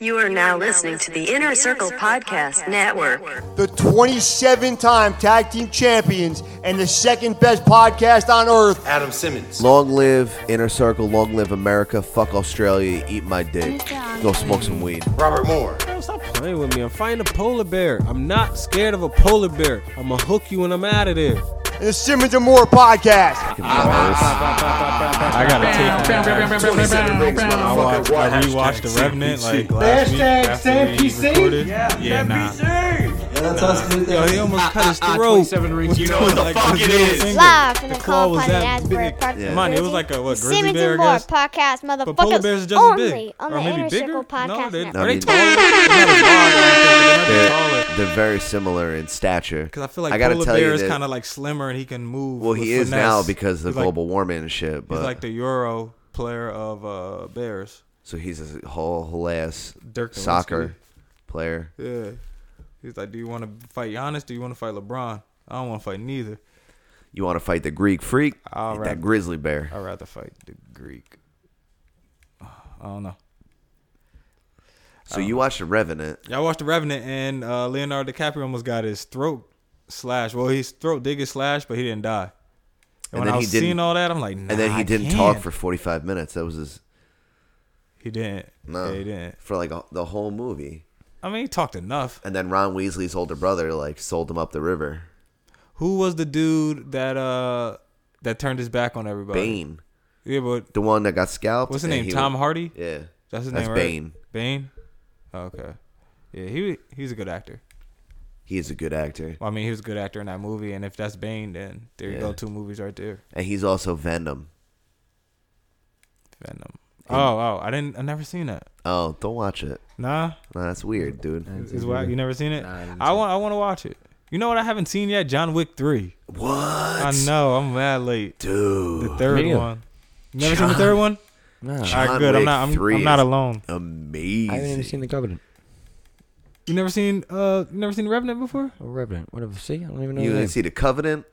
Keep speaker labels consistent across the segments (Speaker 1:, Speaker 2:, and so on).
Speaker 1: You are now listening to the Inner Circle Podcast Network.
Speaker 2: the 27 time tag team champions and the second best podcast on earth.
Speaker 3: Adam Simmons.
Speaker 4: Long live Inner Circle, long live America, fuck Australia, eat my dick, go smoke some weed.
Speaker 3: Robert Moore.
Speaker 5: Yo, Stop playing with me. I'm fighting a polar bear. I'm not scared of a polar bear. I'ma hook you when I'm out of there.
Speaker 2: And the Simmons and Moore podcast.
Speaker 5: I gotta take that.
Speaker 3: 27 rings,
Speaker 5: I
Speaker 3: motherfucker. Why?
Speaker 5: rewatched The Revenant like last week after we recorded. Yeah, nah. Yo, he almost cut his throat.
Speaker 3: You know what the fuck it is.
Speaker 6: Live from the,
Speaker 5: claw
Speaker 6: Call
Speaker 5: was
Speaker 6: Party
Speaker 5: that
Speaker 6: Asbury
Speaker 5: big.
Speaker 6: Park.
Speaker 4: Yeah.
Speaker 6: New
Speaker 5: Money, it was
Speaker 6: Jersey.
Speaker 5: like a, what, grizzly
Speaker 6: Simmons
Speaker 5: bear, I
Speaker 6: and More
Speaker 5: guess?
Speaker 6: podcast,
Speaker 5: But
Speaker 6: motherfuckers.
Speaker 5: polar bears are just
Speaker 6: only
Speaker 5: as big.
Speaker 6: on
Speaker 5: or
Speaker 6: the
Speaker 5: maybe
Speaker 6: Inner
Speaker 5: bigger?
Speaker 6: Circle podcast.
Speaker 5: no, they're,
Speaker 6: Network.
Speaker 5: are they
Speaker 4: No,
Speaker 5: taller? They're not taller.
Speaker 4: They're, they're very similar in stature.
Speaker 5: Because I feel like
Speaker 4: gotta
Speaker 5: polar
Speaker 4: tell
Speaker 5: bear
Speaker 4: you
Speaker 5: is
Speaker 4: that-
Speaker 5: kind of like slimmer and he can move.
Speaker 4: well,
Speaker 5: with
Speaker 4: he is
Speaker 5: finesse.
Speaker 4: now because of
Speaker 5: He's
Speaker 4: the
Speaker 5: like-
Speaker 4: global warming and shit. But
Speaker 5: He's like the Euro player of uh, bears.
Speaker 4: so he's a whole whole ass
Speaker 5: Dirk
Speaker 4: soccer player.
Speaker 5: Yeah. He's like, do you want to fight Giannis? Do you want to fight LeBron? I don't want to fight neither.
Speaker 4: You want to fight the Greek freak?
Speaker 5: All
Speaker 4: Eat
Speaker 5: right.
Speaker 4: That grizzly bear.
Speaker 5: I'd rather fight the Greek. I don't know.
Speaker 4: So you watched The Revenant.
Speaker 5: Y'all watched The Revenant, and uh, Leonardo DiCaprio almost got his throat slashed. Well, his throat did get slashed, but he didn't die. And,
Speaker 4: And
Speaker 5: when
Speaker 4: then
Speaker 5: I
Speaker 4: he
Speaker 5: was
Speaker 4: didn't-
Speaker 5: seeing all that, I'm like, nah,
Speaker 4: And then
Speaker 5: I
Speaker 4: he didn't
Speaker 5: can't.
Speaker 4: talk for 45 minutes. That was his.
Speaker 5: He didn't.
Speaker 4: No.
Speaker 5: Yeah, he didn't.
Speaker 4: For like a, the whole movie.
Speaker 5: I mean, he talked enough.
Speaker 4: And then Ron Weasley's older brother like sold him up the river.
Speaker 5: Who was the dude that uh that turned his back on everybody?
Speaker 4: Bane.
Speaker 5: Yeah, but
Speaker 4: The one that got scalped.
Speaker 5: what's his
Speaker 4: and
Speaker 5: name?
Speaker 4: he-
Speaker 5: Tom Hardy.
Speaker 4: Yeah.
Speaker 5: That's his
Speaker 4: That's
Speaker 5: name,
Speaker 4: Bane.
Speaker 5: right? Bane. Oh, Okay. Yeah, he he's a good actor.
Speaker 4: He is a good actor.
Speaker 5: Well, I mean, he was a good actor in that movie, and if that's Bane, then there you go,
Speaker 4: Yeah.
Speaker 5: two movies right there.
Speaker 4: And he's also Venom.
Speaker 5: Venom. Oh, oh, I didn't. I never seen that.
Speaker 4: Oh, don't watch it.
Speaker 5: Nah,
Speaker 4: No, that's weird, dude.
Speaker 5: is why you never seen it. I want. I want to watch it. You know what I haven't seen yet? John Wick three.
Speaker 4: What?
Speaker 5: I know. I'm mad late.
Speaker 4: Dude.
Speaker 5: The third
Speaker 7: Really?
Speaker 5: one. You never seen the third one? All right,
Speaker 4: John
Speaker 5: good. I'm
Speaker 4: Wick
Speaker 5: not. I'm,
Speaker 4: 3
Speaker 5: I'm not
Speaker 4: is
Speaker 5: alone.
Speaker 4: Amazing.
Speaker 7: I haven't even seen the Covenant
Speaker 5: You never seen? Uh, you never seen Revenant before?
Speaker 7: or Revenant, whatever. See, I don't even know.
Speaker 4: You
Speaker 7: the name.
Speaker 4: didn't see the Covenant?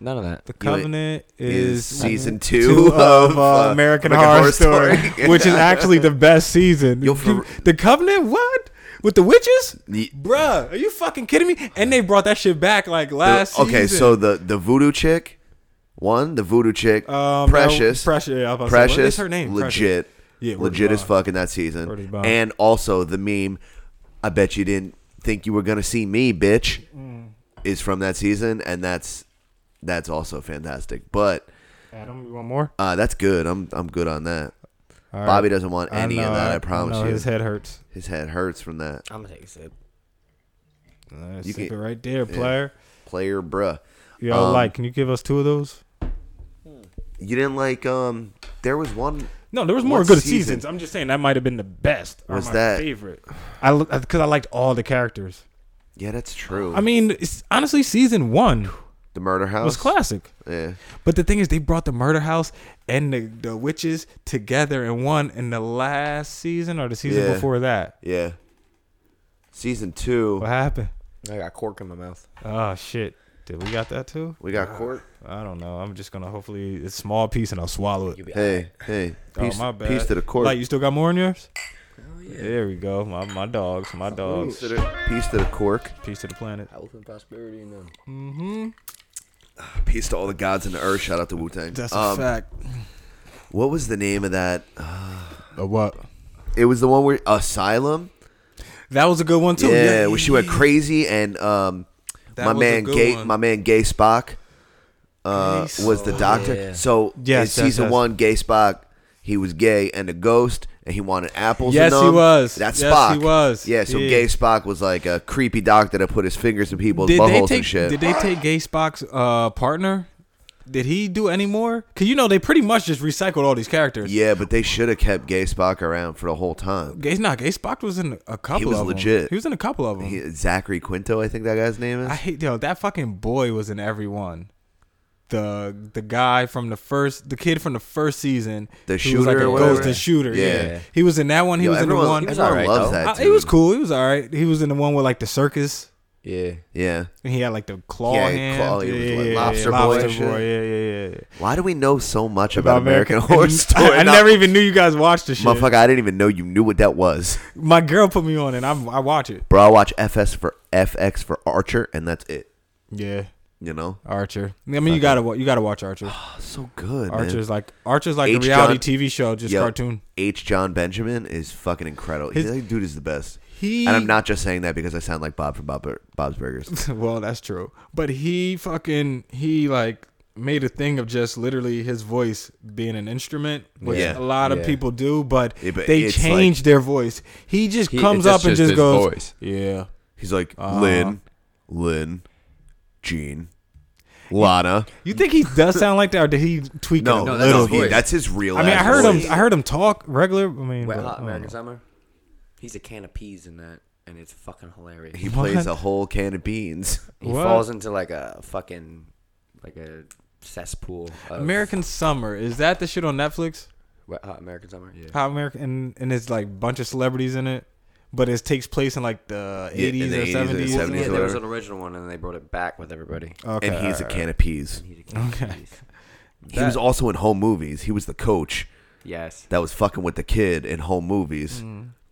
Speaker 7: None of that.
Speaker 5: The
Speaker 4: You ain't-
Speaker 5: Covenant
Speaker 4: Is
Speaker 5: is,
Speaker 4: season two,
Speaker 5: two of uh,
Speaker 4: uh,
Speaker 5: American Horror Story, which is actually the best season.
Speaker 4: Yo, for-
Speaker 5: the Covenant, what with the witches?
Speaker 4: Ye-
Speaker 5: Bruh, are you fucking kidding me? And they brought that shit back like last.
Speaker 4: The- okay,
Speaker 5: season.
Speaker 4: so the the voodoo chick, one the voodoo chick,
Speaker 5: Um,
Speaker 4: precious,
Speaker 5: no, Precious, yeah, I was about to say, what
Speaker 4: precious,
Speaker 5: is her name? Precious.
Speaker 4: legit,
Speaker 5: Yeah, Word
Speaker 4: legit
Speaker 5: is
Speaker 4: as
Speaker 5: Bond.
Speaker 4: fuck in that season,
Speaker 5: Word is Bond.
Speaker 4: and also the meme. I bet you didn't think you were gonna see me, bitch,
Speaker 5: Mm.
Speaker 4: is from that season, and that's that's also fantastic. But
Speaker 5: Adam, you want more?
Speaker 4: uh, that's good. I'm I'm good on that.
Speaker 5: All right.
Speaker 4: Bobby doesn't want
Speaker 5: I
Speaker 4: any of
Speaker 5: know,
Speaker 4: that. I, promise
Speaker 5: know
Speaker 4: you.
Speaker 5: His head hurts.
Speaker 4: His head hurts from that.
Speaker 7: I'm gonna take a sip.
Speaker 5: Uh,
Speaker 4: You
Speaker 5: sip
Speaker 4: can-
Speaker 5: it right there,
Speaker 4: yeah.
Speaker 5: player.
Speaker 4: Player, bruh.
Speaker 5: Yo,
Speaker 4: Um,
Speaker 5: like, can you give us two of those?
Speaker 4: You didn't like um. There was one.
Speaker 5: No, there was more
Speaker 4: what
Speaker 5: good
Speaker 4: season?
Speaker 5: seasons. I'm just saying that might have been the best. or
Speaker 4: Was
Speaker 5: my
Speaker 4: that-
Speaker 5: favorite? I because I liked all the characters.
Speaker 4: Yeah, that's true.
Speaker 5: I mean, it's, honestly, season one
Speaker 4: the murder house
Speaker 5: was classic.
Speaker 4: Yeah.
Speaker 5: But the thing is, they brought the murder house and the, the witches together in one in the last season or the season
Speaker 4: Yeah.
Speaker 5: before that.
Speaker 4: Yeah. Season two,
Speaker 5: What happened?
Speaker 7: I got cork in my mouth.
Speaker 5: Oh shit! Did we got that too?
Speaker 4: we got court.
Speaker 5: I don't know. I'm just gonna hopefully it's a small piece and I'll swallow it.
Speaker 4: Hey, hey. Peace,
Speaker 5: oh my bad.
Speaker 4: peace to the court.
Speaker 5: Like you still got more in yours? There we go. My my dogs. My
Speaker 4: peace,
Speaker 5: dogs.
Speaker 4: to the, peace to the cork.
Speaker 5: Peace to the planet.
Speaker 7: Health and prosperity and them.
Speaker 4: Peace to all the gods in the earth. Shout out to Wu Tang.
Speaker 5: fact.
Speaker 4: What was the name of that?
Speaker 5: what?
Speaker 4: It was the one where Asylum.
Speaker 5: That was a good one too.
Speaker 4: yeah, where she went crazy and um,
Speaker 5: That
Speaker 4: my
Speaker 5: was a
Speaker 4: man
Speaker 5: good
Speaker 4: Gay,
Speaker 5: one.
Speaker 4: my man Gay Spock, uh,
Speaker 5: Gay
Speaker 4: was the doctor.
Speaker 7: yeah.
Speaker 4: So
Speaker 5: Yes,
Speaker 4: in
Speaker 5: yes,
Speaker 4: season
Speaker 5: yes.
Speaker 4: one, Gay Spock, he was gay and a ghost, and he wanted apples.
Speaker 5: Yes,
Speaker 4: and
Speaker 5: he
Speaker 4: them.
Speaker 5: was.
Speaker 4: That's
Speaker 5: Yes,
Speaker 4: Spock.
Speaker 5: he was.
Speaker 4: Yeah. So
Speaker 5: Yeah.
Speaker 4: Gay Spock was like a creepy doctor that put his fingers in people's
Speaker 5: Did they
Speaker 4: buttholes
Speaker 5: take?
Speaker 4: and shit.
Speaker 5: Did they take Gay Spock's uh, partner? Did he do any more? Cause you know they pretty much just recycled all these characters.
Speaker 4: yeah, but they should have kept Gay Spock around for the whole time.
Speaker 5: Gay, nah, Gay Spock was in a couple.
Speaker 4: was
Speaker 5: of 'em.
Speaker 4: legit.
Speaker 5: He was in a couple of them.
Speaker 4: He- Zachary Quinto, I think that guy's name is.
Speaker 5: I hate yo that fucking boy was in every one. The the guy from the first the kid from the first season.
Speaker 4: The
Speaker 5: who was
Speaker 4: shooter or
Speaker 5: a
Speaker 4: whatever?
Speaker 5: ghost, the shooter. Yeah.
Speaker 4: Yeah.
Speaker 5: he was in that one. He
Speaker 4: Yo,
Speaker 5: was in the
Speaker 4: everyone,
Speaker 5: one. Uh,
Speaker 4: everyone
Speaker 7: alright,
Speaker 4: loves
Speaker 7: though.
Speaker 4: that.
Speaker 5: I-
Speaker 4: Dude.
Speaker 5: he was cool. He was all right. He was in the one with like the circus.
Speaker 7: Yeah.
Speaker 4: Yeah.
Speaker 5: And he had like the claw
Speaker 4: Yeah,
Speaker 5: hand.
Speaker 4: claw, he was like Lobster
Speaker 5: yeah,
Speaker 4: Boy and
Speaker 5: Lobster
Speaker 4: shit.
Speaker 5: Boy. Yeah, yeah, yeah.
Speaker 4: Why do we know so much about American, Horror Story?
Speaker 5: I, I
Speaker 4: Not-
Speaker 5: never even knew you guys watched the shit.
Speaker 4: Motherfucker, I didn't even know you knew what that was.
Speaker 5: My girl put me on it. I'm, I watch it.
Speaker 4: Bro, I watch FS for FX for Archer, and that's it.
Speaker 5: Yeah.
Speaker 4: You know?
Speaker 5: Archer. I mean, you gotta wa- you gotta watch Archer.
Speaker 4: That's so good, Ah, man.
Speaker 5: Archer's like Archer's like a
Speaker 4: H.
Speaker 5: reality
Speaker 4: John-
Speaker 5: TV show, just
Speaker 4: Yo,
Speaker 5: cartoon.
Speaker 4: H. John Benjamin is fucking incredible.
Speaker 5: His-
Speaker 4: He's- that dude is the best.
Speaker 5: He
Speaker 4: and I'm not just saying that because I sound like Bob from Bob, Bob's Burgers.
Speaker 5: well, that's true. But he fucking he like made a thing of just literally his voice being an instrument, which
Speaker 4: Yeah.
Speaker 5: a lot of
Speaker 7: Yeah.
Speaker 5: people do, but,
Speaker 4: Yeah, but
Speaker 5: they
Speaker 4: it's
Speaker 5: change their voice. He just
Speaker 7: He-
Speaker 5: comes
Speaker 7: that's
Speaker 5: up and
Speaker 7: just
Speaker 5: just
Speaker 7: his
Speaker 5: goes,
Speaker 7: voice.
Speaker 5: "Yeah,
Speaker 4: He's like Lynn, Lynn, Gene, Lana.
Speaker 5: you think he does sound like that, or did he tweak
Speaker 4: No,
Speaker 5: it a
Speaker 7: that's
Speaker 5: little
Speaker 7: his
Speaker 5: bit?"
Speaker 4: he-
Speaker 7: voice.
Speaker 4: that's his real.
Speaker 5: I mean, I
Speaker 4: ass
Speaker 5: heard
Speaker 4: voice.
Speaker 5: him. I heard him talk regular. I mean,
Speaker 7: Wet
Speaker 5: but, uh, I
Speaker 7: Hot
Speaker 5: don't
Speaker 7: American
Speaker 5: know.
Speaker 7: Summer. He's a can of peas in that, and it's fucking hilarious.
Speaker 4: He
Speaker 7: He,
Speaker 4: plays a whole can of beans.
Speaker 5: What?
Speaker 7: falls into like a fucking like a cesspool. Of
Speaker 5: American Summer is that the shit on Netflix?
Speaker 7: Wet Hot American Summer. Yeah.
Speaker 5: How American and, and it's like bunch of celebrities in it, but it takes place in like the
Speaker 4: Yeah, in
Speaker 5: eighties
Speaker 4: the
Speaker 5: or
Speaker 4: 80s or
Speaker 5: seventies.
Speaker 4: 70s.
Speaker 7: Yeah, there was an original one, and they brought it back with everybody.
Speaker 5: Okay, uh,
Speaker 4: and he's a can of peas.
Speaker 7: He's a can of
Speaker 5: Okay.
Speaker 7: peas.
Speaker 4: He was also in home movies. He was the coach
Speaker 7: Yes.
Speaker 4: that was fucking with the kid in home movies.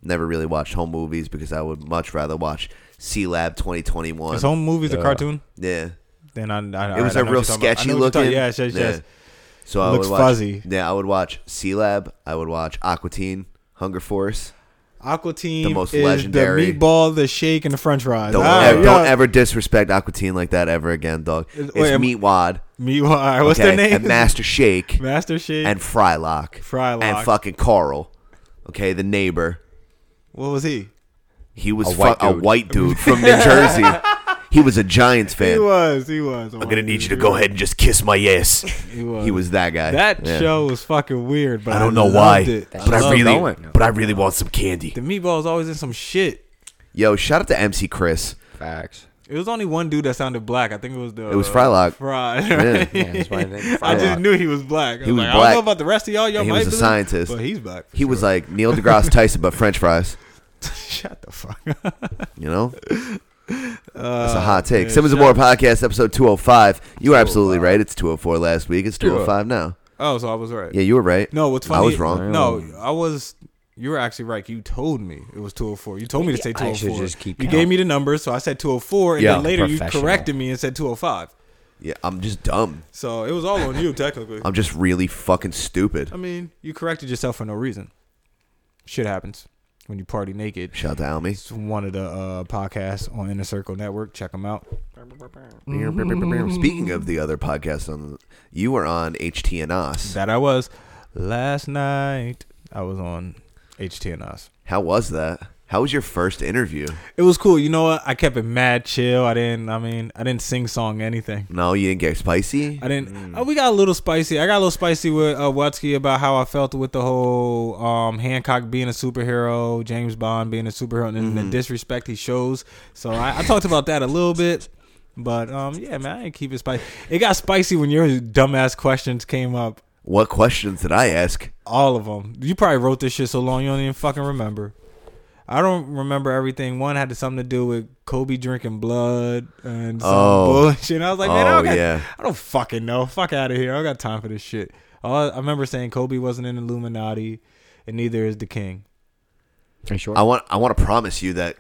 Speaker 4: Never really watched home movies because I would much rather watch C Lab 2021.
Speaker 5: His home movie's a cartoon.
Speaker 4: yeah.
Speaker 5: Then I, I
Speaker 4: It was
Speaker 5: I
Speaker 4: a
Speaker 5: know
Speaker 4: real
Speaker 5: what you're talking about. I
Speaker 4: sketchy
Speaker 5: know what you're
Speaker 4: looking.
Speaker 5: talking- Yes, yes, yes.
Speaker 4: So I
Speaker 5: Looks
Speaker 4: would watch,
Speaker 5: fuzzy.
Speaker 4: Yeah, I would watch C Lab. I would watch Aquatine, Hunger Force.
Speaker 5: Aqua Team
Speaker 4: The most
Speaker 5: is
Speaker 4: legendary-
Speaker 5: the meatball, the shake, and the French fries.
Speaker 4: Don't,
Speaker 5: All
Speaker 4: ever,
Speaker 5: right,
Speaker 4: don't
Speaker 5: yeah.
Speaker 4: ever disrespect Aquatine like that ever again, dog.
Speaker 5: Is-
Speaker 4: It's
Speaker 5: wait, am-
Speaker 4: Meat Wad.
Speaker 5: Me, all right, what's
Speaker 4: okay,
Speaker 5: their name?
Speaker 4: And Master Shake
Speaker 5: Master Shake.
Speaker 4: and Frylock.
Speaker 5: Frylock.
Speaker 4: And fucking Carl. Okay, the neighbor.
Speaker 5: what was he?
Speaker 4: He was
Speaker 7: A
Speaker 4: a
Speaker 7: white
Speaker 4: white, a
Speaker 7: dude.
Speaker 4: white dude from New Jersey. He was a Giants
Speaker 5: He
Speaker 4: fan.
Speaker 5: was. He was.
Speaker 4: I'm gonna need you to go ahead and just kiss my ass.
Speaker 5: He was.
Speaker 4: He was that guy.
Speaker 5: That
Speaker 4: Yeah.
Speaker 5: show was fucking weird, but
Speaker 4: I don't know
Speaker 5: loved
Speaker 4: why,
Speaker 5: It.
Speaker 4: but I
Speaker 7: Love
Speaker 4: really,
Speaker 7: going.
Speaker 4: but I really want some candy.
Speaker 5: The meatball's always in some shit.
Speaker 4: Yo, shout out to MC Chris.
Speaker 7: Facts.
Speaker 5: It was only one dude that sounded black. I think it was the.
Speaker 4: It was Frylock.
Speaker 5: Fry.
Speaker 4: Yeah.
Speaker 7: Yeah, that's why I think.
Speaker 5: I just knew he was black. I
Speaker 4: He was
Speaker 5: like, I don't
Speaker 4: black.
Speaker 5: know about the rest of y'all. Y'all
Speaker 4: And he
Speaker 5: might
Speaker 4: was a
Speaker 5: believe-
Speaker 4: scientist.
Speaker 5: but he's black. for
Speaker 4: He was
Speaker 5: sure.
Speaker 4: like Neil deGrasse Tyson, but French fries.
Speaker 5: "Shut the fuck up."
Speaker 4: You know, that's a hot take.
Speaker 5: Ah, man,
Speaker 4: Simmons and More
Speaker 5: shout-
Speaker 4: podcast episode 205. You were absolutely right. It's 204 last week. It's 205 now.
Speaker 5: Oh, so I was right.
Speaker 4: Yeah, you were right.
Speaker 5: No, what's
Speaker 4: I
Speaker 5: funny?
Speaker 4: was wrong.
Speaker 5: No, I was. You were actually right. You told me it was 204. You told me to say
Speaker 7: I should
Speaker 5: 204.
Speaker 7: just keep
Speaker 5: you
Speaker 7: count.
Speaker 5: gave me the number, so I said 204, and
Speaker 4: Yeah.
Speaker 5: then later you
Speaker 7: Professional.
Speaker 5: corrected me and said 205.
Speaker 4: Yeah, I'm just dumb.
Speaker 5: So it was all on you technically.
Speaker 4: I'm just really fucking stupid.
Speaker 5: I mean, you corrected yourself for no reason. Shit happens when you party naked.
Speaker 4: Shout out to Almy.
Speaker 5: It's one of the uh, podcasts on Inner Circle Network. Check them out. Mm-hmm.
Speaker 4: Speaking of the other podcast, on you were on HT and Us.
Speaker 5: That I was last night. I was on HTNOS.
Speaker 4: How was that? How was your first interview?
Speaker 5: It was cool. You know what? I kept it mad chill. I didn't. I mean, I didn't sing song anything.
Speaker 4: No, you didn't get spicy.
Speaker 5: I didn't. uh, we got a little spicy. I got a little spicy with uh, Watsky about how I felt with the whole um, Hancock being a superhero, James Bond being a superhero, and the disrespect he shows. So I, I talked about that a little bit. But um, yeah, man, I didn't keep it spicy. It got spicy when your dumbass questions came up.
Speaker 4: What questions did I ask?
Speaker 5: All of them. You probably wrote this shit so long you don't even fucking remember. I don't remember everything. One had something to do with Kobe drinking blood and some
Speaker 4: Oh.
Speaker 5: bullshit. I was like, man, I,
Speaker 4: Oh,
Speaker 5: don't got-
Speaker 4: yeah.
Speaker 5: I don't fucking know. Fuck out of here. I don't got time for this shit. All, I remember saying Kobe wasn't in Illuminati, and neither is the King.
Speaker 4: I want I want to promise you that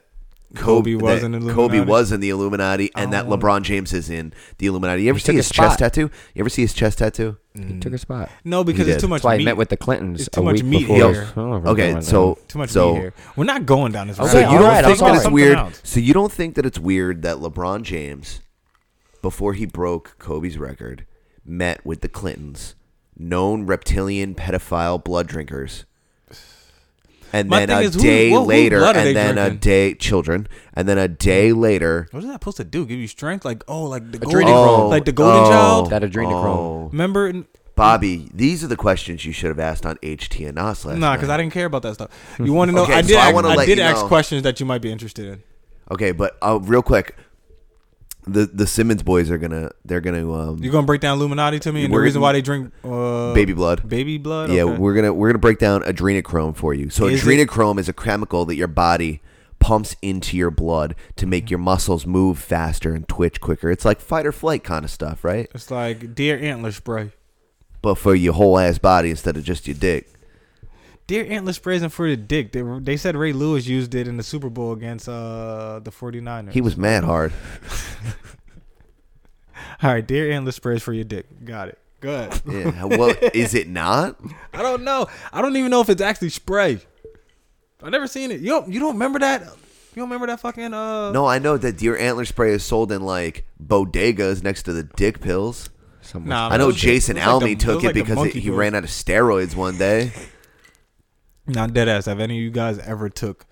Speaker 4: Kobe,
Speaker 5: Kobe was
Speaker 4: that
Speaker 5: in the
Speaker 4: Kobe
Speaker 5: Illuminati.
Speaker 4: was in the Illuminati, and that
Speaker 5: Oh.
Speaker 4: LeBron James is in the Illuminati. You ever see
Speaker 7: took
Speaker 4: his
Speaker 7: a
Speaker 4: chest
Speaker 7: spot.
Speaker 4: tattoo? You ever see his chest tattoo?
Speaker 7: He took a spot.
Speaker 5: No, because
Speaker 4: He
Speaker 5: it's
Speaker 4: did.
Speaker 5: too much.
Speaker 7: Mm. That's why
Speaker 5: meat.
Speaker 7: he met with the Clintons.
Speaker 5: It's too
Speaker 7: a
Speaker 5: much
Speaker 7: week
Speaker 5: meat
Speaker 7: before.
Speaker 5: here.
Speaker 7: I don't know if we're
Speaker 4: Okay,
Speaker 7: doing
Speaker 4: so
Speaker 5: too much
Speaker 4: so
Speaker 5: meat here. We're not going down this. road.
Speaker 4: so
Speaker 7: Okay,
Speaker 4: you don't
Speaker 7: alright,
Speaker 4: think
Speaker 7: I'm
Speaker 4: that it's
Speaker 7: sorry.
Speaker 4: weird?
Speaker 5: Something else.
Speaker 4: So you don't think that it's weird that LeBron James, before he broke Kobe's record, met with the Clintons, known reptilian pedophile blood drinkers. And
Speaker 5: My
Speaker 4: then
Speaker 5: thing
Speaker 4: a
Speaker 5: is, who-
Speaker 4: day
Speaker 5: what- who
Speaker 4: later,
Speaker 5: blood are they
Speaker 4: and then a
Speaker 5: drinking?
Speaker 4: day children, and then a day later.
Speaker 5: What is that supposed to do? Give you strength? Like oh, like the golden,
Speaker 7: Adrenochrome.
Speaker 4: Oh,
Speaker 5: like the golden
Speaker 4: oh,
Speaker 5: child.
Speaker 7: That adrenochrome.
Speaker 4: oh.
Speaker 5: Remember? in-
Speaker 4: Bobby, these are the questions you should have asked on HT and us last
Speaker 5: Nah, because I didn't care about that stuff. You want to know?
Speaker 4: Okay,
Speaker 5: I did.
Speaker 4: so I
Speaker 5: ask-
Speaker 4: wanna
Speaker 5: I,
Speaker 4: let
Speaker 5: did
Speaker 4: you
Speaker 5: ask
Speaker 4: know.
Speaker 5: questions that you might be interested in.
Speaker 4: Okay, but uh, real quick, the the Simmons boys are gonna they're gonna um,
Speaker 5: You're gonna break down Illuminati to me and the
Speaker 4: We're-
Speaker 5: reason why they drink uh,
Speaker 4: baby blood.
Speaker 5: Baby blood.
Speaker 4: Yeah,
Speaker 5: Okay.
Speaker 4: we're gonna we're gonna break down adrenochrome for you. So
Speaker 5: Is it-
Speaker 4: adrenochrome is a chemical that your body pumps into your blood to make your muscles move faster and twitch quicker. It's like fight or flight kind of stuff, right?
Speaker 5: It's like deer antler spray.
Speaker 4: But for your whole ass body instead of just your dick.
Speaker 5: Deer antler spray isn't for the dick. They, they said Ray Lewis used it in the Super Bowl against uh, the 49ers.
Speaker 4: He was mad hard.
Speaker 5: All right, deer antler spray is for your dick. Got it. Good.
Speaker 4: Yeah. Well, is it not?
Speaker 5: I don't know. I don't even know if it's actually spray. I've never seen it. You don't. You don't remember that? You don't remember that fucking uh?
Speaker 4: No, I know that deer antler spray is sold in like bodegas next to the dick pills.
Speaker 5: Nah,
Speaker 4: I know
Speaker 5: it was-
Speaker 4: Jason
Speaker 5: it was like
Speaker 4: Alme
Speaker 5: the-
Speaker 4: took
Speaker 5: was
Speaker 4: it
Speaker 5: like the
Speaker 4: because it,
Speaker 5: monkey
Speaker 4: he
Speaker 5: pills.
Speaker 4: ran out of steroids one day.
Speaker 5: Now, dead ass. Have any of you guys ever took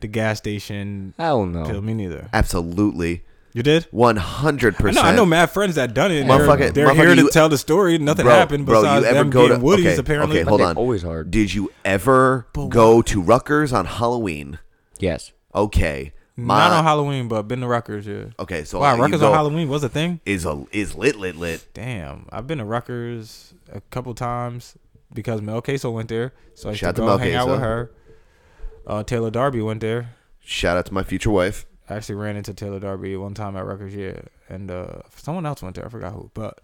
Speaker 5: the gas station
Speaker 7: Hell
Speaker 5: pill?
Speaker 7: no.
Speaker 5: Me neither.
Speaker 4: Absolutely,
Speaker 5: You did?
Speaker 4: one hundred
Speaker 5: I know,
Speaker 4: percent.
Speaker 5: I know mad friends that done it. and
Speaker 4: Motherfucker-
Speaker 5: They're, they're here
Speaker 4: motherfucker,
Speaker 5: to
Speaker 4: you-
Speaker 5: tell the story. Nothing
Speaker 4: Bro,
Speaker 5: happened
Speaker 4: bro, you
Speaker 5: besides
Speaker 4: ever
Speaker 5: them
Speaker 4: go to-
Speaker 5: getting woodies,
Speaker 4: okay,
Speaker 5: apparently.
Speaker 4: okay, hold
Speaker 7: They
Speaker 4: on.
Speaker 7: always hard.
Speaker 4: Did you ever go to Rutgers on Halloween?
Speaker 7: Yes.
Speaker 4: Okay,
Speaker 5: Not on Halloween, but been to Rutgers, yeah.
Speaker 4: Okay, so
Speaker 5: Wow,
Speaker 4: you
Speaker 5: Rutgers
Speaker 4: go-
Speaker 5: on Halloween was a thing?
Speaker 4: is a is lit lit lit.
Speaker 5: Damn. I've been to Rutgers a couple times because Mel Queso went there. So I used
Speaker 4: Shout
Speaker 5: to
Speaker 4: to
Speaker 5: go
Speaker 4: Mel
Speaker 5: hang out with
Speaker 4: Queso.
Speaker 5: her. Uh, Taylor Darby went there.
Speaker 4: Shout out to my future wife.
Speaker 5: I actually ran into Taylor Darby one time at Rutgers, yeah. And uh, someone else went there. I forgot who. But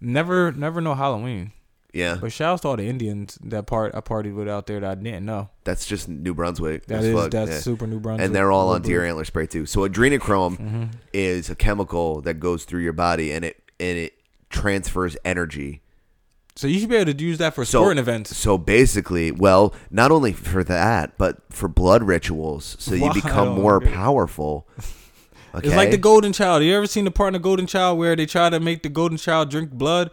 Speaker 5: never, never know Halloween.
Speaker 4: Yeah,
Speaker 5: But shout out to all the Indians that part I partied with out there that I didn't know.
Speaker 4: that's just New Brunswick.
Speaker 5: That
Speaker 4: as
Speaker 5: is-
Speaker 4: fuck,
Speaker 5: that's
Speaker 4: yeah.
Speaker 5: super New Brunswick.
Speaker 4: and they're all on
Speaker 5: Super-
Speaker 4: deer antler spray too. So adrenochrome
Speaker 5: Mm-hmm.
Speaker 4: is a chemical that goes through your body and it and it transfers energy.
Speaker 5: So you should be able to use that for
Speaker 4: So
Speaker 5: sporting events.
Speaker 4: So basically, well, not only for that, but for blood rituals, so
Speaker 5: Wow,
Speaker 4: you become more powerful. Okay?
Speaker 5: It's like the Golden Child. You ever seen the part in the Golden Child where they try to make the Golden Child drink blood?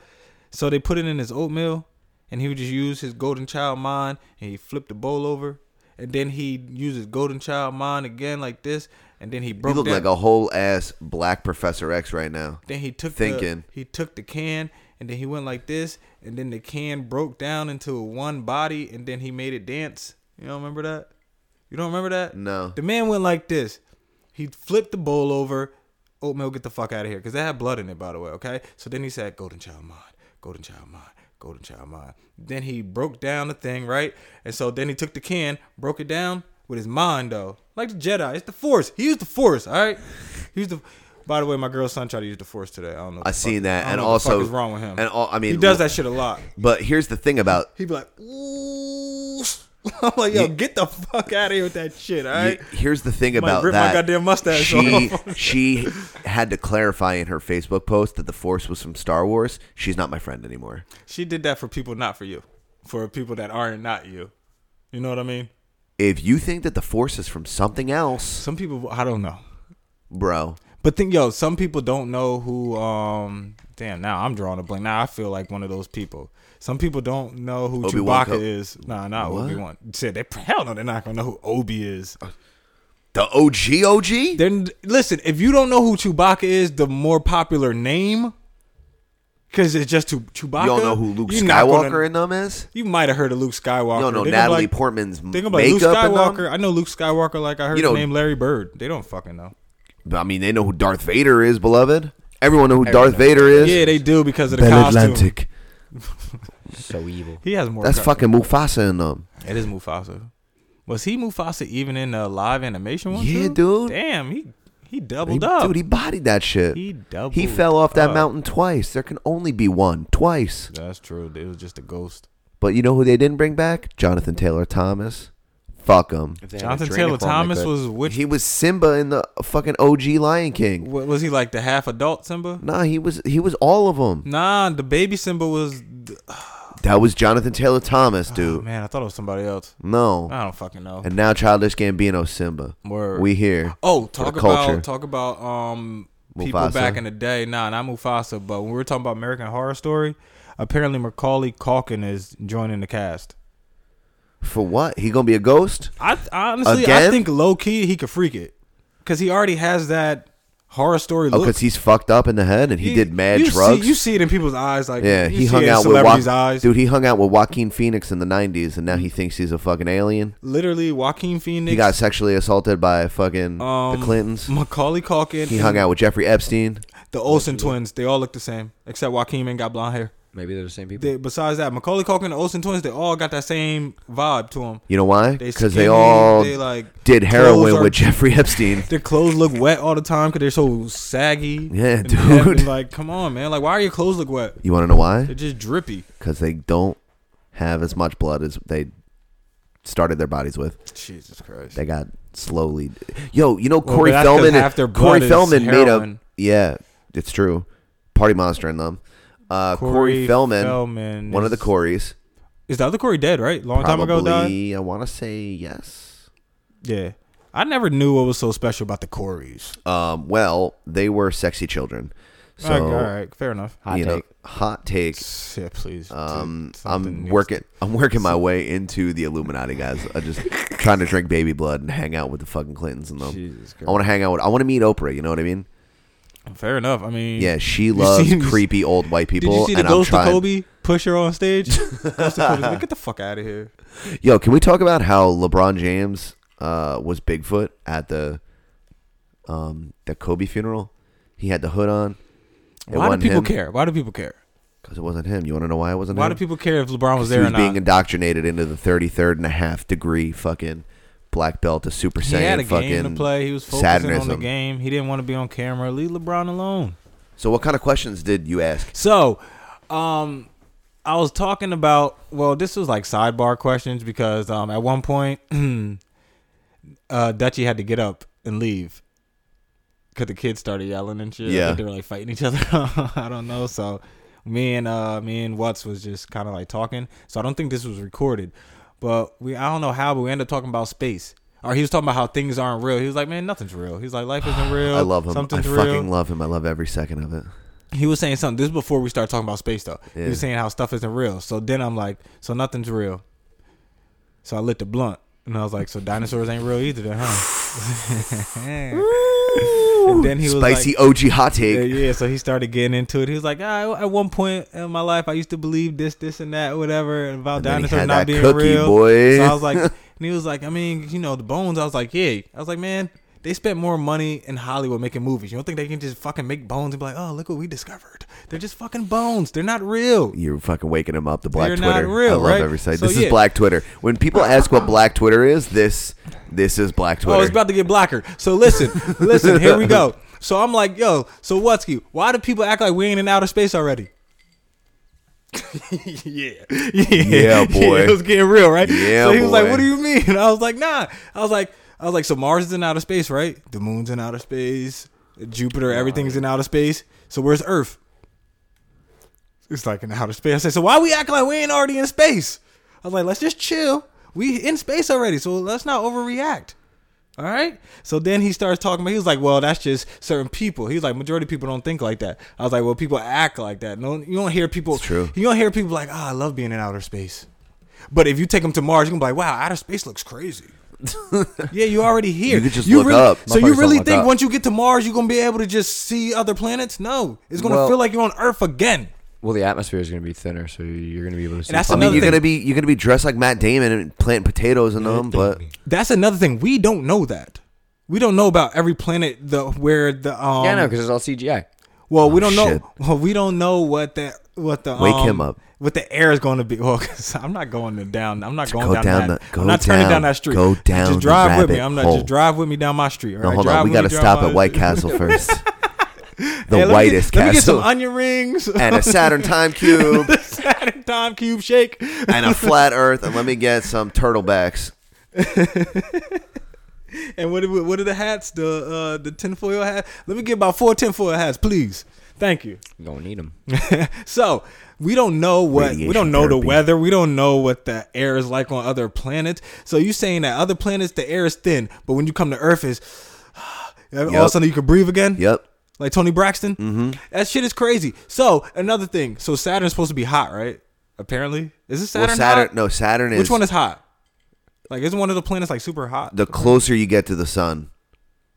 Speaker 5: So they put it in his oatmeal, and he would just use his Golden Child mind, and he flipped the bowl over, and then he used his Golden Child mind again like this, and then he
Speaker 4: You
Speaker 5: broke
Speaker 4: look
Speaker 5: that.
Speaker 4: like a whole ass black Professor X right now.
Speaker 5: then he took
Speaker 4: thinking.
Speaker 5: the he took the can, and then he went like this, and then the can broke down into one body, and then he made it dance. You don't remember that? You don't remember that?
Speaker 4: No.
Speaker 5: The man went like this. He flipped the bowl over. Oatmeal, get the fuck out of here. Because that had blood in it, by the way, okay? So then he said, Golden Child Mind, Golden Child Mind, Golden Child Mind. Then he broke down the thing, right? And so then he took the can, broke it down with his mind, though. Like the Jedi. It's the Force. He used the Force, all right? He used the. By the way, my girl's son tried to use the Force today. I don't know. what
Speaker 4: I
Speaker 5: the fuck-
Speaker 4: seen that,
Speaker 5: I don't
Speaker 4: and
Speaker 5: know what the fuck
Speaker 4: also
Speaker 5: is wrong with him.
Speaker 4: And all, I mean,
Speaker 5: he does that shit a lot.
Speaker 4: But here's the thing about
Speaker 5: He'd be like, ooh. I'm like, yo, get the fuck out of here with that shit, all right?
Speaker 4: You- here's the thing
Speaker 5: Might
Speaker 4: about
Speaker 5: rip my
Speaker 4: that.
Speaker 5: goddamn mustache
Speaker 4: she,
Speaker 5: off.
Speaker 4: she had to clarify in her Facebook post that the Force was from Star Wars. She's not my friend anymore.
Speaker 5: She did that for people not for you, for people that aren't not you. You know what I mean?
Speaker 4: If you think that the Force is from something else,
Speaker 5: Some people, I don't know,
Speaker 4: bro,
Speaker 5: but think yo, some people don't know who. Um, damn, now I'm drawing a blank. Now I feel like one of those people. Some people don't know who
Speaker 4: Obi-Wan
Speaker 5: Chewbacca
Speaker 4: Co-
Speaker 5: is. Nah, not
Speaker 4: What?
Speaker 5: Obi Wan. Said they hell no, they're not gonna know who Obi is.
Speaker 4: the OG OG.
Speaker 5: Then listen, if you don't know who Chewbacca is, the more popular name, because it's just Chew- Chewbacca.
Speaker 4: you don't know who Luke
Speaker 5: you're not
Speaker 4: Skywalker
Speaker 5: gonna-
Speaker 4: in them is.
Speaker 5: You might have heard of Luke Skywalker.
Speaker 4: You don't know
Speaker 5: They gonna be
Speaker 4: Natalie
Speaker 5: like-
Speaker 4: Portman's m-
Speaker 5: Think
Speaker 4: makeup.
Speaker 5: about
Speaker 4: and
Speaker 5: Luke
Speaker 4: them?
Speaker 5: Skywalker. I know Luke Skywalker like I heard
Speaker 4: You know-
Speaker 5: the name Larry Bird. They don't fucking know.
Speaker 4: I mean, they know who Darth Vader is, beloved. Everyone know who Darth
Speaker 7: knows.
Speaker 4: Vader is.
Speaker 5: Yeah, they do because of the
Speaker 4: Bell
Speaker 5: costume.
Speaker 4: Atlantic.
Speaker 7: So evil.
Speaker 5: He has more.
Speaker 4: That's
Speaker 5: cos-
Speaker 4: fucking Mufasa in them.
Speaker 5: It is Mufasa. Was he Mufasa even in the live animation one?
Speaker 4: Yeah,
Speaker 5: too?
Speaker 4: dude.
Speaker 5: Damn, he he
Speaker 4: He-
Speaker 5: doubled up.
Speaker 4: Dude, he bodied that shit.
Speaker 5: He doubled
Speaker 4: He fell off that
Speaker 5: up.
Speaker 4: mountain twice. There can only be one. Twice.
Speaker 5: That's true. It was just a ghost.
Speaker 4: But you know who they didn't bring back? Jonathan Taylor Thomas. Fuck him.
Speaker 7: If they had
Speaker 5: Jonathan
Speaker 7: Adrenochrome,
Speaker 5: Taylor
Speaker 7: they
Speaker 5: Thomas
Speaker 7: could.
Speaker 5: was which?
Speaker 4: He was Simba in the fucking OG Lion King.
Speaker 5: wa- was he like the half adult Simba?
Speaker 4: Nah, he was he was all of them.
Speaker 5: Nah, the baby Simba was.
Speaker 4: That was Jonathan Taylor Thomas,
Speaker 5: Dude,
Speaker 4: dude.
Speaker 5: Ah, man, I thought it was somebody else.
Speaker 4: No.
Speaker 5: I don't fucking know.
Speaker 4: And now Childish Gambino Simba.
Speaker 5: Word.
Speaker 4: We here.
Speaker 5: Oh,
Speaker 4: for the
Speaker 5: talk
Speaker 4: culture.
Speaker 5: about talk about um people
Speaker 4: Mufasa.
Speaker 5: back in the day. Nah, not Mufasa, but when we were talking about American Horror Story, apparently Macaulay Calkin is joining the cast.
Speaker 4: For what? He gonna be a ghost?
Speaker 5: I honestly, I
Speaker 4: Again?
Speaker 5: think low key he could freak it because he already has that horror story
Speaker 4: Oh,
Speaker 5: look.
Speaker 4: because he's fucked up in the head and he,
Speaker 5: You-
Speaker 4: did mad
Speaker 5: you
Speaker 4: drugs.
Speaker 5: See, you see it in people's eyes, like
Speaker 4: yeah,
Speaker 5: you
Speaker 4: he
Speaker 5: see
Speaker 4: hung
Speaker 5: it in
Speaker 4: out with
Speaker 5: celebrities'
Speaker 4: Joaqu-
Speaker 5: eyes. Mm.
Speaker 4: dude. He hung out with Joaquin Phoenix in the '90s, and now he thinks he's a fucking alien.
Speaker 5: Literally, Joaquin Phoenix.
Speaker 4: He got sexually assaulted by fucking
Speaker 5: um,
Speaker 4: the Clintons.
Speaker 5: Macaulay Calkin.
Speaker 4: He hung out with Jeffrey Epstein.
Speaker 5: The Olsen twins. They all look the same except Joaquin ain't got blonde hair.
Speaker 7: Maybe they're the same people.
Speaker 5: They, besides that, Macaulay Culkin, the Olsen twins, they all got that same vibe to them.
Speaker 4: You know why?
Speaker 5: They
Speaker 4: Because they
Speaker 5: skinny,
Speaker 4: all
Speaker 5: they, like,
Speaker 4: did heroin
Speaker 5: clothes are-
Speaker 4: with Jeffrey Epstein.
Speaker 5: Their clothes look wet all the time because they're so saggy.
Speaker 4: Yeah,
Speaker 5: and wet,
Speaker 4: dude.
Speaker 5: and, like, come on, man. Like, why are your clothes look wet?
Speaker 4: You want to know why?
Speaker 5: They're just drippy.
Speaker 4: Because they don't have as much blood as they started their bodies with.
Speaker 5: Jesus Christ.
Speaker 4: They got slowly. Yo, you know
Speaker 5: but
Speaker 4: Corey
Speaker 5: that's 'cause
Speaker 4: Feldman.
Speaker 5: half their
Speaker 4: Corey
Speaker 5: blood is
Speaker 4: Feldman made a
Speaker 5: heroin.
Speaker 4: yeah. It's true. Party monster in them. Uh, Corey,
Speaker 5: Corey
Speaker 4: Feldman,
Speaker 5: Feldman
Speaker 4: one of the
Speaker 5: is-
Speaker 4: Corys.
Speaker 5: Is the other Corey dead, right? Long time ago died?
Speaker 4: Probably, I want to say yes.
Speaker 5: Yeah. I never knew what was so special about the Coreys.
Speaker 4: Um, well, they were sexy children. So
Speaker 5: Like, all right, fair enough.
Speaker 7: Hot
Speaker 4: you know,
Speaker 7: take.
Speaker 4: hot take.
Speaker 5: Yeah, please. do
Speaker 4: Um,
Speaker 5: something
Speaker 4: I'm
Speaker 5: new.
Speaker 4: working. I'm working my way into the Illuminati, guys. I just trying to drink baby blood and hang out with the fucking Clintons and them.
Speaker 7: Jesus
Speaker 4: I want to hang out with. I want to meet Oprah. You know what I mean?
Speaker 5: Fair enough. I mean,
Speaker 4: Yeah, she
Speaker 5: you
Speaker 4: loves
Speaker 5: seen-
Speaker 4: creepy old white
Speaker 5: Did
Speaker 4: people.
Speaker 5: you see the
Speaker 4: and I'm
Speaker 5: ghost of
Speaker 4: trying.
Speaker 5: Kobe push her on stage? ghost of Kobe's like, get the fuck out of here.
Speaker 4: Yo, can we talk about how LeBron James uh, was Bigfoot at the um, the Kobe funeral? He had the hood on. It
Speaker 5: Why do
Speaker 4: wasn't
Speaker 5: people
Speaker 4: him,
Speaker 5: care? Why do people care?
Speaker 4: Because it wasn't him. You want to know why it wasn't
Speaker 5: Why
Speaker 4: him?
Speaker 5: do people care if LeBron was
Speaker 4: he
Speaker 5: there
Speaker 4: was
Speaker 5: or not?
Speaker 4: being indoctrinated into the 33rd and a half degree fucking black belt of Super
Speaker 5: he
Speaker 4: Saiyan
Speaker 5: had a
Speaker 4: fucking
Speaker 5: game to play. He was focusing on the
Speaker 4: Saturnism.
Speaker 5: game. He didn't want to be on camera. Leave LeBron alone.
Speaker 4: So what kind of questions did you ask?
Speaker 5: So, um, I was talking about well, this was like sidebar questions because um, at one point, uh, Dutchy had to get up and leave because the kids started yelling and shit. I think
Speaker 4: Yeah.
Speaker 5: they were like fighting each other. I don't know. So, me and uh, me and Watts was just kind of like talking. So I don't think this was recorded, but we I don't know how, but we ended up talking about space. Or he was talking about how things aren't real. He was like, "Man, nothing's real." He's like, "Life isn't real."
Speaker 4: I love him. I
Speaker 5: Something's
Speaker 4: fucking
Speaker 5: real
Speaker 4: love him. I love every second of it.
Speaker 5: he was saying something. This is before we started talking about space, though. He
Speaker 4: Yeah.
Speaker 5: was saying how stuff isn't real. So then I'm like, so nothing's real. So I lit the blunt, and I was like, so dinosaurs ain't real either, then, huh? and then he was like-
Speaker 4: Spicy OG hot take.
Speaker 5: yeah, yeah, so he started getting into it. He was like, "Ah, at one point in my life, I used to believe this, this, and that, whatever about
Speaker 4: then he
Speaker 5: dinosaurs
Speaker 4: had
Speaker 5: not
Speaker 4: that
Speaker 5: being
Speaker 4: cookie,
Speaker 5: real."
Speaker 4: boy.
Speaker 5: So I was like, and he was like, I mean, you know, the bones. I was like, yeah. I was like, man, they spent more money in Hollywood making movies. You don't think they can just fucking make bones and be like, oh, look what we discovered? They're just fucking bones. They're not real.
Speaker 4: You're fucking waking him up. The black
Speaker 5: You're not
Speaker 4: Twitter.
Speaker 5: real,
Speaker 4: I love
Speaker 5: right?
Speaker 4: every side.
Speaker 5: So,
Speaker 4: this
Speaker 5: yeah.
Speaker 4: is black Twitter. When people ask what black Twitter is, this this is black Twitter.
Speaker 5: Oh, it's about to get blocker. So listen, listen. Here we go. So I'm like, yo. So what's you? Why do people act like we ain't in outer space already? yeah. yeah,
Speaker 4: boy.
Speaker 5: it was getting real, right?
Speaker 4: Yeah,
Speaker 5: So he was like,
Speaker 4: boy.
Speaker 5: "What do you mean?" And I was like, "Nah." I was like, "I was like, so Mars is in outer space, right? The moon's in outer space. Jupiter, everything's in outer space. So where's Earth? It's like in outer space. I said, so why we act like we ain't already in space? I was like, let's just chill. We in space already, so let's not overreact. All right. So then he starts talking about. He was like, "Well, that's just certain people." He's like, "Majority of people don't think like that." I was like, "Well, people act like that. No, you don't hear people.
Speaker 4: It's true.
Speaker 5: You don't hear people like, "Ah, I love being in outer space." But if you take them to Mars, you're gonna be like, "Wow, outer space looks crazy." yeah, you already here.
Speaker 4: You could just look
Speaker 5: really,
Speaker 4: up.
Speaker 5: So
Speaker 4: Motherfuckers
Speaker 5: you
Speaker 4: don't
Speaker 5: really
Speaker 4: look
Speaker 5: think
Speaker 4: up.
Speaker 5: once you get to Mars, you're gonna be able to just see other planets? No, it's gonna
Speaker 4: Well-
Speaker 5: feel like you're on Earth again.
Speaker 7: Well, the atmosphere is going to be thinner, so you're going to be able to see.
Speaker 5: that's
Speaker 4: I mean,
Speaker 5: another
Speaker 4: you're
Speaker 5: thing.
Speaker 4: gonna be you're gonna be dressed like Matt Damon and planting potatoes in them, but
Speaker 5: That's another thing. We don't know that. We don't know about every planet the where the um
Speaker 7: yeah, no, because it's all CGI.
Speaker 5: Well, we don't know.
Speaker 4: Oh, shit.
Speaker 5: Well, we don't know what that what the
Speaker 4: Wake
Speaker 5: um,
Speaker 4: him up.
Speaker 5: What the air is going to be? Well, cause I'm not going to down. I'm not going
Speaker 4: go
Speaker 5: down,
Speaker 4: down
Speaker 5: that.
Speaker 4: the-
Speaker 5: I'm not
Speaker 4: go
Speaker 5: turning
Speaker 4: down-
Speaker 5: down that street.
Speaker 4: go down the
Speaker 5: Just drive with me.
Speaker 4: rabbit
Speaker 5: I'm not
Speaker 4: hole.
Speaker 5: just drive with me down my street. all
Speaker 4: no,
Speaker 5: right?
Speaker 4: hold
Speaker 5: Drive
Speaker 4: on, we
Speaker 5: with me
Speaker 4: gotta
Speaker 5: down
Speaker 4: stop
Speaker 5: my-
Speaker 4: at White Castle first. The
Speaker 5: Hey, let me
Speaker 4: whitest
Speaker 5: get, Let me get
Speaker 4: castle
Speaker 5: some onion rings
Speaker 4: and a Saturn time cube
Speaker 5: Saturn time cube shake.
Speaker 4: and a flat Earth, and let me get some turtlebacks.
Speaker 5: And what are, what are the hats? The uh, the tinfoil hat. Let me get about four tinfoil hats, please. Thank you.
Speaker 7: You don't need them.
Speaker 5: So we don't know what we
Speaker 4: Radiation
Speaker 5: don't know
Speaker 4: therapy.
Speaker 5: the weather. We don't know what the air is like on other planets. So you saying that other planets the air is thin, but when you come to Earth, is all of a
Speaker 4: Yep.
Speaker 5: sudden you can breathe again.
Speaker 4: Yep.
Speaker 5: Like Tony Braxton. Mm-hmm. That shit is crazy. So another thing. So Saturn's supposed to be hot, right? Apparently, is it Saturn?
Speaker 4: well, Saturn.
Speaker 5: hot?
Speaker 4: No, Saturn is.
Speaker 5: Which one is hot? Like, isn't one of the planets like super hot?
Speaker 4: the closer you get to the sun?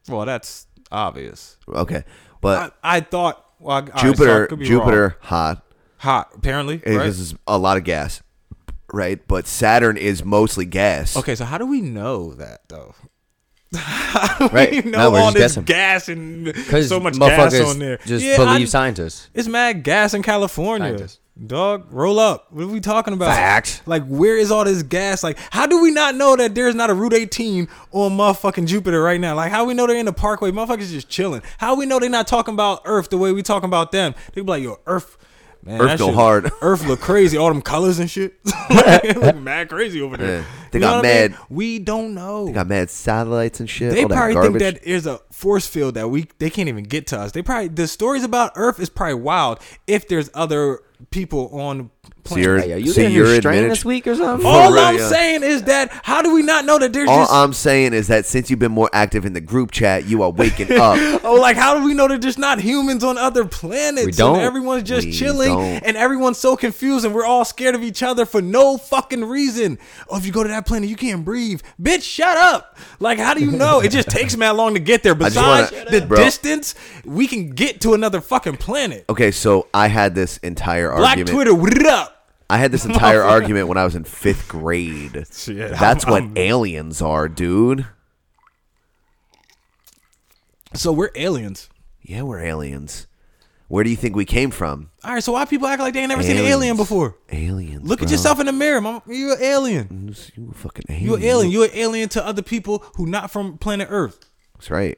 Speaker 5: well, that's obvious.
Speaker 4: Okay, but
Speaker 5: I, I thought. Well, I- all right, Uh, so I
Speaker 4: Jupiter,
Speaker 5: could be wrong.
Speaker 4: Jupiter, hot
Speaker 5: hot. Apparently,
Speaker 4: because
Speaker 5: right?
Speaker 4: it's a lot of gas, right? But Saturn is mostly gas.
Speaker 5: Okay, so how do we know that though? How do
Speaker 7: Right.
Speaker 5: you know
Speaker 7: No, we're
Speaker 5: all
Speaker 7: just
Speaker 5: this
Speaker 7: guessing.
Speaker 5: gas and
Speaker 7: Because
Speaker 5: so much gas
Speaker 7: motherfuckers
Speaker 5: on there?
Speaker 7: just
Speaker 5: Yeah,
Speaker 7: believe
Speaker 5: I-
Speaker 7: scientists.
Speaker 5: It's mad gas in California.
Speaker 7: Scientists.
Speaker 5: Dog, roll up. What are we talking about?
Speaker 7: Facts.
Speaker 5: Like, where is all this gas? Like, how do we not know that there's not a Route 18 on motherfucking Jupiter right now? Like, how we know they're in the Parkway? Motherfuckers just chilling. How we know they're not talking about Earth the way we talking about them? They be like, yo, Earth. Man,
Speaker 4: Earth
Speaker 5: that
Speaker 4: go
Speaker 5: shit-
Speaker 4: hard.
Speaker 5: Earth look crazy. All them colors and shit. It look mad crazy over there.
Speaker 4: Yeah. They
Speaker 5: You know
Speaker 4: got
Speaker 5: what I mean?
Speaker 4: mad-
Speaker 5: We don't know.
Speaker 4: Got mad satellites and shit.
Speaker 5: They
Speaker 4: all that
Speaker 5: probably
Speaker 4: garbage.
Speaker 5: think that there's a force field that we they can't even get to us. They probably the stories about Earth is probably wild if there's other people on
Speaker 4: So
Speaker 5: planet.
Speaker 4: you're,
Speaker 7: Hey, are you
Speaker 4: so
Speaker 7: getting
Speaker 4: you're
Speaker 7: restrained
Speaker 4: admini-
Speaker 7: this week or something?
Speaker 5: All
Speaker 4: real,
Speaker 5: I'm
Speaker 4: yeah.
Speaker 5: saying is that how do we not know that there's
Speaker 4: All
Speaker 5: just
Speaker 4: I'm saying is that since you've been more active in the group chat, you are waking up.
Speaker 5: oh like how do we know that there's not humans on other planets?
Speaker 7: We don't.
Speaker 5: And everyone's just
Speaker 4: We
Speaker 5: chilling
Speaker 4: don't.
Speaker 5: and everyone's so confused and we're all scared of each other for no fucking reason. Oh, if you go to that planet, you can't breathe. Bitch, shut up. Like how do you know? it just takes mad long to get there.
Speaker 4: just wanna-
Speaker 5: Besides the
Speaker 4: Bro.
Speaker 5: distance, we can get to another fucking planet.
Speaker 4: Okay, so I had this entire
Speaker 5: Black
Speaker 4: argument.
Speaker 5: Twitter, what it up?
Speaker 4: I had this entire argument when I was in fifth grade.
Speaker 5: Shit,
Speaker 4: That's
Speaker 5: I'm-
Speaker 4: what
Speaker 5: I'm-
Speaker 4: aliens are, dude.
Speaker 5: So we're aliens.
Speaker 4: Yeah, we're aliens. Where do you think we came from?
Speaker 5: All right, so why people act like they ain't never seen an alien
Speaker 4: Aliens.
Speaker 5: before?
Speaker 4: Aliens.
Speaker 5: Look at
Speaker 4: bro.
Speaker 5: yourself in the mirror, mama. You an alien.
Speaker 4: You a fucking alien.
Speaker 5: You an alien. You an alien to other people who not from planet Earth.
Speaker 4: That's right.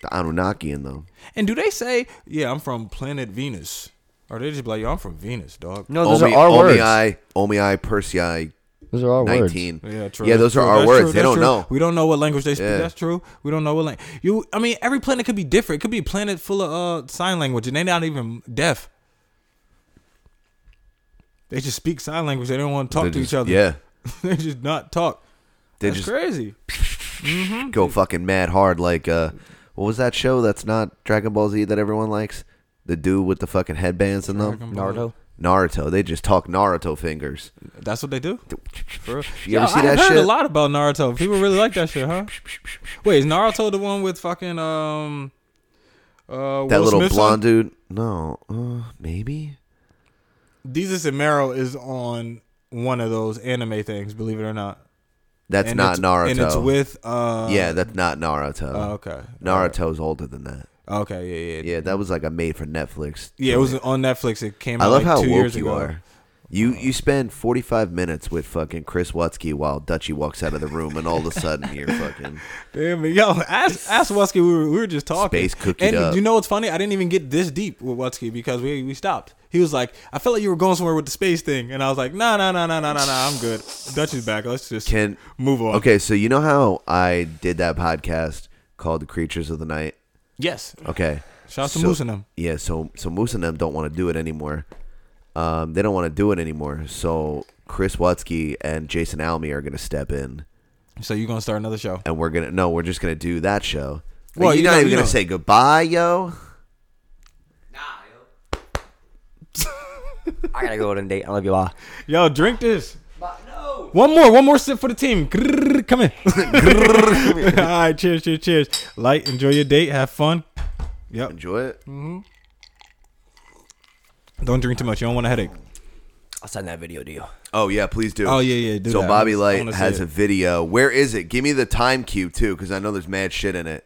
Speaker 4: The Anunnakian, though.
Speaker 5: And do they say, yeah, I'm from planet Venus? Or they just be like, yo, I'm from Venus, dog.
Speaker 7: No, those
Speaker 4: Omi-
Speaker 7: are our words.
Speaker 4: Omei, Omei, Persei,
Speaker 7: Those are our words.
Speaker 4: 19.
Speaker 5: Yeah, true.
Speaker 4: Yeah, those
Speaker 5: That's true.
Speaker 4: are our
Speaker 5: That's
Speaker 4: words.
Speaker 5: true.
Speaker 4: They
Speaker 5: That's
Speaker 4: don't
Speaker 5: true.
Speaker 4: know.
Speaker 5: We don't know what language they speak.
Speaker 4: Yeah.
Speaker 5: That's true. We don't know what language. You, I mean, every planet could be different. It could be a planet full of uh, sign language, and they're not even deaf. They just speak sign language. They don't want to talk
Speaker 4: They
Speaker 5: to
Speaker 4: just-
Speaker 5: each other.
Speaker 4: Yeah.
Speaker 5: they just not talk.
Speaker 4: They
Speaker 5: That's
Speaker 4: just
Speaker 5: crazy.
Speaker 4: go fucking mad hard. Like, uh, what was that show that's not Dragon Ball Z that everyone likes? The dude with the fucking headbands in them?
Speaker 7: Naruto.
Speaker 4: Naruto. They just talk Naruto fingers.
Speaker 5: That's what they do. For real.
Speaker 4: You ever
Speaker 5: Yo,
Speaker 4: see
Speaker 5: I
Speaker 4: that
Speaker 5: heard
Speaker 4: shit?
Speaker 5: a lot about Naruto. People really like that shit, huh? Wait, is Naruto the one with fucking um uh
Speaker 4: That
Speaker 5: Will
Speaker 4: little
Speaker 5: Smith's
Speaker 4: blonde
Speaker 5: on?
Speaker 4: dude. No, uh, maybe.
Speaker 5: Jesus and Mero is on one of those anime things, believe it or not.
Speaker 4: That's
Speaker 5: and
Speaker 4: not
Speaker 5: it's,
Speaker 4: Naruto.
Speaker 5: And it's with uh
Speaker 4: yeah, that's not Naruto.
Speaker 5: oh, okay.
Speaker 4: Naruto's older than that.
Speaker 5: Okay, yeah, yeah. Yeah,
Speaker 4: Yeah, that was like a made for Netflix.
Speaker 5: it was
Speaker 4: joint.
Speaker 5: on Netflix. It came out
Speaker 4: I love
Speaker 5: like
Speaker 4: how
Speaker 5: two
Speaker 4: woke
Speaker 5: years
Speaker 4: you
Speaker 5: ago. Uh,
Speaker 4: are. You you spend forty five minutes with fucking Chris Watsky while Dutchy walks out of the room, and all of a sudden you're fucking.
Speaker 5: Damn it, yo! Ask ask Wutsky. We were, we were just talking.
Speaker 4: Space cookied
Speaker 5: And
Speaker 4: up.
Speaker 5: you know what's funny? I didn't even get this deep with Wutsky because we we stopped. He was like, "I felt like you were going somewhere with the space thing," and I was like, "No, no, no, no, no, no, no. I'm good. Dutchy's back. Let's just
Speaker 4: Can
Speaker 5: move on."
Speaker 4: Okay, so you know how I did that podcast called "The Creatures of the Night."
Speaker 5: Yes.
Speaker 4: Okay.
Speaker 5: Shout out to
Speaker 4: So-
Speaker 5: Moose and them.
Speaker 4: Yeah, so so Moose and them don't want to do it anymore. Um, they don't want to do it anymore. So Chris Watsky and Jason Almy are gonna step in,
Speaker 5: So you're gonna start another show?
Speaker 4: and we're gonna no, we're just gonna do that show. Like,
Speaker 5: Well,
Speaker 4: you're
Speaker 5: you
Speaker 4: not
Speaker 5: know-
Speaker 4: even
Speaker 5: you
Speaker 4: gonna
Speaker 5: know.
Speaker 4: say goodbye, yo.
Speaker 7: I gotta go on a date. I love you all.
Speaker 5: Yo, drink this. One more, one more sip for the team. Grrr, Come in. All right, cheers, cheers, cheers. Light, enjoy your date, have fun.
Speaker 4: Enjoy it.
Speaker 5: Mm-hmm. Don't drink too much. You don't want a headache.
Speaker 7: I'll send that video to you.
Speaker 4: Oh yeah, please do.
Speaker 5: Oh, yeah, yeah, do
Speaker 4: so
Speaker 5: that. I
Speaker 4: Bobby
Speaker 5: wanna- I
Speaker 4: Light
Speaker 5: wanna see
Speaker 4: has
Speaker 5: it.
Speaker 4: a video. Where is it? Give me the time cue too, because I know there's mad shit in it.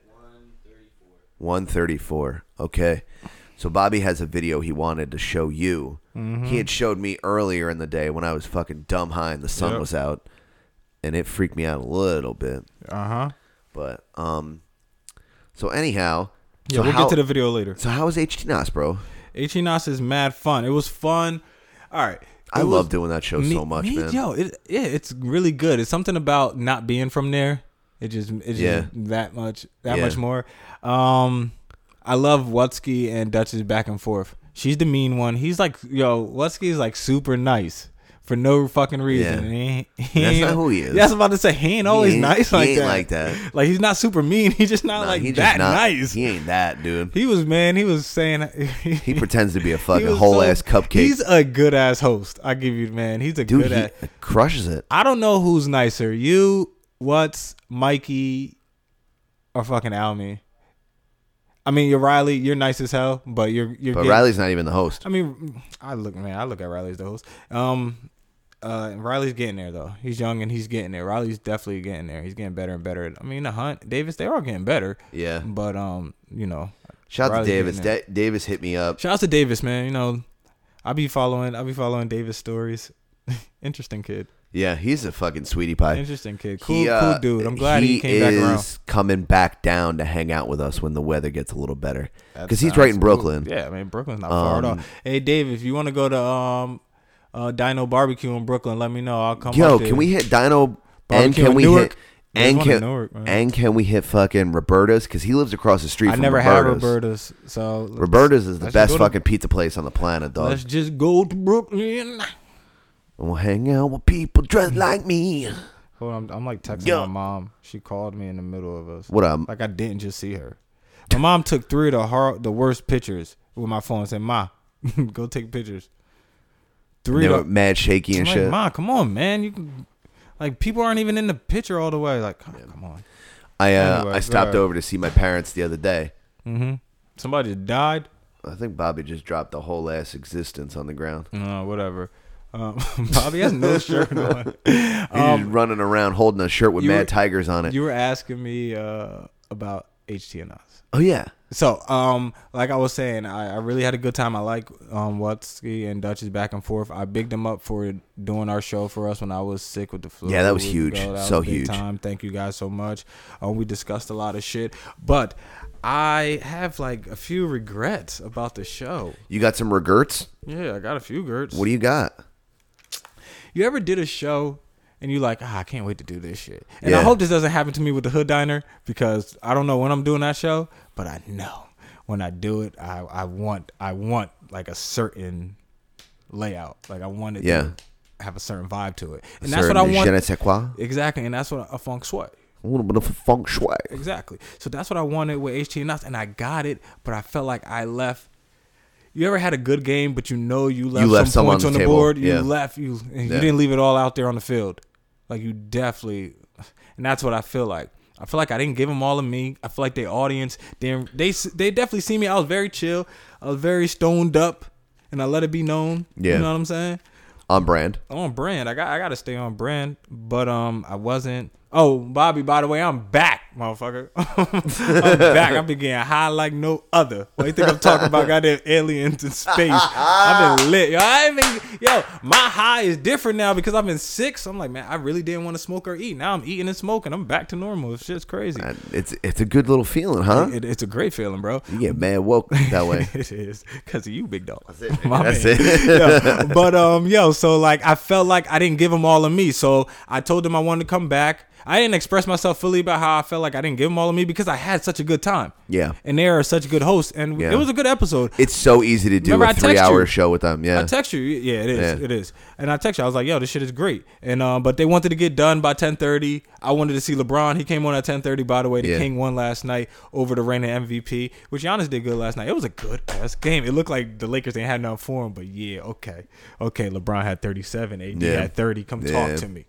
Speaker 4: One thirty-four. Okay. So Bobby has a video he wanted to show you.
Speaker 5: Mm-hmm.
Speaker 4: He had showed me earlier in the day when I was fucking dumb high and the sun
Speaker 5: Yep.
Speaker 4: was out, and it freaked me out a little bit.
Speaker 5: Uh huh.
Speaker 4: But um, so anyhow,
Speaker 5: Yeah,
Speaker 4: so
Speaker 5: we'll
Speaker 4: how-
Speaker 5: get to the video later. E
Speaker 4: So how was HT Nas, bro?
Speaker 5: Ichinos is mad fun. It was fun. All right.
Speaker 4: I
Speaker 5: It was-
Speaker 4: love doing that show
Speaker 5: me-
Speaker 4: so much,
Speaker 5: me-
Speaker 4: man.
Speaker 5: Yo, it, yeah, it's really good. It's something about not being from there. It just it's
Speaker 4: Yeah.
Speaker 5: just that much that
Speaker 4: Yeah.
Speaker 5: much more. Um I love Wutsky and Dutch's back and forth. She's the mean one. He's like yo, Wutsky's like super nice. For no fucking reason.
Speaker 4: Yeah.
Speaker 5: He- he
Speaker 4: That's
Speaker 5: ain't-
Speaker 4: not who he is.
Speaker 5: That's about to say he ain't always
Speaker 4: ain't-
Speaker 5: nice
Speaker 4: he
Speaker 5: like
Speaker 4: ain't
Speaker 5: that.
Speaker 4: like that.
Speaker 5: Like he's not super mean. He's just not
Speaker 4: Nah,
Speaker 5: like
Speaker 4: he just
Speaker 5: that
Speaker 4: not-
Speaker 5: nice.
Speaker 4: He
Speaker 5: He,
Speaker 4: ain't that dude.
Speaker 5: was man. He was saying
Speaker 4: He pretends to be a
Speaker 5: he
Speaker 4: fucking
Speaker 5: was
Speaker 4: whole
Speaker 5: so-
Speaker 4: ass cupcake.
Speaker 5: He's a good ass host. I give you man. He's a
Speaker 4: Dude,
Speaker 5: good ass.
Speaker 4: he crushes it.
Speaker 5: I don't know who's nicer, you, what's Mikey, or fucking Almy. I mean, you're Riley. You're nice as hell, but you're you're.
Speaker 4: But
Speaker 5: getting-
Speaker 4: Riley's not even the host.
Speaker 5: I mean, I look man. I look at Riley as the host. Um, uh, Riley's getting there though. He's young and he's getting there. Riley's definitely getting there. He's getting better and better. I mean, the Hunt, Davis, they're all getting better.
Speaker 4: Yeah.
Speaker 5: But um, you know,
Speaker 4: Shout out to
Speaker 5: Riley's getting
Speaker 4: Davis.
Speaker 5: there.
Speaker 4: Da- Davis hit me up.
Speaker 5: Shout out to Davis, man. You know, I be following. I be following Davis stories. Interesting kid.
Speaker 4: Yeah, he's a fucking sweetie pie.
Speaker 5: Interesting kid. Cool,
Speaker 4: He, uh,
Speaker 5: cool dude. I'm glad he, came back around.
Speaker 4: is coming back down to hang out with us when the weather gets a little better because he's right in Brooklyn.
Speaker 5: Yeah, I mean Brooklyn's not far at all.
Speaker 4: Um,
Speaker 5: Hey, Dave, if you want to go to um, uh, Dino Barbecue in Brooklyn, let me know. I'll come.
Speaker 4: Yo,
Speaker 5: up there.
Speaker 4: can we hit Dino? and
Speaker 5: Barbecue
Speaker 4: can
Speaker 5: in
Speaker 4: we hit?
Speaker 5: Newark? There's
Speaker 4: And
Speaker 5: one in
Speaker 4: can,
Speaker 5: Newark, man.
Speaker 4: and can we hit fucking Roberta's? Because he lives across the street
Speaker 5: I
Speaker 4: from
Speaker 5: never had
Speaker 4: Roberta's.
Speaker 5: Roberta's, so let's-
Speaker 4: Roberta's is the
Speaker 5: let's
Speaker 4: best
Speaker 5: go to-
Speaker 4: fucking pizza place on the planet, dog.
Speaker 5: Let's just go to Brooklyn.
Speaker 4: And we'll hang out with people dressed like me.
Speaker 5: Hold on, I'm, I'm like texting
Speaker 4: Yo.
Speaker 5: my mom. She called me in the middle of us.
Speaker 4: What up?
Speaker 5: Like I didn't just see her. My mom took three of the hard, the worst pictures with my phone. and Said, "Ma, go take pictures." Three.
Speaker 4: They were
Speaker 5: Of,
Speaker 4: mad shaky
Speaker 5: I'm
Speaker 4: and
Speaker 5: like,
Speaker 4: shit.
Speaker 5: Ma, come on, man. You can, like people aren't even in the picture all the way. Like, come, come on.
Speaker 4: I uh,
Speaker 5: Anyway,
Speaker 4: I stopped
Speaker 5: go ahead.
Speaker 4: over to see my parents the other day.
Speaker 5: Somebody just died.
Speaker 4: I think Bobby just dropped the whole ass existence on the ground.
Speaker 5: No, Uh, whatever. Um, Bobby has no shirt on.
Speaker 4: He's just running around holding a shirt with
Speaker 5: Um, you
Speaker 4: mad
Speaker 5: were-
Speaker 4: tigers on it.
Speaker 5: You were asking me uh, about HTNS.
Speaker 4: oh yeah,
Speaker 5: So, um, like I was saying, I, I really had a good time. I like um Watsky and Dutch's back and forth. I bigged them up for doing our show for us when I was sick with the flu.
Speaker 4: Yeah, that was
Speaker 5: a week
Speaker 4: huge.
Speaker 5: ago.
Speaker 4: So
Speaker 5: a big
Speaker 4: huge.
Speaker 5: Time. Thank you guys so much. Um, we discussed a lot of shit, but I have like a few regrets about the show.
Speaker 4: you got some regrets.
Speaker 5: Yeah, I got a few gerts.
Speaker 4: What do you got?
Speaker 5: You ever did a show and you like, ah, I can't wait to do this shit. And
Speaker 4: Yeah.
Speaker 5: I hope this doesn't happen to me with the Hood Diner because I don't know when I'm doing that show, but I know when I do it, I, I want I want like a certain layout. Like I want it
Speaker 4: Yeah.
Speaker 5: to have a certain vibe to it.
Speaker 4: A
Speaker 5: And that's what I
Speaker 4: certain
Speaker 5: want.
Speaker 4: je ne sais quoi.
Speaker 5: Exactly. And that's what a funk sweat.
Speaker 4: A little bit of feng shui.
Speaker 5: Exactly. So that's what I wanted with HT and us, and I got it, but I felt like I left. You ever had a good game, but you know you left,
Speaker 4: You left
Speaker 5: some
Speaker 4: some on
Speaker 5: points
Speaker 4: the
Speaker 5: on the,
Speaker 4: table.
Speaker 5: board. You
Speaker 4: Yeah.
Speaker 5: left you and
Speaker 4: Yeah.
Speaker 5: you didn't leave it all out there on the field. Like you definitely, and that's what I feel like. I feel like I didn't give them all of me. I feel like the audience they they they definitely see me. I was very chill. I was very stoned up, and I let it be known.
Speaker 4: Yeah.
Speaker 5: You know what I'm saying?
Speaker 4: On brand.
Speaker 5: on brand. I got I gotta stay on brand. But um I wasn't Oh, Bobby, by the way, I'm back, motherfucker. I'm back. I've been getting high like no other. What do you think I'm talking about? Goddamn aliens in space. I've been lit. Yo, I ain't been, yo, my high is different now because I've been sick. So I'm like, man, I really didn't want to smoke or eat. Now I'm eating and smoking. I'm back to normal. Shit's crazy.
Speaker 4: Uh, It's it's a good little feeling, huh?
Speaker 5: It- it's a great feeling, bro.
Speaker 4: You get mad woke that way.
Speaker 5: it is because of you, big dog. That's
Speaker 4: it.
Speaker 5: it.
Speaker 4: That's
Speaker 5: Yo, but um, yo, so like I felt like I didn't give them all of me. So I told them I wanted to come back. I didn't express myself fully about how I felt like I didn't give them all of me because I had such a good time.
Speaker 4: Yeah.
Speaker 5: and they are such good hosts, and
Speaker 4: Yeah.
Speaker 5: it was a good episode.
Speaker 4: It's so easy to do
Speaker 5: Remember, I
Speaker 4: a
Speaker 5: text you.
Speaker 4: three-hour show with them. Yeah.
Speaker 5: I text you. Yeah, it is.
Speaker 4: Yeah.
Speaker 5: It is. And I text you. I was like, yo, this shit is great. And um, but they wanted to get done by ten thirty. I wanted to see LeBron. He came on at ten thirty. By the way, the
Speaker 4: Yeah.
Speaker 5: King won last night over the reigning MVP, which Giannis did good last night. It was a good ass game. It looked like the Lakers ain't had nothing for him, but yeah, okay, okay. LeBron had thirty seven. AD
Speaker 4: Yeah.
Speaker 5: had thirty. Come
Speaker 4: Yeah.
Speaker 5: talk to me.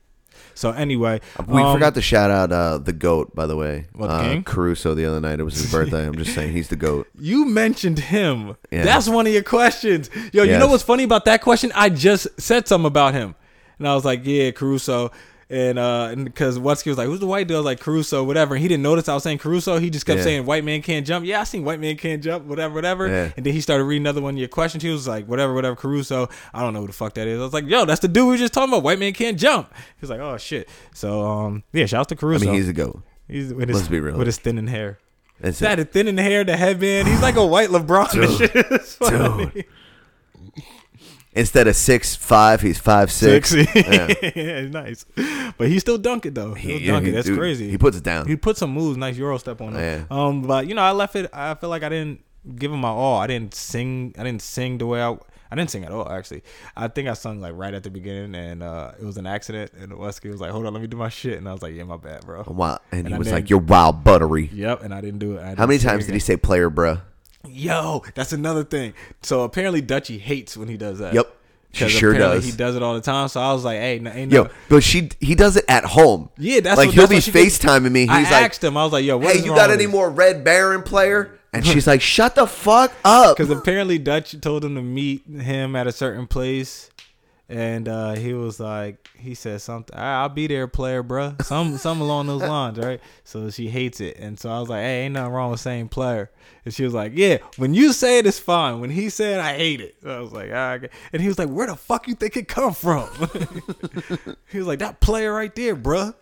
Speaker 5: So anyway,
Speaker 4: we
Speaker 5: um,
Speaker 4: forgot to shout out uh, the goat, by the way.
Speaker 5: What,
Speaker 4: uh,
Speaker 5: King?
Speaker 4: Caruso the other night. It was his birthday. I'm just saying he's the goat.
Speaker 5: You mentioned him.
Speaker 4: Yeah.
Speaker 5: That's one of your questions. Yo, you
Speaker 4: Yes.
Speaker 5: know what's funny about that question? I just said something about him. And I was like, yeah, Caruso. And uh because Watsky was like, Who's the white dude? I was like, Caruso, whatever. And he didn't notice I was saying Caruso. He just kept
Speaker 4: Yeah.
Speaker 5: saying white man can't jump. Yeah, I seen white man can't jump, whatever, whatever.
Speaker 4: Yeah.
Speaker 5: And then he started reading another one of your questions. He was like, Whatever, whatever, Caruso. I don't know who the fuck that is. I was like, Yo, that's the dude we were just talking about. White man can't jump. He was like, Oh shit. So um yeah, shout out to
Speaker 4: I
Speaker 5: Caruso.
Speaker 4: mean, he's the goat.
Speaker 5: he's with
Speaker 4: let's
Speaker 5: his,
Speaker 4: be real.
Speaker 5: with his thinning hair.
Speaker 4: That's
Speaker 5: That
Speaker 4: it.
Speaker 5: had thin in the hair, the headband. He's like a white LeBron. This shit is funny.
Speaker 4: Dude. Instead of six five, he's five six.
Speaker 5: Sexy.
Speaker 4: Yeah.
Speaker 5: yeah, nice. But he still dunk it though. He'll
Speaker 4: yeah,
Speaker 5: dunk
Speaker 4: he-
Speaker 5: it. That's
Speaker 4: dude,
Speaker 5: crazy.
Speaker 4: he puts it down.
Speaker 5: He put some moves, nice Euro step on him.
Speaker 4: Yeah.
Speaker 5: Um, but you know, I left it I feel like I didn't give him my all. I didn't sing I didn't sing the way I I didn't sing at all, actually. I think I sung like right at the beginning, and uh, it was an accident. And Wesky was like, "Hold on, let me do my shit," and I was like, "Yeah, my bad, bro."
Speaker 4: Wow. And, he
Speaker 5: I
Speaker 4: was
Speaker 5: didn't-
Speaker 4: like, "You're wild buttery."
Speaker 5: Yep, and I didn't do it. I
Speaker 4: How
Speaker 5: didn't
Speaker 4: many
Speaker 5: sing
Speaker 4: times
Speaker 5: again.
Speaker 4: did he say "player, bruh"?
Speaker 5: Yo, that's another thing. So apparently Dutchie hates when he does that.
Speaker 4: Yep. She
Speaker 5: 'Cause
Speaker 4: sure
Speaker 5: apparently
Speaker 4: does.
Speaker 5: He does it all the time. So I was like, hey, n- ain't no.
Speaker 4: Yo, but she he does it at home.
Speaker 5: Yeah, that's
Speaker 4: like
Speaker 5: what-
Speaker 4: he'll
Speaker 5: that's what
Speaker 4: be
Speaker 5: she did.
Speaker 4: FaceTiming me. He's
Speaker 5: I
Speaker 4: like,
Speaker 5: asked him. I was like, yo, what
Speaker 4: "Hey,
Speaker 5: is
Speaker 4: you
Speaker 5: wrong
Speaker 4: got
Speaker 5: with
Speaker 4: any
Speaker 5: this?
Speaker 4: more Red Baron player?" And she's like, "Shut the fuck up."
Speaker 5: Because apparently Dutch told him to meet him at a certain place, and uh, he was like, he said something. "I- I'll be there, player, bruh. Some, some along those lines, right? So she hates it, and so I was like, hey, ain't nothing wrong with saying player. And she was like, yeah, when you say it, it's fine. When he said, I hate it. I was like, ah, okay. and he was like, where the fuck you think it come from? he was like, that player right there, bruh.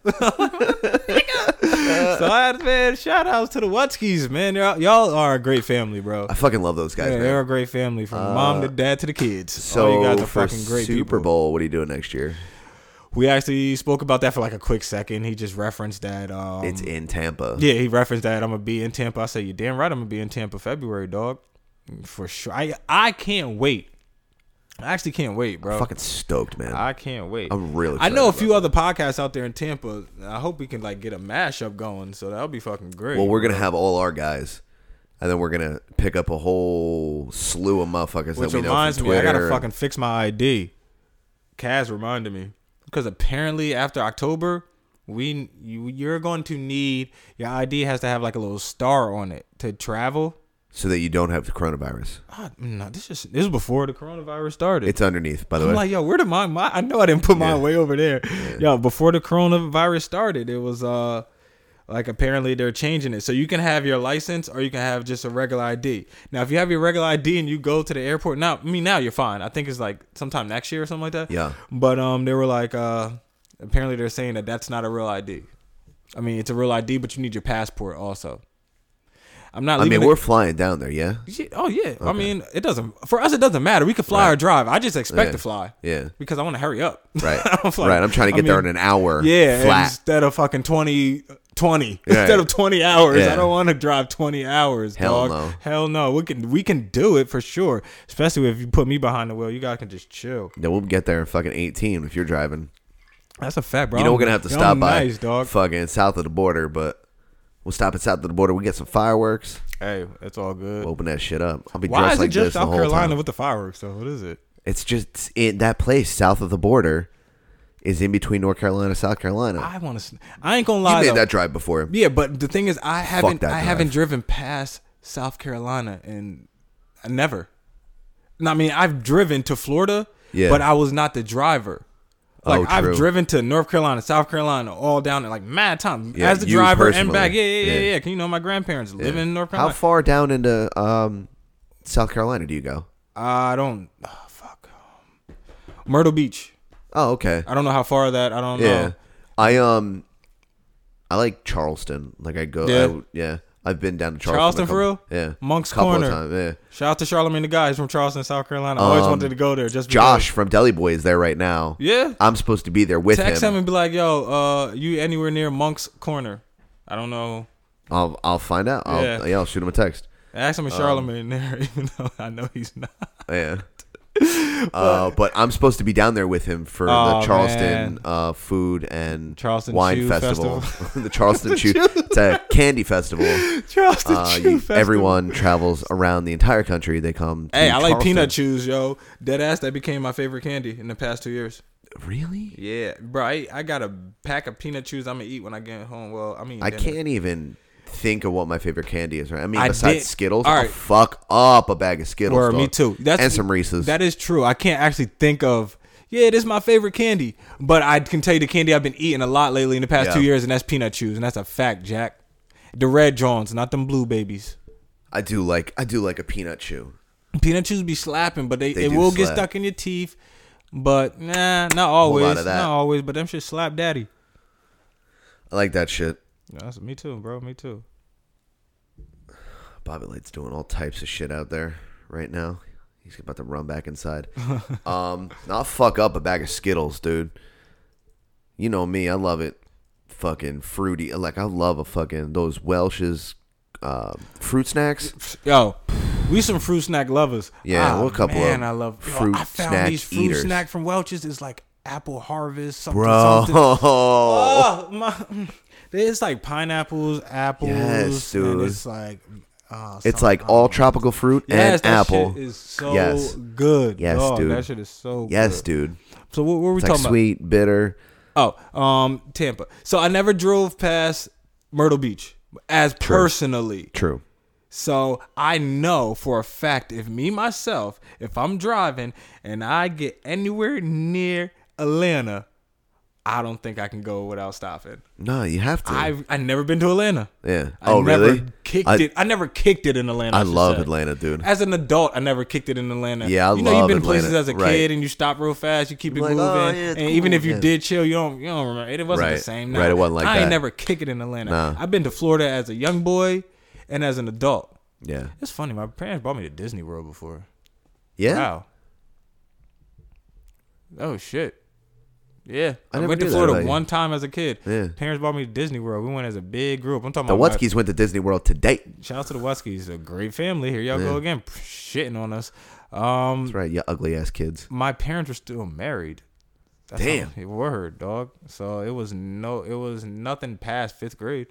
Speaker 5: so I, man, shout outs to the Watskis, man. Y'all, y'all are a great family, bro.
Speaker 4: I fucking love those guys,
Speaker 5: Yeah,
Speaker 4: man.
Speaker 5: they're a great family from mom to dad to the kids.
Speaker 4: Uh, So
Speaker 5: All Oh, you guys are
Speaker 4: for
Speaker 5: fucking great
Speaker 4: Super
Speaker 5: people.
Speaker 4: Bowl, what are you doing next year?
Speaker 5: We actually spoke about that for like a quick second. He just referenced that. Um,
Speaker 4: It's in Tampa.
Speaker 5: yeah, he referenced that I'm gonna be in Tampa. I said, you damn right, I'm gonna be in Tampa February, dog, for sure. I I can't wait. I actually can't wait, bro.
Speaker 4: fucking stoked, man.
Speaker 5: I can't wait.
Speaker 4: I'm really
Speaker 5: I know a
Speaker 4: excited
Speaker 5: few other podcasts out there in Tampa. I hope we can like get a mashup going. So that'll be fucking great.
Speaker 4: well, we're gonna have all our guys, and then we're gonna pick up a whole slew of motherfuckers that
Speaker 5: Which
Speaker 4: we
Speaker 5: reminds
Speaker 4: know from
Speaker 5: me, I
Speaker 4: Twitter.
Speaker 5: gotta fucking fix my ID. Kaz reminded me because apparently after October, we you you're going to need your ID has to have like a little star on it to travel.
Speaker 4: so that you don't have the coronavirus.
Speaker 5: Ah, no, this is this is before the coronavirus started.
Speaker 4: It's underneath, by the
Speaker 5: I'm
Speaker 4: way.
Speaker 5: like, yo, where did my, my I know I didn't put mine
Speaker 4: Yeah.
Speaker 5: way over there. Yo, before the coronavirus started, it was uh like apparently they're changing it. So you can have your license or you can have just a regular ID. Now if you have your regular ID and you go to the airport now I mean now you're fine. I think it's like sometime next year or something like that.
Speaker 4: Yeah.
Speaker 5: But um they were like uh apparently they're saying that that's not a real ID. I mean it's a real ID but you need your passport also. I'm not
Speaker 4: I
Speaker 5: leaving
Speaker 4: mean,
Speaker 5: it-
Speaker 4: we're flying down there, yeah.
Speaker 5: yeah, Oh yeah. I mean, it doesn't for us. It doesn't matter. We can fly or drive. I just expect
Speaker 4: Yeah.
Speaker 5: to fly.
Speaker 4: Yeah.
Speaker 5: Because I want to hurry up.
Speaker 4: Right,
Speaker 5: I'm like-
Speaker 4: right. I'm trying to
Speaker 5: I
Speaker 4: get there
Speaker 5: mean,
Speaker 4: in an hour.
Speaker 5: Yeah.
Speaker 4: flat.
Speaker 5: Instead of fucking 20, 20
Speaker 4: Yeah.
Speaker 5: instead of twenty hours.
Speaker 4: Yeah.
Speaker 5: I don't want to drive twenty hours.
Speaker 4: Hell
Speaker 5: dog.
Speaker 4: no.
Speaker 5: Hell no. We can we can do it for sure. Especially if you put me behind the wheel, you guys can just chill.
Speaker 4: No, we'll get there in fucking 18 if you're driving.
Speaker 5: That's a fact, bro.
Speaker 4: you know
Speaker 5: I'm-
Speaker 4: we're gonna have to
Speaker 5: yo,
Speaker 4: stop
Speaker 5: I'm
Speaker 4: by
Speaker 5: Nice, dog.
Speaker 4: fucking south of the border, but we'll stop at south of the border. We get some fireworks.
Speaker 5: Hey, that's all good.
Speaker 4: We'll open that shit up. I'll be
Speaker 5: Why
Speaker 4: dressed
Speaker 5: is it
Speaker 4: like
Speaker 5: just
Speaker 4: this the
Speaker 5: South
Speaker 4: whole
Speaker 5: Carolina
Speaker 4: time.
Speaker 5: with the fireworks though? What is it?
Speaker 4: It's just in that place south of the border is in between North Carolina, and South Carolina.
Speaker 5: I want to. I ain't gonna
Speaker 4: you
Speaker 5: lie.
Speaker 4: made
Speaker 5: though.
Speaker 4: that drive before.
Speaker 5: Yeah, but the thing is, I haven't
Speaker 4: that
Speaker 5: I haven't
Speaker 4: drive.
Speaker 5: driven past South Carolina and I never. No, I mean I've driven to Florida,
Speaker 4: Yeah.
Speaker 5: but I was not the driver. Like
Speaker 4: Oh,
Speaker 5: I've
Speaker 4: true.
Speaker 5: driven to North Carolina, South Carolina, all down there, like mad time
Speaker 4: Yeah,
Speaker 5: as the
Speaker 4: you
Speaker 5: driver and
Speaker 4: personally.
Speaker 5: back. Yeah, yeah, yeah,
Speaker 4: Yeah.
Speaker 5: yeah. Can you know my grandparents living in North
Speaker 4: How
Speaker 5: Carolina?
Speaker 4: far down into um, South Carolina do you go?
Speaker 5: I don't. Oh, fuck. Myrtle Beach.
Speaker 4: Oh, okay.
Speaker 5: I don't know how far that. I don't
Speaker 4: Yeah,
Speaker 5: know.
Speaker 4: I um, I like Charleston. Like I go.
Speaker 5: Yeah.
Speaker 4: Yeah, I, yeah. I've been down to Charleston.
Speaker 5: Charleston
Speaker 4: a
Speaker 5: for real?
Speaker 4: couple- Yeah,
Speaker 5: Monk's
Speaker 4: couple
Speaker 5: Corner.
Speaker 4: Of times, yeah.
Speaker 5: Shout out to Charlemagne the guy. He's from Charleston, South Carolina. I always wanted to go there. Just because.
Speaker 4: Um, Josh from Deli Boy is there right now.
Speaker 5: Yeah.
Speaker 4: I'm supposed to be there with
Speaker 5: text him
Speaker 4: him.
Speaker 5: and be like, "Yo, uh, you anywhere near Monk's Corner?" I don't know.
Speaker 4: I'll I'll find out. I'll,
Speaker 5: Yeah.
Speaker 4: yeah. I'll shoot him a text.
Speaker 5: Ask
Speaker 4: Um,
Speaker 5: him if Charlemagne there, even though I know he's not.
Speaker 4: Yeah. Uh, but I'm supposed to be down there with him for
Speaker 5: Oh,
Speaker 4: the Charleston
Speaker 5: man.
Speaker 4: uh, food and
Speaker 5: Charleston
Speaker 4: wine
Speaker 5: Chew
Speaker 4: festival, the Charleston Chew. It's a candy festival.
Speaker 5: Charleston
Speaker 4: Uh, you- everyone travels around the entire country. They come. To
Speaker 5: Hey, I like
Speaker 4: Charleston.
Speaker 5: peanut chews, yo. Dead ass, that became my favorite candy in the past two years.
Speaker 4: Really?
Speaker 5: Yeah, bro, I, I got a pack of peanut chews I'm gonna eat when I get home. Well, I mean,
Speaker 4: I
Speaker 5: dinner.
Speaker 4: can't even think of what my favorite candy is. Right? I mean,
Speaker 5: I
Speaker 4: besides
Speaker 5: did-
Speaker 4: Skittles,
Speaker 5: all
Speaker 4: I'll
Speaker 5: right.
Speaker 4: fuck up a bag of Skittles.
Speaker 5: Word, me
Speaker 4: dog.
Speaker 5: too.
Speaker 4: and some Reese's.
Speaker 5: That is true. I can't actually think of. Yeah, it is my favorite candy, but I can tell you the candy I've been eating a lot lately in the past
Speaker 4: Yeah.
Speaker 5: two years, and that's peanut chews, and that's a fact, Jack. The red Johns, not them blue babies.
Speaker 4: I do like. I do like a peanut chew.
Speaker 5: Peanut chews be slapping, but they,
Speaker 4: They
Speaker 5: it
Speaker 4: do
Speaker 5: will get
Speaker 4: slap.
Speaker 5: stuck in your teeth. But nah, not always.
Speaker 4: of that.
Speaker 5: Not always, but them shit slap daddy.
Speaker 4: I like that shit.
Speaker 5: That's me too, bro. Me too.
Speaker 4: Bobby Light's doing all types of shit out there right now. He's about to run back inside. um, I'll fuck up a bag of Skittles, dude. You know me, I love it. Fucking fruity, like I love a fucking those Welsh's uh, fruit snacks.
Speaker 5: Yo, we some fruit snack lovers.
Speaker 4: Yeah,
Speaker 5: Ah,
Speaker 4: we're a couple of
Speaker 5: man, I love yo,
Speaker 4: fruit
Speaker 5: I found
Speaker 4: snack
Speaker 5: these fruit
Speaker 4: eaters.
Speaker 5: snack from Welch's. It's like apple harvest, something,
Speaker 4: Bro,
Speaker 5: something. Oh, my. It's like pineapples, apples,
Speaker 4: Yes,
Speaker 5: and
Speaker 4: dude.
Speaker 5: it's like uh,
Speaker 4: it's
Speaker 5: some-
Speaker 4: like all tropical fruit
Speaker 5: yes,
Speaker 4: and apple.
Speaker 5: That shit is so
Speaker 4: yes,
Speaker 5: good.
Speaker 4: Yes,
Speaker 5: dog.
Speaker 4: dude.
Speaker 5: That shit is so
Speaker 4: yes,
Speaker 5: good.
Speaker 4: dude.
Speaker 5: So what, what were we
Speaker 4: It's like
Speaker 5: talking
Speaker 4: sweet, bitter.
Speaker 5: about? Oh, um, Tampa. So I never drove past Myrtle Beach as personally.
Speaker 4: True.
Speaker 5: So I know for a fact if me myself, if I'm driving and I get anywhere near Atlanta, I don't think I can go without stopping.
Speaker 4: No, you have to.
Speaker 5: I've I never been to Atlanta.
Speaker 4: yeah.
Speaker 5: I
Speaker 4: oh,
Speaker 5: never
Speaker 4: really?
Speaker 5: Kicked
Speaker 4: I,
Speaker 5: it. I never kicked it in Atlanta.
Speaker 4: I
Speaker 5: should
Speaker 4: love
Speaker 5: say.
Speaker 4: Atlanta, dude.
Speaker 5: As an adult, I never kicked it in Atlanta.
Speaker 4: Yeah, I
Speaker 5: you know,
Speaker 4: love
Speaker 5: you've been
Speaker 4: Atlanta,
Speaker 5: places as a
Speaker 4: right.
Speaker 5: kid, and you stop real fast, you keep it
Speaker 4: Like, oh,
Speaker 5: moving,
Speaker 4: yeah, it's
Speaker 5: and even
Speaker 4: cool,
Speaker 5: if you
Speaker 4: yeah.
Speaker 5: did chill, you don't you don't remember. It wasn't
Speaker 4: Right,
Speaker 5: the same.
Speaker 4: right, it wasn't like
Speaker 5: I ain't
Speaker 4: that.
Speaker 5: never kick it in Atlanta.
Speaker 4: Nah.
Speaker 5: I've been to Florida as a young boy, and as an adult.
Speaker 4: yeah.
Speaker 5: It's funny. My parents brought me to Disney World before.
Speaker 4: Yeah.
Speaker 5: Wow. Oh shit. Yeah,
Speaker 4: I
Speaker 5: I,
Speaker 4: never
Speaker 5: went to
Speaker 4: knew that about
Speaker 5: Florida
Speaker 4: you.
Speaker 5: one time as a kid.
Speaker 4: Yeah.
Speaker 5: Parents brought me to Disney World. We went as a big group. I'm talking
Speaker 4: The
Speaker 5: about my-
Speaker 4: Wutskis went to Disney World today.
Speaker 5: Shout out to the Weskys, a great family. Here y'all
Speaker 4: Yeah.
Speaker 5: go again, shitting on us. Um,
Speaker 4: That's right, you ugly ass kids.
Speaker 5: my parents were still married. That's
Speaker 4: Damn.
Speaker 5: how it were dog. So it was no, it was nothing past fifth grade.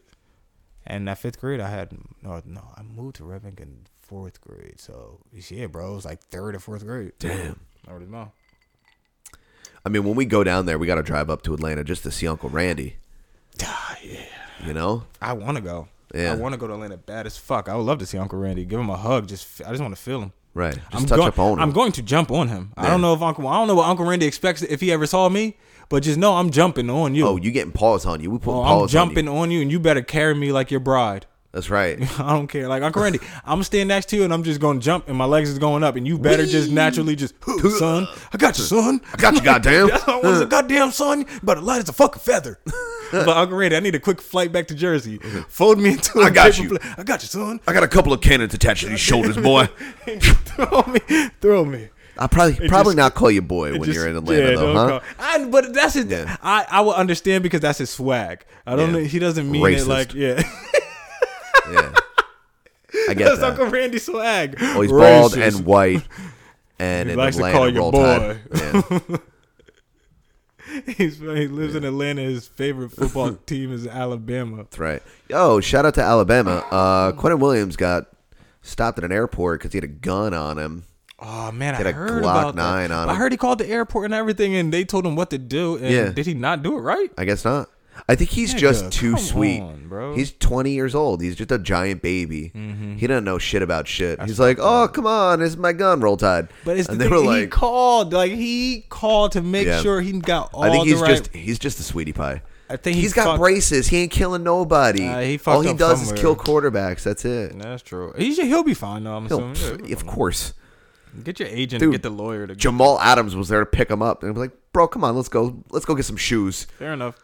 Speaker 5: And that fifth grade, I had no, no. I moved to Red Bank in fourth grade. So yeah, bro, it was like third or fourth grade. Damn. I already know.
Speaker 4: I mean, when we go down there, we got to drive up to Atlanta just to see Uncle Randy. yeah. You know?
Speaker 5: I want to go.
Speaker 4: Yeah.
Speaker 5: I want to go to Atlanta bad as fuck. I would love to see Uncle Randy. Give him a hug. Just f- I just want to feel him.
Speaker 4: Right. Just
Speaker 5: I'm
Speaker 4: touch
Speaker 5: going,
Speaker 4: up on him.
Speaker 5: I'm going to jump on him. I
Speaker 4: Yeah.
Speaker 5: don't know if Uncle I don't know what Uncle Randy expects if he ever saw me, but just know I'm jumping on you.
Speaker 4: oh, you getting paws on you. We put
Speaker 5: Oh, I'm
Speaker 4: paws on
Speaker 5: jumping
Speaker 4: you.
Speaker 5: on you, and you better carry me like your bride.
Speaker 4: That's right.
Speaker 5: I don't care. Like Uncle Randy, I'm standing next to you, and I'm just gonna jump, and my legs is going up, and you better just naturally just, "Huh, son, I got you, son.
Speaker 4: I got you, goddamn.
Speaker 5: That's what I want, is a goddamn son. You better light as a fucking feather. but Uncle Randy, I need a quick flight back to Jersey. Fold me into. I
Speaker 4: got you.
Speaker 5: I got you, son.
Speaker 4: I got a couple of cannons attached to these shoulders, boy.
Speaker 5: throw me, throw me.
Speaker 4: I probably probably
Speaker 5: just-
Speaker 4: not call you boy when
Speaker 5: Just-
Speaker 4: you're in Atlanta,
Speaker 5: yeah,
Speaker 4: though,
Speaker 5: don't
Speaker 4: huh?
Speaker 5: call- I, but that's his.
Speaker 4: Yeah.
Speaker 5: I I will understand because that's his swag. I don't.
Speaker 4: Yeah.
Speaker 5: know He doesn't mean
Speaker 4: Racist.
Speaker 5: it like yeah.
Speaker 4: Yeah. I get
Speaker 5: That's
Speaker 4: that.
Speaker 5: Uncle Randy swag.
Speaker 4: Oh, he's bald
Speaker 5: Racist.
Speaker 4: and white, and
Speaker 5: He
Speaker 4: in
Speaker 5: likes to
Speaker 4: Atlanta,
Speaker 5: call you
Speaker 4: roll
Speaker 5: boy.
Speaker 4: tide. Yeah.
Speaker 5: He's, he lives in Atlanta. His favorite football team is Alabama.
Speaker 4: That's right. Yo, shout out to Alabama. Uh, Quentin Williams got stopped at an airport because he had a gun on him.
Speaker 5: Oh man,
Speaker 4: Get
Speaker 5: I
Speaker 4: a
Speaker 5: heard
Speaker 4: Glock
Speaker 5: about
Speaker 4: 9
Speaker 5: that.
Speaker 4: on
Speaker 5: I
Speaker 4: him.
Speaker 5: heard he called the airport and everything, and they told him what to do. And
Speaker 4: Yeah.
Speaker 5: did he not do it right?
Speaker 4: I guess not. I think he's
Speaker 5: Nigga,
Speaker 4: just too
Speaker 5: come
Speaker 4: sweet.
Speaker 5: on, bro. Mm-hmm.
Speaker 4: He's 20 years old. He's just a giant baby. He doesn't know shit about shit. he's like, oh, come on, this is my gun, roll tide.
Speaker 5: But it's the
Speaker 4: and
Speaker 5: thing,
Speaker 4: they were
Speaker 5: he
Speaker 4: like,
Speaker 5: called like he called to make
Speaker 4: Yeah.
Speaker 5: sure he got all
Speaker 4: I think he's
Speaker 5: the right.
Speaker 4: just he's just a sweetie pie.
Speaker 5: I think he
Speaker 4: he's got
Speaker 5: fucked-
Speaker 4: braces. He ain't killing nobody.
Speaker 5: Uh, he
Speaker 4: All
Speaker 5: fucked
Speaker 4: he
Speaker 5: up
Speaker 4: does is
Speaker 5: somewhere.
Speaker 4: kill quarterbacks. That's it.
Speaker 5: That's true. He should, he'll be fine though. I'm
Speaker 4: He'll-
Speaker 5: assuming. Yeah,
Speaker 4: of course.
Speaker 5: Get your agent.
Speaker 4: Dude,
Speaker 5: get the lawyer to.
Speaker 4: Jamal Adams was there to pick him up, and I'm like, bro, come on, let's go, let's go get some shoes.
Speaker 5: Fair enough.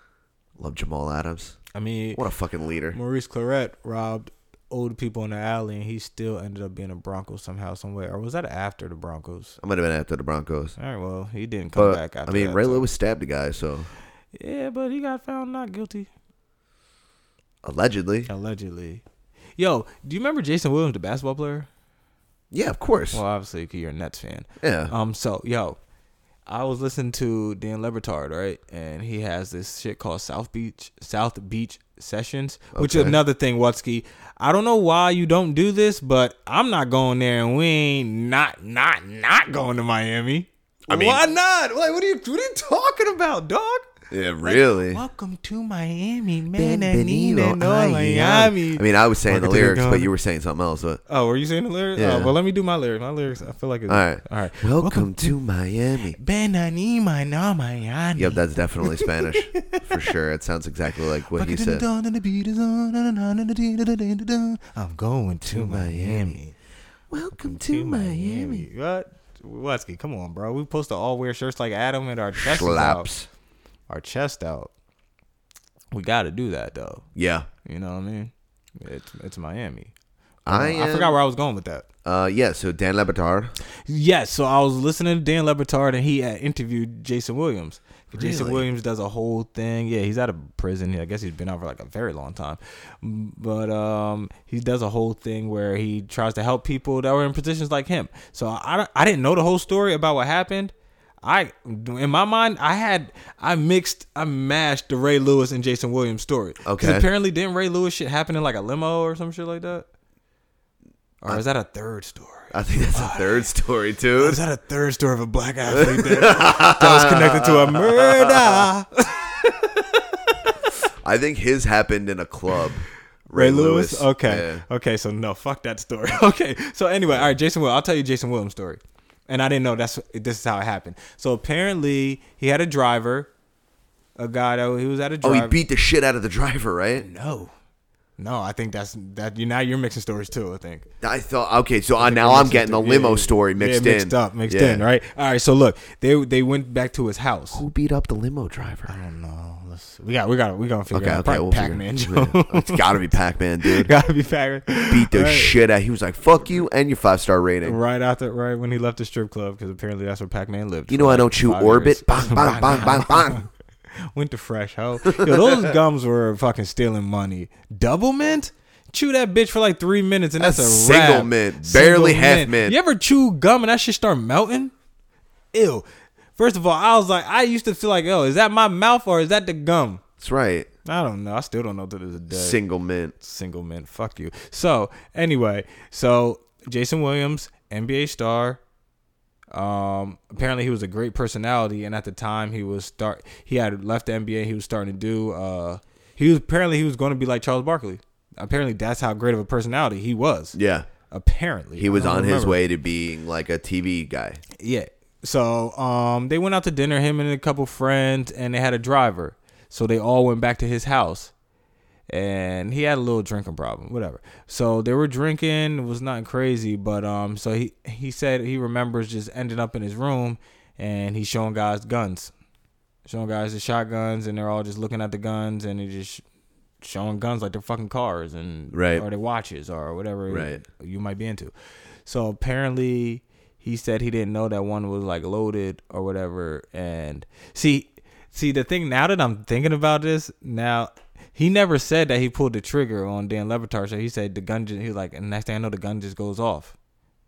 Speaker 4: Love Jamal Adams.
Speaker 5: I mean,
Speaker 4: What a fucking leader.
Speaker 5: Maurice Claret robbed old people in the alley, and he still ended up being a Bronco somehow, somewhere. Or was that after the Broncos?
Speaker 4: I might have been after the Broncos,
Speaker 5: All right, well, he didn't come
Speaker 4: but
Speaker 5: back after
Speaker 4: I mean,
Speaker 5: that,
Speaker 4: Ray
Speaker 5: so-
Speaker 4: Lewis stabbed a guy, so
Speaker 5: Yeah, but he got found not guilty.
Speaker 4: allegedly.
Speaker 5: Allegedly. Yo, do you remember Jason Williams, the basketball player?
Speaker 4: Yeah, of course.
Speaker 5: Well, obviously, 'cause you're a Nets fan.
Speaker 4: Yeah.
Speaker 5: Um. So, yo, I was listening to Dan Lebertard, right? And he has this shit called South Beach South Beach Sessions, which is
Speaker 4: Okay.
Speaker 5: another thing, Watsky. I don't know why you don't do this, but I'm not going there, and we ain't not not not going to Miami. I mean, why not? Like, what are you what are you talking about, dog?
Speaker 4: yeah, really.
Speaker 5: Welcome to Miami, man. I need
Speaker 4: Bienvenido
Speaker 5: to
Speaker 4: a
Speaker 5: know Miami.
Speaker 4: I mean, I was saying the
Speaker 5: Welcome to
Speaker 4: lyrics, but
Speaker 5: garden.
Speaker 4: you were saying something else. But
Speaker 5: Oh, were you saying the lyrics?
Speaker 4: Yeah.
Speaker 5: Oh, well, let me do my lyrics. My lyrics, I feel like it's
Speaker 4: all right,
Speaker 5: All right.
Speaker 4: Welcome, to Miami.
Speaker 5: Benani, my na, Miami.
Speaker 4: Yep, that's definitely Spanish for sure. It sounds exactly like what he said.
Speaker 5: I'm going to Miami.
Speaker 4: Welcome to Miami.
Speaker 5: What? Watsky, come on, bro. We supposed to all wear shirts like Adam and our chest out.
Speaker 4: Slaps.
Speaker 5: Our chest out. We got to do that though.
Speaker 4: Yeah,
Speaker 5: You know what I mean? It's it's Miami.
Speaker 4: I.
Speaker 5: I
Speaker 4: am-
Speaker 5: forgot where I was going with that.
Speaker 4: Uh, yeah. So Dan Lebatard.
Speaker 5: Yes, so I was listening to Dan Lebertard and he uh, interviewed Jason Williams. Jason
Speaker 4: Really?
Speaker 5: Williams does a whole thing. Yeah, he's out of prison. I guess he's been out for like a very long time. Mm, But um, he does a whole thing where he tries to help people that were in positions like him. So I, I don't- I didn't know the whole story about what happened. I in my mind I had I mixed I mashed the Ray Lewis and Jason Williams story. 'Cause
Speaker 4: Okay.
Speaker 5: Apparently didn't Ray Lewis shit happen in like a limo or some shit like that? Or is that a third story?
Speaker 4: I think that's the third story,
Speaker 5: Is
Speaker 4: dude.
Speaker 5: that a third story of a black athlete that, that was connected to a murder?
Speaker 4: I think his happened in a club.
Speaker 5: Ray Lewis. Okay.
Speaker 4: Yeah.
Speaker 5: Okay. So no, fuck that story. Okay. So anyway, all right, Jason Will. I'll tell you Jason Williams' story, and I didn't know that's this is how it happened. So apparently he had a driver, a guy that he was at a
Speaker 4: Oh,
Speaker 5: driver.
Speaker 4: he beat the shit out of the driver, right?
Speaker 5: no, no. I think that's that. You now you're mixing stories too. I think.
Speaker 4: I thought okay, so I now I'm getting the limo
Speaker 5: Yeah,
Speaker 4: story
Speaker 5: yeah,
Speaker 4: mixed,
Speaker 5: mixed
Speaker 4: in,
Speaker 5: up, mixed
Speaker 4: Yeah.
Speaker 5: in. Right. All right. So look, they they went back to his house.
Speaker 4: Who beat up the limo driver?
Speaker 5: Oh, no, let's, we got we got we gonna figure
Speaker 4: Okay,
Speaker 5: out.
Speaker 4: okay,
Speaker 5: Probably
Speaker 4: we'll figure
Speaker 5: Pac-Man.
Speaker 4: it
Speaker 5: Joe.
Speaker 4: out. Yeah, It's gotta be Pac-Man, dude.
Speaker 5: gotta be Pac-Man.
Speaker 4: beat the
Speaker 5: All right.
Speaker 4: shit out. He was like, "Fuck you and your five star rating."
Speaker 5: Right after, right when he left the strip club, because apparently that's where Pac-Man lived.
Speaker 4: You
Speaker 5: for
Speaker 4: know I
Speaker 5: like
Speaker 4: don't chew
Speaker 5: five
Speaker 4: orbit.
Speaker 5: years.
Speaker 4: Bang, bang, bang, bang, bang.
Speaker 5: Went to Fresh Ho. Yo, those gums were fucking stealing money. Double mint? Chew that bitch for like three minutes and that's,
Speaker 4: That's
Speaker 5: a wrap.
Speaker 4: single mint, barely half mint.
Speaker 5: You ever chew gum and that shit start melting? Ew. First of all, I was like, I used to feel like, oh, is that my mouth or is that the gum?
Speaker 4: That's right.
Speaker 5: I don't know. I still don't know to this day.
Speaker 4: Single mint.
Speaker 5: single men. Fuck you. So anyway, so Jason Williams, NBA star. Um, apparently he was a great personality, and at the time he was start. He had left the NBA. He was starting to do. Uh, he was apparently he was going to be like Charles Barkley. Apparently that's how great of a personality he was.
Speaker 4: Yeah,
Speaker 5: Apparently
Speaker 4: he was
Speaker 5: I
Speaker 4: on
Speaker 5: don't
Speaker 4: his
Speaker 5: remember.
Speaker 4: way to being like a TV guy.
Speaker 5: Yeah. So um, they went out to dinner, him and a couple friends, and they had a driver. So they all went back to his house, and he had a little drinking problem, whatever. So they were drinking, it was nothing crazy, but um, so he he said he remembers just ending up in his room, and he's showing guys guns, showing guys the shotguns, and they're all just looking at the guns, and they just showing guns like they're fucking cars and
Speaker 4: Right.
Speaker 5: or their watches or whatever
Speaker 4: Right.
Speaker 5: you might be into. So apparently he said he didn't know that one was like loaded or whatever. And see, see the thing now that I'm thinking about this now. He never said that he pulled the trigger on Dan Levitar. So he said the gun. Just, he was like, and next thing I know, the gun just goes off.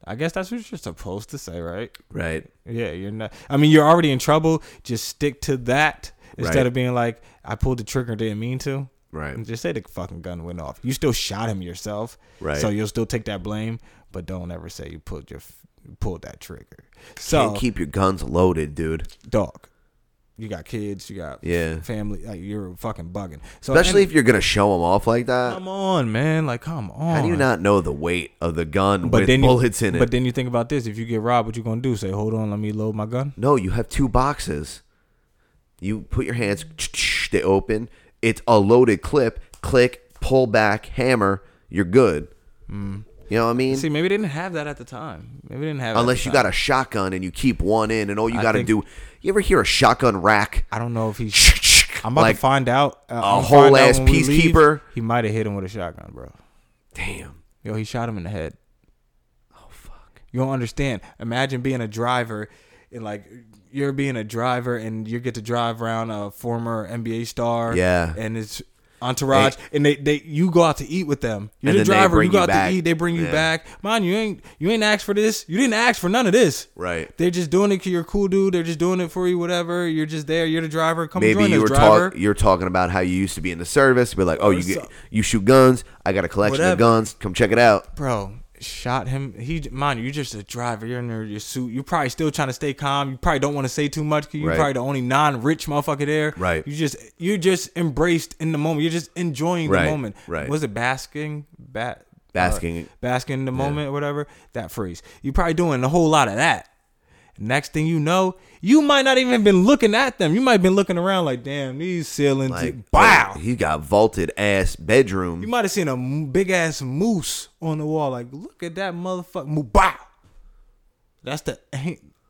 Speaker 5: I guess that's what you're supposed to say, right?
Speaker 4: Right.
Speaker 5: Yeah, you're not. I mean, you're already in trouble. Just stick to that instead
Speaker 4: Right.
Speaker 5: of being like, I pulled the trigger, didn't mean to.
Speaker 4: Right.
Speaker 5: Just say the fucking gun went off. You still shot him yourself.
Speaker 4: Right.
Speaker 5: So you'll still take that blame, but don't ever say you pulled your f- pulled that trigger. So
Speaker 4: Can't keep your guns loaded, dude.
Speaker 5: dog. You got kids. You got
Speaker 4: Yeah.
Speaker 5: family. Like you're fucking bugging. So
Speaker 4: Especially
Speaker 5: and-
Speaker 4: if you're gonna show them off like that.
Speaker 5: come on, man. Like come on.
Speaker 4: How do you not know the weight of the gun with
Speaker 5: then you-
Speaker 4: bullets in it?
Speaker 5: But then you think about this: if you get robbed, what you gonna do? Say, hold on, let me load my gun.
Speaker 4: No, you have two boxes. You put your hands, they open. It's a loaded clip. Click, pull back, hammer. You're good. You know what I mean?
Speaker 5: Hmm. See, maybe they didn't have that at the time. Maybe they didn't have. it at
Speaker 4: Unless
Speaker 5: the
Speaker 4: you
Speaker 5: time.
Speaker 4: got a shotgun and you keep one in, and all you
Speaker 5: I
Speaker 4: got to
Speaker 5: think-
Speaker 4: do. You ever hear a shotgun rack?
Speaker 5: I don't know if he's. I'm about
Speaker 4: Like,
Speaker 5: to find out. Uh, I'm gonna
Speaker 4: whole
Speaker 5: find out
Speaker 4: ass
Speaker 5: when we leave.
Speaker 4: peacekeeper?
Speaker 5: He might have hit him with a shotgun, bro.
Speaker 4: Damn.
Speaker 5: Yo, he shot him in the head. Oh fuck. You don't understand. Imagine being a driver and like you're being a driver and you get to drive around a former NBA star.
Speaker 4: Yeah.
Speaker 5: And it's entourage and they, they you go out to eat with them. You're
Speaker 4: And then
Speaker 5: the
Speaker 4: they
Speaker 5: driver,
Speaker 4: bring
Speaker 5: you go
Speaker 4: you
Speaker 5: out
Speaker 4: back.
Speaker 5: to eat, they bring you
Speaker 4: Yeah.
Speaker 5: back. Mind you ain't you ain't asked for this. You didn't ask for none of this.
Speaker 4: Right.
Speaker 5: They're just doing it because you're a cool dude. They're just doing it for you, whatever. You're just there. You're the driver. Come
Speaker 4: Maybe
Speaker 5: join
Speaker 4: you
Speaker 5: us,
Speaker 4: were
Speaker 5: driver.
Speaker 4: talk, you're talking about how you used to be in the service, but like, oh, you
Speaker 5: so-
Speaker 4: get, you shoot guns. I got a collection
Speaker 5: Whatever.
Speaker 4: of guns. Come check it out.
Speaker 5: bro shot him he mind you you're just a driver you're in your, your suit you're probably still trying to stay calm you probably don't want to say too much because you're
Speaker 4: Right.
Speaker 5: probably the only non-rich motherfucker there
Speaker 4: Right.
Speaker 5: you just you just embraced in the moment you're just enjoying
Speaker 4: Right,
Speaker 5: the moment
Speaker 4: right.
Speaker 5: was it basking bat
Speaker 4: Basking.
Speaker 5: basking in the moment or whatever that phrase you probably doing a whole lot of that next thing you know you might not even been looking at them you might have been looking around like damn these ceilings
Speaker 4: Like,
Speaker 5: wow
Speaker 4: He got vaulted ass bedroom.
Speaker 5: you might have seen a big ass moose on the wall. Like, look at that motherfucker. Moo- Bow. That's the.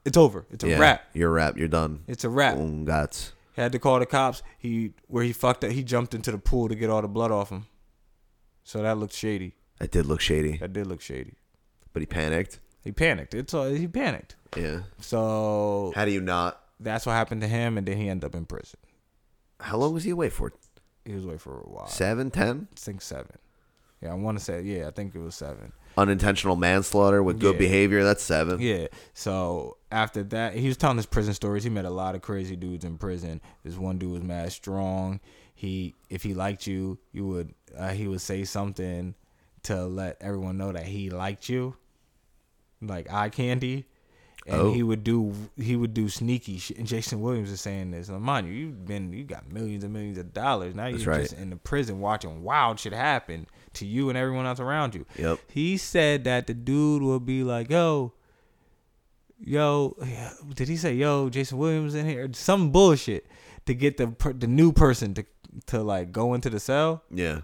Speaker 5: It's over. It's a
Speaker 4: yeah,
Speaker 5: wrap.
Speaker 4: You're wrapped. You're done.
Speaker 5: It's a wrap.
Speaker 4: Boom, guts.
Speaker 5: Had to call the cops. He where he fucked up. He jumped into the pool to get all the blood off him. So that looked shady.
Speaker 4: That did look shady,
Speaker 5: That did look shady.
Speaker 4: but he panicked.
Speaker 5: He panicked. It's all, he panicked.
Speaker 4: Yeah.
Speaker 5: So
Speaker 4: How do you not?
Speaker 5: that's what happened to him, and then he ended up in prison.
Speaker 4: How long was he away for?
Speaker 5: He was away for a while.
Speaker 4: Seven, ten?
Speaker 5: I think seven. Yeah, I want to say yeah. I think it was seven.
Speaker 4: Unintentional manslaughter with good
Speaker 5: Yeah.
Speaker 4: behavior. That's seven.
Speaker 5: Yeah. So after that, he was telling his prison stories. He met a lot of crazy dudes in prison. This one dude was mad strong. He, if he liked you, you would, uh, he would say something to let everyone know that he liked you, like eye candy. And
Speaker 4: Oh.
Speaker 5: he would do he would do sneaky shit. And Jason Williams is saying this. Now, mind you, you've been you got millions and millions of dollars. Now you're
Speaker 4: right.
Speaker 5: just in the prison watching wild shit happen to you and everyone else around you.
Speaker 4: Yep.
Speaker 5: He said that the dude will be like, yo, yo, did he say, yo, Jason Williams in here? Some bullshit to get the per- the new person to to like go into the cell,
Speaker 4: Yeah.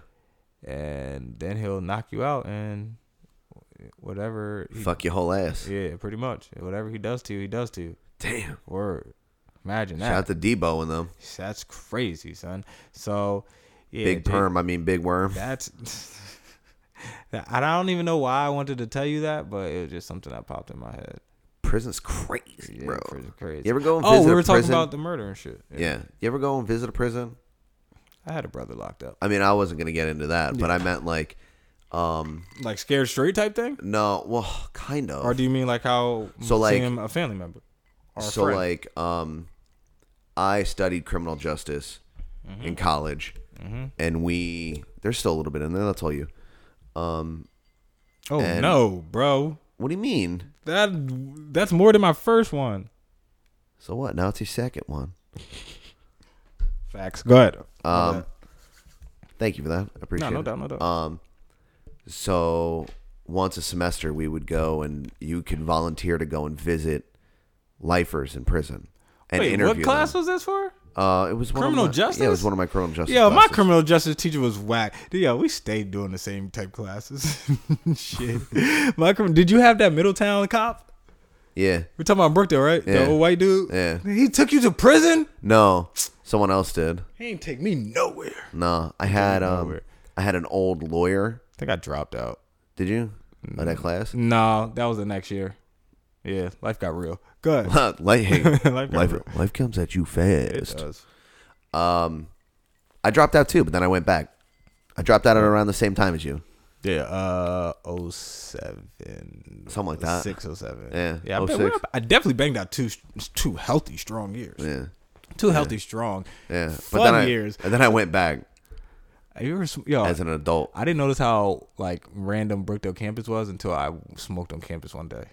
Speaker 5: and then he'll knock you out and whatever. He,
Speaker 4: Fuck your whole ass.
Speaker 5: Yeah, pretty much. Whatever he does to you, he does to you.
Speaker 4: Damn.
Speaker 5: Word. Imagine
Speaker 4: Shout
Speaker 5: that.
Speaker 4: out to Debo and them.
Speaker 5: That's crazy, son. So, yeah,
Speaker 4: big
Speaker 5: Jake-
Speaker 4: perm. I mean, big worm.
Speaker 5: That's. I don't even know why I wanted to tell you that, but it was just something that popped in my head.
Speaker 4: Prison's crazy,
Speaker 5: Yeah,
Speaker 4: bro.
Speaker 5: prison crazy.
Speaker 4: You ever go and
Speaker 5: oh,
Speaker 4: visit
Speaker 5: we
Speaker 4: a
Speaker 5: were talking
Speaker 4: prison?
Speaker 5: about the murder and shit.
Speaker 4: Yeah. You ever go and visit a prison?
Speaker 5: I had a brother locked up,
Speaker 4: I mean, I wasn't gonna get into that, but I meant like, um,
Speaker 5: like scared straight type thing.
Speaker 4: no, well, kind of.
Speaker 5: Or do you mean like how
Speaker 4: Oh. So, like-
Speaker 5: seeing him a family member? Or a
Speaker 4: so
Speaker 5: friend?
Speaker 4: like, um, I studied criminal justice
Speaker 5: Mm-hmm.
Speaker 4: in college, and we there's still a little bit in there. That's all you.
Speaker 5: oh
Speaker 4: and-
Speaker 5: no, bro,
Speaker 4: What do you mean?
Speaker 5: that that's more than my first one.
Speaker 4: So what? Now it's your second one.
Speaker 5: Facts. Go ahead.
Speaker 4: Um, thank you for that. I appreciate
Speaker 5: no, no
Speaker 4: it.
Speaker 5: doubt, no doubt.
Speaker 4: Um, so once a semester, we would go and you could volunteer to go and visit lifers in prison and
Speaker 5: Wait,
Speaker 4: interview
Speaker 5: what class
Speaker 4: them.
Speaker 5: was this for?
Speaker 4: Uh, it was one
Speaker 5: Criminal
Speaker 4: of my, Yeah, it was
Speaker 5: justice?
Speaker 4: one of my criminal justice.
Speaker 5: Yo, my
Speaker 4: classes.
Speaker 5: criminal justice teacher was whack. Dude, Yo, we stayed doing the same type classes. Shit. my crim- did you have that Middletown cop?
Speaker 4: Yeah,
Speaker 5: We're talking about Brookdale, right?
Speaker 4: Yeah.
Speaker 5: The old white dude.
Speaker 4: Yeah.
Speaker 5: He took you to prison.
Speaker 4: no, someone else did.
Speaker 5: He ain't take me nowhere.
Speaker 4: No, I had um,
Speaker 5: nowhere.
Speaker 4: I had an old lawyer.
Speaker 5: I think I dropped out.
Speaker 4: Did you? Of that class?
Speaker 5: No, that was the next year. Yeah, life got real. Good.
Speaker 4: Like, hey,
Speaker 5: Life
Speaker 4: life,
Speaker 5: got
Speaker 4: life,
Speaker 5: real.
Speaker 4: comes at you fast. Um, I dropped out too, but then I went back. I dropped out at around the same time as you.
Speaker 5: Yeah, uh, 07.
Speaker 4: Something like that.
Speaker 5: 6 07.
Speaker 4: Yeah,
Speaker 5: yeah I, bet-
Speaker 4: 06.
Speaker 5: I definitely banged out two, two healthy, strong years.
Speaker 4: Yeah,
Speaker 5: Two healthy, strong.
Speaker 4: yeah.
Speaker 5: Fun
Speaker 4: then I,
Speaker 5: years. Oh.
Speaker 4: And then I went back
Speaker 5: Have you ever, sm- yo,
Speaker 4: as an adult.
Speaker 5: I didn't notice how like random Brookdale campus was until I smoked on campus one day.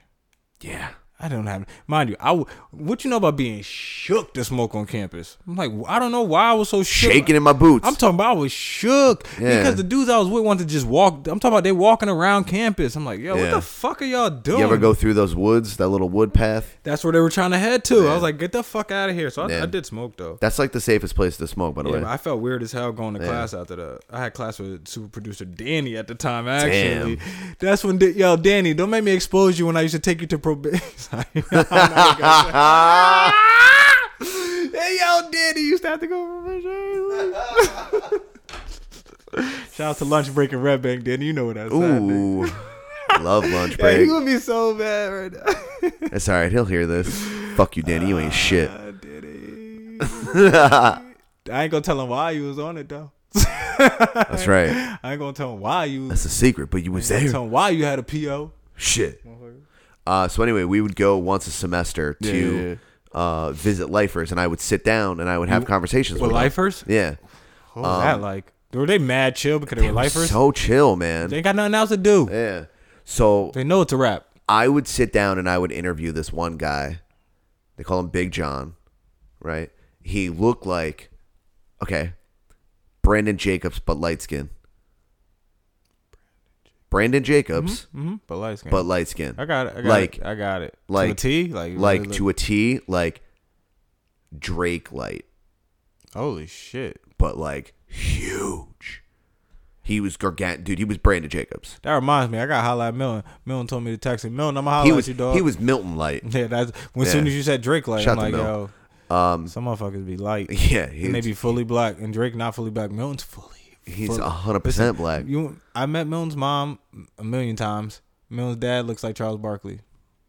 Speaker 4: Yeah.
Speaker 5: I don't have, mind you, I w- what you know about being shook to smoke on campus? I'm like, I don't know why I was so shook.
Speaker 4: Shaking in my boots.
Speaker 5: I'm talking about I was shook
Speaker 4: Yeah.
Speaker 5: because the dudes I was with wanted to just walk. I'm talking about they walking around campus. I'm like, yo, what
Speaker 4: Yeah.
Speaker 5: the fuck are y'all doing?
Speaker 4: you ever go through those woods, that little wood path?
Speaker 5: That's where they were trying to head to. I
Speaker 4: Yeah.
Speaker 5: was like, get the fuck out of here. So I,
Speaker 4: Yeah.
Speaker 5: I did smoke though.
Speaker 4: That's like the safest place to smoke, by the
Speaker 5: Yeah,
Speaker 4: way.
Speaker 5: but I felt weird as hell going to
Speaker 4: Yeah.
Speaker 5: class after that. I had class with super producer Danny at the time. Actually,
Speaker 4: Damn.
Speaker 5: that's when da- yo Danny, don't make me expose you when I used to take you to probation. hey yo, Danny used to have to go to probation. Shout out to lunch break and Red Bank, Danny. You know what I said.
Speaker 4: Ooh. Love lunch
Speaker 5: Yeah,
Speaker 4: break.
Speaker 5: he would be so bad right now.
Speaker 4: It's all right. He'll hear this. Fuck you, Danny. You ain't shit.
Speaker 5: I did it. Uh, I ain't gonna tell him why you was on it though.
Speaker 4: That's right.
Speaker 5: I ain't gonna tell him why you.
Speaker 4: That's a secret, but you was
Speaker 5: Tell
Speaker 4: there.
Speaker 5: him why you had a PO.
Speaker 4: Shit. Uh, so anyway, we would go once a semester to
Speaker 5: yeah,
Speaker 4: Uh, visit lifers, and I would sit down and I would have conversations
Speaker 5: With
Speaker 4: with them.
Speaker 5: lifers?
Speaker 4: Yeah,
Speaker 5: What was that like? Were they mad chill because they were lifers?
Speaker 4: Um, so chill, man.
Speaker 5: they ain't got nothing else to do.
Speaker 4: yeah. So
Speaker 5: They know it's a rap.
Speaker 4: I would sit down and I would interview this one guy. They call him Big John, right? He looked like, okay, Brandon Jacobs, but light skin. Brandon Jacobs,
Speaker 5: Mm-hmm. But light skin.
Speaker 4: but light skin.
Speaker 5: I got it. I got
Speaker 4: like,
Speaker 5: it. I got it.
Speaker 4: like,
Speaker 5: to a T. Like
Speaker 4: like to a T, like Drake light,
Speaker 5: holy shit.
Speaker 4: but like huge. He was gargant, dude. He was Brandon Jacobs.
Speaker 5: That reminds me. I got holla at Milton. Milton told me to text him. Milton, I'ma holla
Speaker 4: He
Speaker 5: at
Speaker 4: was
Speaker 5: you, dog.
Speaker 4: he was Milton light.
Speaker 5: Yeah, that's when soon
Speaker 4: Yeah.
Speaker 5: as you said Drake, like
Speaker 4: Shout
Speaker 5: I'm
Speaker 4: to
Speaker 5: like,
Speaker 4: Milton.
Speaker 5: yo, some motherfuckers be light.
Speaker 4: Um, Yeah,
Speaker 5: and they
Speaker 4: he's
Speaker 5: be fully black, and Drake not fully black. Milton's fully.
Speaker 4: he's
Speaker 5: fully-
Speaker 4: hundred percent black.
Speaker 5: You, I met Milton's mom a million times. Milton's dad looks like Charles Barkley,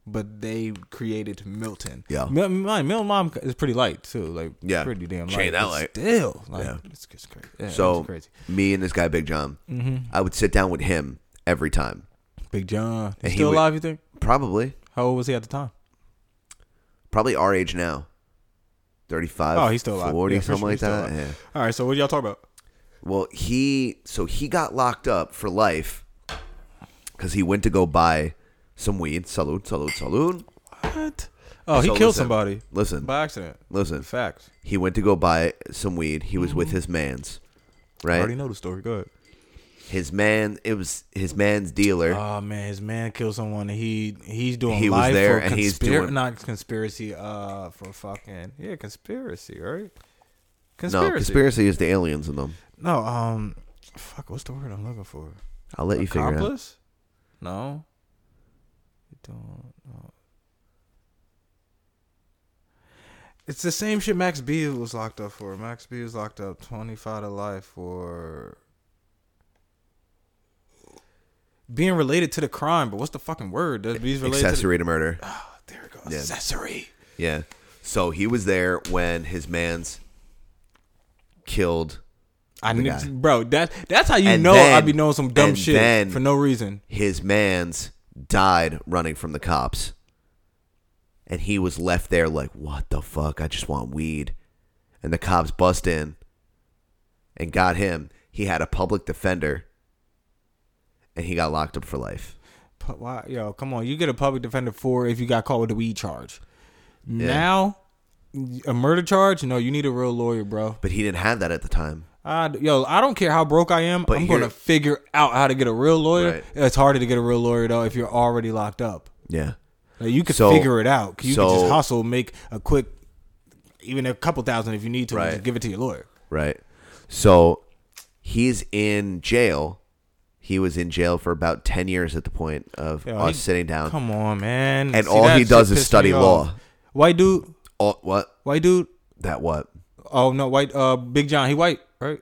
Speaker 5: but they created Milton.
Speaker 4: Yeah.
Speaker 5: Mil- my Milton's mom is pretty light too. Like
Speaker 4: Yeah.
Speaker 5: pretty damn light.
Speaker 4: She ain't that
Speaker 5: but
Speaker 4: light.
Speaker 5: Still, like
Speaker 4: Yeah.
Speaker 5: it's, it's crazy. Yeah,
Speaker 4: So
Speaker 5: it's crazy. Mm-hmm.
Speaker 4: me and this guy Big John, I would sit down with him every time.
Speaker 5: Big John, he's
Speaker 4: he
Speaker 5: still
Speaker 4: would-
Speaker 5: alive? You think?
Speaker 4: Probably,
Speaker 5: How old was he at the time?
Speaker 4: probably our age now, thirty-five.
Speaker 5: Oh, he's still alive.
Speaker 4: Uh, Forty,
Speaker 5: Yeah, for
Speaker 4: something
Speaker 5: sure,
Speaker 4: like
Speaker 5: he's still
Speaker 4: that. Yeah.
Speaker 5: alive. All right. So what y'all talking about?
Speaker 4: Well, he so he got locked up for life because he went to go buy some weed. Salute, salute, salute.
Speaker 5: What? Oh, he
Speaker 4: So
Speaker 5: killed
Speaker 4: listen,
Speaker 5: somebody
Speaker 4: Listen,
Speaker 5: by accident.
Speaker 4: listen.
Speaker 5: Facts.
Speaker 4: He went to go buy some weed. He was with his man's,
Speaker 5: I
Speaker 4: right?
Speaker 5: already know the story. Go ahead.
Speaker 4: His man, it was his man's dealer.
Speaker 5: Oh man, his man killed someone. And he he's doing
Speaker 4: He was
Speaker 5: life
Speaker 4: there
Speaker 5: for
Speaker 4: and
Speaker 5: conspiracy.
Speaker 4: he's doing-
Speaker 5: not conspiracy. Uh, for fucking yeah, conspiracy, right? Conspiracy.
Speaker 4: no, conspiracy is the aliens in them.
Speaker 5: No, um, fuck. What's the word I'm looking for?
Speaker 4: I'll let you figure it out.
Speaker 5: Accomplice? No. You don't know. It's the same shit Max B was locked up for. Max B was locked up 25 to life for being related to the crime, but what's the fucking word? That he's related to
Speaker 4: Accessory to murder.
Speaker 5: the- there it goes. Accessory.
Speaker 4: Yeah. So he was there when his man's killed
Speaker 5: I knew,
Speaker 4: guy.
Speaker 5: bro. That that's how you
Speaker 4: And
Speaker 5: know
Speaker 4: then-
Speaker 5: I'd be knowing some dumb
Speaker 4: and
Speaker 5: shit
Speaker 4: then-
Speaker 5: for no reason.
Speaker 4: his man's died running from the cops. And he was left there like, what the fuck? I just want weed. And the cops bust in and got him. He had a public defender and he got locked up for life.
Speaker 5: Pu- Why, yo, come on. You get a public defender for if you got caught with a weed charge. Now, a murder charge? No, you need a real lawyer, bro.
Speaker 4: But he didn't have that at the time.
Speaker 5: I, yo, I don't care how broke I am.
Speaker 4: But
Speaker 5: I'm
Speaker 4: here-
Speaker 5: going to figure out how to get a real lawyer.
Speaker 4: Right.
Speaker 5: It's harder to get a real lawyer, though, if you're already locked up.
Speaker 4: Yeah.
Speaker 5: Like, you can
Speaker 4: So-
Speaker 5: figure it out. You can
Speaker 4: so-
Speaker 5: just hustle, make a quick, even a couple thousand if you need to, and
Speaker 4: Right.
Speaker 5: just give it to your lawyer.
Speaker 4: Right. So he's in jail. He was in jail for about 10 years at the point of
Speaker 5: Yo,
Speaker 4: us
Speaker 5: he-
Speaker 4: sitting down.
Speaker 5: Come on, man.
Speaker 4: Uh, And all
Speaker 5: that
Speaker 4: he
Speaker 5: shit
Speaker 4: does is
Speaker 5: pissed
Speaker 4: study
Speaker 5: me off.
Speaker 4: law.
Speaker 5: White dude.
Speaker 4: Oh, what?
Speaker 5: White dude.
Speaker 4: That what?
Speaker 5: Oh, no, white. Uh, Big John. He white, right?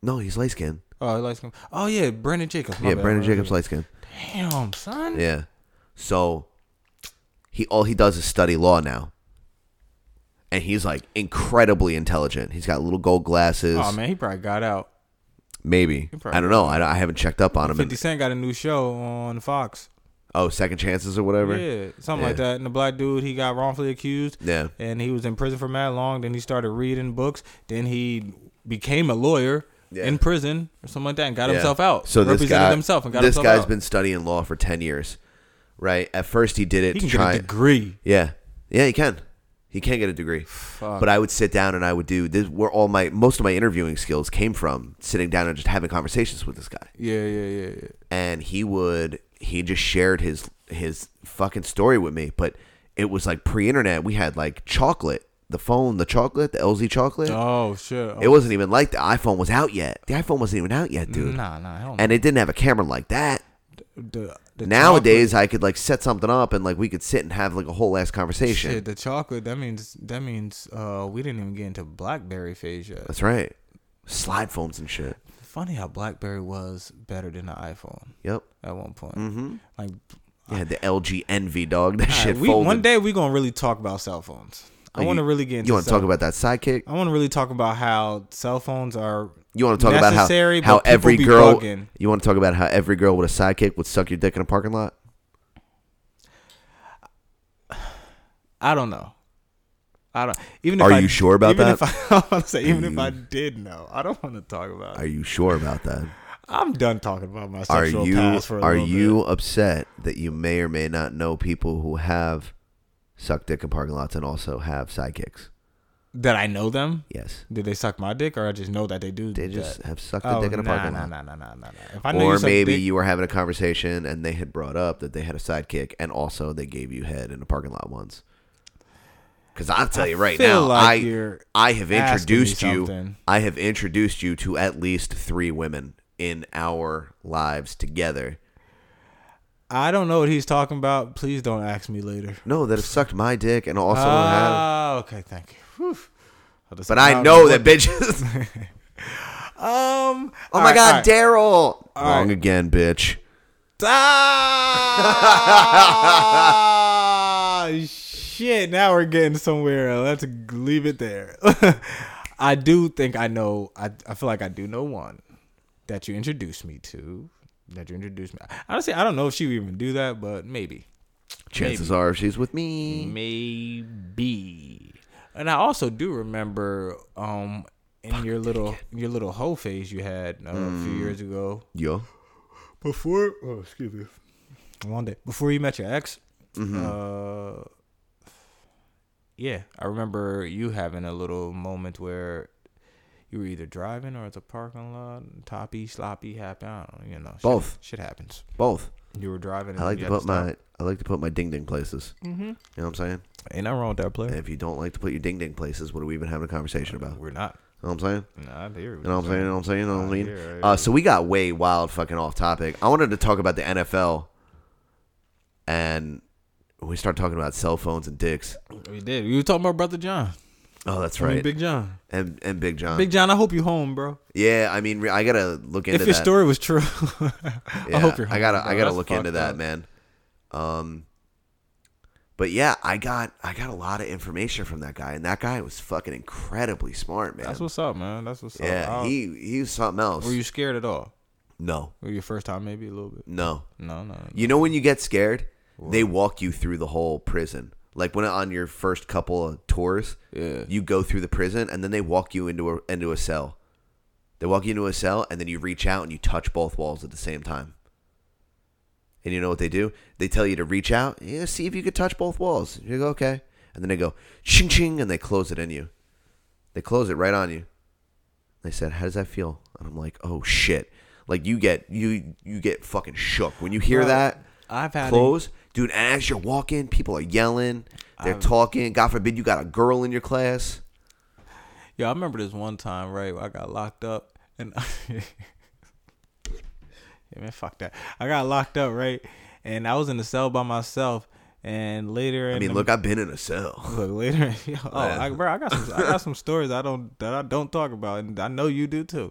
Speaker 4: No, he's light skinned.
Speaker 5: Oh, he likes him. Oh yeah, Brandon Jacobs. my
Speaker 4: Yeah,
Speaker 5: bad,
Speaker 4: Brandon
Speaker 5: my
Speaker 4: Jacobs
Speaker 5: bad.
Speaker 4: light skin.
Speaker 5: Damn, son.
Speaker 4: Yeah. So he all he does is study law now. And he's like incredibly intelligent. He's got little gold glasses.
Speaker 5: Oh man, he probably got out.
Speaker 4: Maybe.
Speaker 5: probably-
Speaker 4: I don't know. I, I haven't checked up on him.
Speaker 5: Fifty
Speaker 4: And,
Speaker 5: Cent got a new show on Fox.
Speaker 4: oh, second chances or whatever.
Speaker 5: Yeah, something like
Speaker 4: Yeah.
Speaker 5: that. And the black dude, he got wrongfully accused.
Speaker 4: Yeah.
Speaker 5: And he was in prison for mad long. Then he started reading books. Then he became a lawyer
Speaker 4: Yeah.
Speaker 5: in prison or something like that, and got
Speaker 4: Yeah.
Speaker 5: himself out.
Speaker 4: So this
Speaker 5: represented
Speaker 4: guy,
Speaker 5: himself and got
Speaker 4: this
Speaker 5: himself
Speaker 4: guy's
Speaker 5: out.
Speaker 4: been studying law for ten years, right? At first, he did it
Speaker 5: he
Speaker 4: to
Speaker 5: can
Speaker 4: try.
Speaker 5: get a degree.
Speaker 4: Yeah, yeah, he can. He can get a degree. But I would sit down and I would do this. Where all my most of my interviewing skills came from, sitting down and just having conversations with this guy.
Speaker 5: Yeah, yeah, yeah, yeah.
Speaker 4: And he would he just shared his his fucking story with me. But it was like pre-internet. We had like chocolate, the phone, the chocolate, the LZ chocolate.
Speaker 5: Oh shit.
Speaker 4: It wasn't even like the iPhone was out yet. The iPhone wasn't even out yet, dude.
Speaker 5: Nah, nah, hell no.
Speaker 4: And it didn't have a camera like that
Speaker 5: The- the
Speaker 4: nowadays I could like set something up and like we could sit and have like a whole ass conversation.
Speaker 5: Shit, the chocolate. That means that means uh, we didn't even get into BlackBerry phase yet.
Speaker 4: That's right. Slide phones and shit.
Speaker 5: Funny how BlackBerry was better than the iPhone
Speaker 4: Yep.
Speaker 5: at one point. Mm-hmm. Like
Speaker 4: Yeah, the LG Envy dog. That shit.
Speaker 5: alright, we,
Speaker 4: folded.
Speaker 5: one day we gonna really talk about cell phones. I
Speaker 4: Like,
Speaker 5: want to
Speaker 4: you-
Speaker 5: really get into. Um,
Speaker 4: You want to
Speaker 5: cell-
Speaker 4: talk about that sidekick?
Speaker 5: I want to really talk about how cell phones are.
Speaker 4: You want to talk about how
Speaker 5: necessary,
Speaker 4: how
Speaker 5: but people
Speaker 4: every
Speaker 5: be
Speaker 4: girl.
Speaker 5: bugging.
Speaker 4: You want to talk about how every girl with a sidekick would suck your dick in a parking lot?
Speaker 5: I don't know. I don't. Even
Speaker 4: Are
Speaker 5: if I,
Speaker 4: you sure about
Speaker 5: even
Speaker 4: that?
Speaker 5: If I, I want to say even if I did know, I don't want to talk about
Speaker 4: Are
Speaker 5: it.
Speaker 4: you sure about that?
Speaker 5: I'm done talking about my
Speaker 4: Are
Speaker 5: sexual
Speaker 4: you
Speaker 5: past for a
Speaker 4: are
Speaker 5: little
Speaker 4: you
Speaker 5: bit.
Speaker 4: upset that you may or may not know people who have sucked dick in parking lots and also have sidekicks?
Speaker 5: that I know them?
Speaker 4: Yes.
Speaker 5: Did they suck my dick, or I just know that they do?
Speaker 4: They
Speaker 5: that?
Speaker 4: just have sucked a
Speaker 5: Oh,
Speaker 4: dick in a
Speaker 5: nah,
Speaker 4: parking
Speaker 5: nah,
Speaker 4: lot.
Speaker 5: nah, nah, nah, nah, nah. If I know
Speaker 4: or
Speaker 5: you suck
Speaker 4: maybe
Speaker 5: dick-
Speaker 4: you were having a conversation and they had brought up that they had a sidekick and also they gave you head in a parking lot once. Because I'll tell you right
Speaker 5: feel
Speaker 4: now,
Speaker 5: like
Speaker 4: I
Speaker 5: you're
Speaker 4: I have
Speaker 5: asking me
Speaker 4: introduced you.
Speaker 5: something.
Speaker 4: I have introduced you to at least three women in our lives together.
Speaker 5: I don't know what he's talking about. Please don't ask me later.
Speaker 4: No, that have sucked my dick and also have.
Speaker 5: Ah, okay, thank you. Whew. I'll just-
Speaker 4: But I
Speaker 5: I'll-
Speaker 4: know that bitches.
Speaker 5: Um.
Speaker 4: oh my
Speaker 5: alright,
Speaker 4: god,
Speaker 5: alright.
Speaker 4: Daryl! Wrong again, bitch.
Speaker 5: Ah, shit! Now we're getting somewhere. Let's leave it there. I do think I know. I I feel like I do know one that you introduced me to. That you introduced me. Honestly, I don't know if she would even do that, but maybe.
Speaker 4: Chances are she's with me.
Speaker 5: Maybe. And I also do remember um in your little your little hoe phase you had uh, a few years ago.
Speaker 4: Yo.
Speaker 5: Before oh excuse me. One day. Before you met your ex.
Speaker 4: Mm-hmm.
Speaker 5: Uh yeah. I remember you having a little moment where you were either driving or it's a parking lot. Toppy, sloppy, happy. I don't know. You know, shit-
Speaker 4: Both.
Speaker 5: Shit happens.
Speaker 4: Both.
Speaker 5: You were driving. And
Speaker 4: I like to
Speaker 5: you had
Speaker 4: put my
Speaker 5: stop.
Speaker 4: I like to put my ding ding places. Mm-hmm. You know what I'm saying?
Speaker 5: Ain't nothing wrong with that
Speaker 4: And
Speaker 5: player.
Speaker 4: if you don't like to put your ding ding places, what are we even having a conversation about? You
Speaker 5: We're not.
Speaker 4: know what I'm saying?
Speaker 5: Nah, I hear
Speaker 4: You know what I'm saying? You know what I'm saying? You know what I mean?
Speaker 5: yeah, yeah.
Speaker 4: Uh, so we got way wild fucking off topic. I wanted to talk about the NFL and we start talking about cell phones and dicks.
Speaker 5: We did. You were talking about brother John.
Speaker 4: Oh, that's
Speaker 5: I mean,
Speaker 4: right. Uh,
Speaker 5: Big John.
Speaker 4: and and Big John.
Speaker 5: Big John, I hope you home, bro.
Speaker 4: yeah, I mean, re- I gotta look into
Speaker 5: if your
Speaker 4: that.
Speaker 5: story was true, I
Speaker 4: Yeah,
Speaker 5: hope you're home.
Speaker 4: I gotta
Speaker 5: bro.
Speaker 4: I gotta
Speaker 5: That's
Speaker 4: look into
Speaker 5: fucked
Speaker 4: that,
Speaker 5: up.
Speaker 4: man. Um, but yeah, I got I got a lot of information from that guy, and that guy was fucking incredibly smart, man.
Speaker 5: That's what's up, man. That's what's up.
Speaker 4: yeah,
Speaker 5: I'll-
Speaker 4: he he was something else.
Speaker 5: Were you scared at all?
Speaker 4: no,
Speaker 5: Were your first time maybe a little bit?
Speaker 4: no.
Speaker 5: No, no. no.
Speaker 4: You know when you get scared, they walk you through the whole prison. Like when on your first couple of tours,
Speaker 5: Yeah.
Speaker 4: you go through the prison, and then they walk you into a into a cell. They walk you into a cell, and then you reach out and you touch both walls at the same time. And you know what they do? They tell you to reach out, yeah, see if you could touch both walls. You go okay, and then they go ching ching, and they close it in you. They close it right on you. They said, "How does that feel?" And I'm like, "Oh shit!" Like you get you you get fucking shook when you hear
Speaker 5: Bro,
Speaker 4: that.
Speaker 5: I've had
Speaker 4: close, dude. And as you're walking, people are yelling, they're talking. God forbid you got a girl in your class.
Speaker 5: Yeah, I remember this one time, right? Where I got locked up, and yeah, man, fuck that. I got locked up, right? And I was in the cell by myself. And later, in
Speaker 4: I
Speaker 5: the-
Speaker 4: mean, look, I've been in a cell.
Speaker 5: Look later. Yo, oh,
Speaker 4: Yeah.
Speaker 5: I, bro, I got some. I got some stories I don't that I don't talk about, and I know you do too.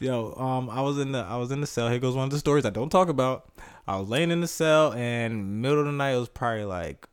Speaker 5: Yo, um, I was in the I was in the cell. Here goes one of the stories I don't talk about. I was laying in the cell, and middle of the night it was probably like.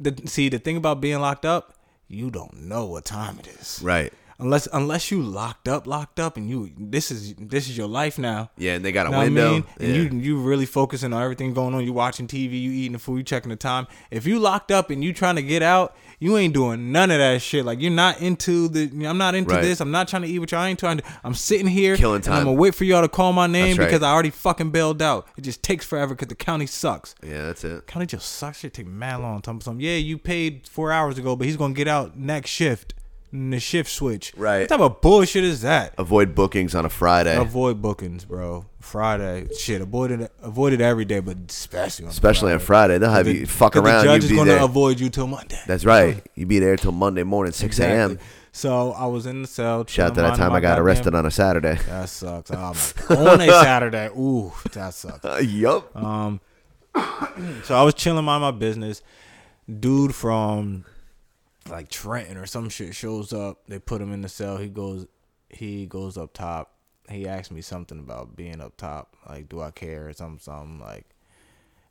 Speaker 5: The, see the thing about being locked up, you don't know what time it is,
Speaker 4: Right.
Speaker 5: Unless unless you locked up, locked up, and you this is this is your life now.
Speaker 4: Yeah, and they got a
Speaker 5: Know what
Speaker 4: window.
Speaker 5: And
Speaker 4: Yeah.
Speaker 5: you you really focusing on everything going on. You watching TV, you eating the food, you checking the time. If you locked up and you trying to get out, you ain't doing none of that shit. Like you're not into the. I'm not into
Speaker 4: Right.
Speaker 5: this. I'm not trying to eat with y'all. I ain't trying to. I'm sitting here.
Speaker 4: Killing
Speaker 5: I'm
Speaker 4: time.
Speaker 5: gonna wait for y'all to call my name
Speaker 4: That's right.
Speaker 5: because I already fucking bailed out. It just takes forever because the county sucks.
Speaker 4: Yeah, that's it.
Speaker 5: County just sucks. Shit take mad long. Tell me something. Yeah, you paid four hours ago, but he's gonna get out next shift. And the shift switch.
Speaker 4: Right.
Speaker 5: What type of bullshit is that?
Speaker 4: Avoid bookings on a Friday,
Speaker 5: Avoid bookings, bro. Friday, shit. Avoid it. Avoid it every day, but especially on
Speaker 4: especially on Friday. They'll have you
Speaker 5: 'Cause
Speaker 4: fuck around.
Speaker 5: The judge
Speaker 4: you
Speaker 5: is
Speaker 4: be
Speaker 5: gonna
Speaker 4: there.
Speaker 5: avoid you till Monday.
Speaker 4: that's right. You be there till Monday morning, six a.m.
Speaker 5: Exactly. So I was in the cell.
Speaker 4: Shout out to that
Speaker 5: minding
Speaker 4: time
Speaker 5: my
Speaker 4: I got
Speaker 5: goddamn-
Speaker 4: arrested on a Saturday.
Speaker 5: That sucks. Oh my. on a Saturday. Ooh, that sucks.
Speaker 4: Uh, yup.
Speaker 5: Uh, So I was chilling on my business. Dude from like Trenton or some shit shows up. They put him in the cell. He goes he goes up top. He asked me something about being up top. Like, do I care or something something like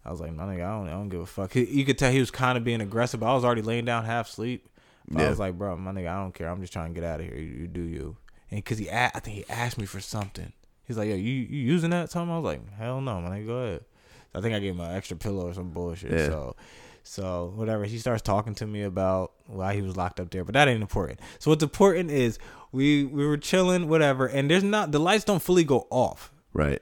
Speaker 5: I was like, no, nigga, I don't, I don't give a fuck. He, you could tell he was kind of being aggressive, but I was already laying down half sleep. But I
Speaker 4: Yeah.
Speaker 5: was like, bro, my nigga, I don't care. I'm just trying to get out of here. You, you do you. And because he, a- I think he asked me for something. He's like, yo, you, you using that something? I was like, hell no, my nigga, go ahead. I think I gave him an extra pillow or some bullshit.
Speaker 4: Yeah.
Speaker 5: So, so whatever. He starts talking to me about why he was locked up there, but that ain't important. So what's important is we we were chilling, whatever, and there's not the lights don't fully go off
Speaker 4: Right.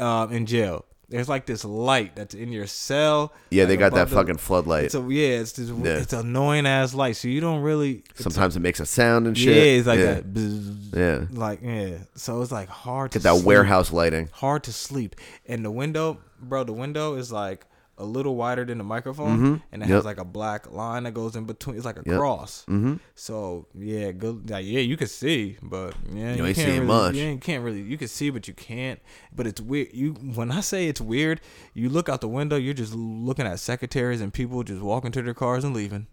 Speaker 5: um, in jail. There's like this light that's in your cell.
Speaker 4: Yeah, they
Speaker 5: like,
Speaker 4: got that
Speaker 5: above the-
Speaker 4: fucking floodlight.
Speaker 5: It's a, yeah, it's this,
Speaker 4: Yeah.
Speaker 5: it's annoying ass light. So you don't really.
Speaker 4: Sometimes it makes a sound and
Speaker 5: Yeah,
Speaker 4: shit.
Speaker 5: it's like
Speaker 4: yeah.
Speaker 5: that. bzzz,
Speaker 4: Yeah.
Speaker 5: Like yeah, so it's like hard to
Speaker 4: Get that
Speaker 5: sleep.
Speaker 4: warehouse lighting.
Speaker 5: Hard to sleep, and the window, bro. The window is like a little wider than the microphone, and it has
Speaker 4: Mm-hmm. Yep.
Speaker 5: like a black line that goes in between. It's like a
Speaker 4: Yep. Mm-hmm.
Speaker 5: cross. So yeah, good. Like, yeah, you can see, but yeah, you,
Speaker 4: ain't
Speaker 5: can't
Speaker 4: seeing
Speaker 5: really,
Speaker 4: much.
Speaker 5: You ain't- can't really. You can see, but you can't. But it's weird. You when I say it's weird, you look out the window. You're just looking at secretaries and people just walking to their cars and leaving.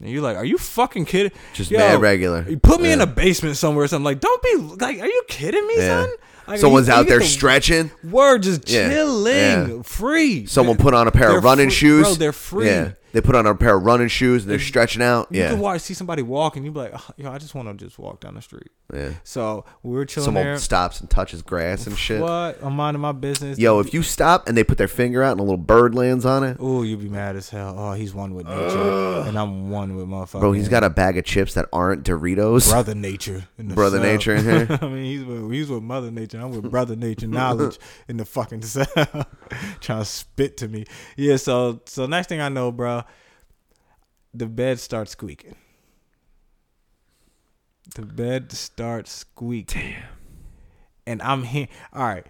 Speaker 5: And you're like, are you fucking kidding?
Speaker 4: Just mad regular.
Speaker 5: You put me in
Speaker 4: Yeah.
Speaker 5: a basement somewhere or something. Like, don't be like, are you kidding me,
Speaker 4: Yeah.
Speaker 5: son? Like,
Speaker 4: Someone's
Speaker 5: you- you
Speaker 4: out
Speaker 5: get
Speaker 4: there
Speaker 5: the
Speaker 4: stretching.
Speaker 5: Word just
Speaker 4: Yeah.
Speaker 5: chilling,
Speaker 4: Yeah.
Speaker 5: free.
Speaker 4: Someone put on a pair
Speaker 5: They're
Speaker 4: of running
Speaker 5: free-
Speaker 4: shoes.
Speaker 5: Bro, they're free.
Speaker 4: Yeah, they put on a pair of running shoes and they're stretching out.
Speaker 5: You
Speaker 4: Yeah,
Speaker 5: can watch, see somebody walk, and you be like, oh, yo, I just want to just walk down the street.
Speaker 4: yeah.
Speaker 5: So we were chilling
Speaker 4: Someone
Speaker 5: there.
Speaker 4: stops and touches grass and shit.
Speaker 5: What? I'm minding my business.
Speaker 4: Yo, if you stop and they put their finger out and a little bird lands on it,
Speaker 5: Oh, you'd be mad as hell. Oh, he's one with nature, and I'm one with motherfucker.
Speaker 4: bro, he's got a bag of chips that aren't Doritos.
Speaker 5: brother nature. In the
Speaker 4: Brother
Speaker 5: cell.
Speaker 4: nature in here.
Speaker 5: I mean, he's with he's with mother nature. I'm with brother nature knowledge in the fucking cell, trying to spit to me. Yeah. So so next thing I know, bro, the bed starts squeaking. The bed starts squeaking. Damn. And I'm here. All right.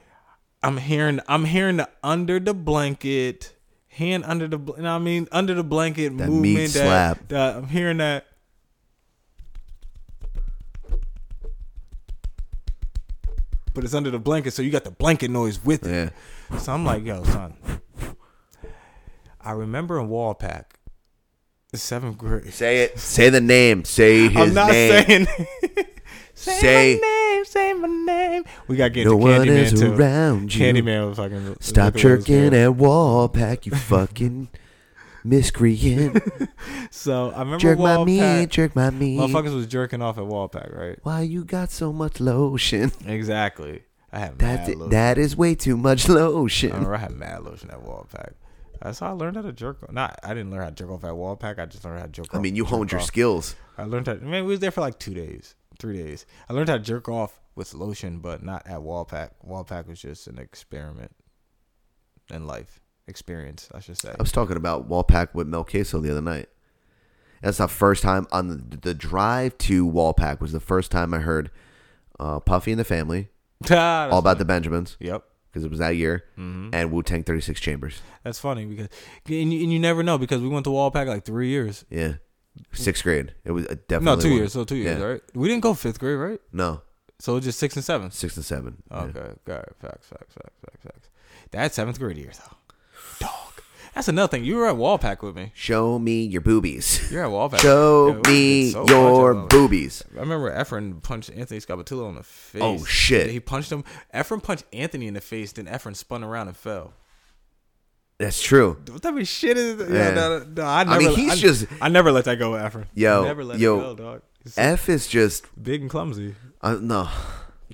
Speaker 5: I'm hearing. I'm hearing the under the blanket hand under the. bl- You know what I mean, under the blanket
Speaker 4: That meat
Speaker 5: movement. that-
Speaker 4: slap.
Speaker 5: that- I'm hearing that. But it's under the blanket, so you got the blanket noise with it.
Speaker 4: Yeah.
Speaker 5: So I'm like, yo, son. I remember in Wallpack, the seventh grade.
Speaker 4: Say it. Say the name. Say his
Speaker 5: I'm not
Speaker 4: name.
Speaker 5: saying. say,
Speaker 4: Say-
Speaker 5: my name. Say my name. We gotta get
Speaker 4: No
Speaker 5: the
Speaker 4: one
Speaker 5: Candyman
Speaker 4: is
Speaker 5: too.
Speaker 4: around you.
Speaker 5: Candyman was fucking.
Speaker 4: Stop
Speaker 5: look at what
Speaker 4: jerking
Speaker 5: it. was
Speaker 4: at Wallpack, you fucking miscreant.
Speaker 5: doing. So I remember
Speaker 4: jerk my
Speaker 5: Wallpack.
Speaker 4: meat, jerk my meat.
Speaker 5: Motherfuckers was jerking off at Wallpack, right?
Speaker 4: Why you got so much lotion?
Speaker 5: Exactly. I had mad
Speaker 4: That
Speaker 5: lotion.
Speaker 4: that is way too much
Speaker 5: I
Speaker 4: lotion.
Speaker 5: remember I had mad lotion at Wallpack. That's how I learned how to jerk. off. Not I didn't learn how to jerk off at Wallpack. I just learned how to jerk.
Speaker 4: I
Speaker 5: off-
Speaker 4: mean, you
Speaker 5: jerk
Speaker 4: honed your
Speaker 5: off.
Speaker 4: skills.
Speaker 5: I learned how. Man, we was there for like two days, three days. I learned how to jerk off with lotion, but not at Wallpack. Wallpack was just an experiment in life, experience, I should say.
Speaker 4: I was talking about Wallpack with Mel Queso the other night. That's the first time on the, the drive to Wallpack was the first time I heard uh, Puffy and the Family,
Speaker 5: Ah, that's
Speaker 4: all about
Speaker 5: funny.
Speaker 4: the Benjamins,
Speaker 5: Yep,
Speaker 4: because it was that year,
Speaker 5: Mm-hmm.
Speaker 4: and Wu Tang 36 Chambers.
Speaker 5: that's funny because, and you, and you never know because we went to Wallpack like three years.
Speaker 4: Yeah, sixth grade. It was uh, definitely
Speaker 5: No, two
Speaker 4: one-
Speaker 5: years. So two years,
Speaker 4: yeah.
Speaker 5: right? We didn't go fifth grade, right?
Speaker 4: No,
Speaker 5: So it was just six and seven.
Speaker 4: six and seven. Yeah.
Speaker 5: Okay, got it. Facts, facts, facts, facts, facts. That's seventh grade year though. Dog. That's another thing. You were at Wallpack with me.
Speaker 4: Show me your boobies.
Speaker 5: You're at Wallpack. Yeah,
Speaker 4: Show
Speaker 5: we did
Speaker 4: me
Speaker 5: so much at
Speaker 4: your
Speaker 5: Wallpack.
Speaker 4: boobies.
Speaker 5: I remember Efren punched Anthony Scabatullo in the face.
Speaker 4: Oh, shit.
Speaker 5: He punched him. Efren punched Anthony in the face. Then Efren spun around and fell.
Speaker 4: That's true.
Speaker 5: What type of shit is that?
Speaker 4: Yeah.
Speaker 5: No, no, no, I, never,
Speaker 4: I mean, he's
Speaker 5: I-
Speaker 4: just-
Speaker 5: I never let that go with Efren.
Speaker 4: Yo,
Speaker 5: never let
Speaker 4: yo,
Speaker 5: it go, dog. He's so
Speaker 4: F is just
Speaker 5: big and clumsy.
Speaker 4: uh, no.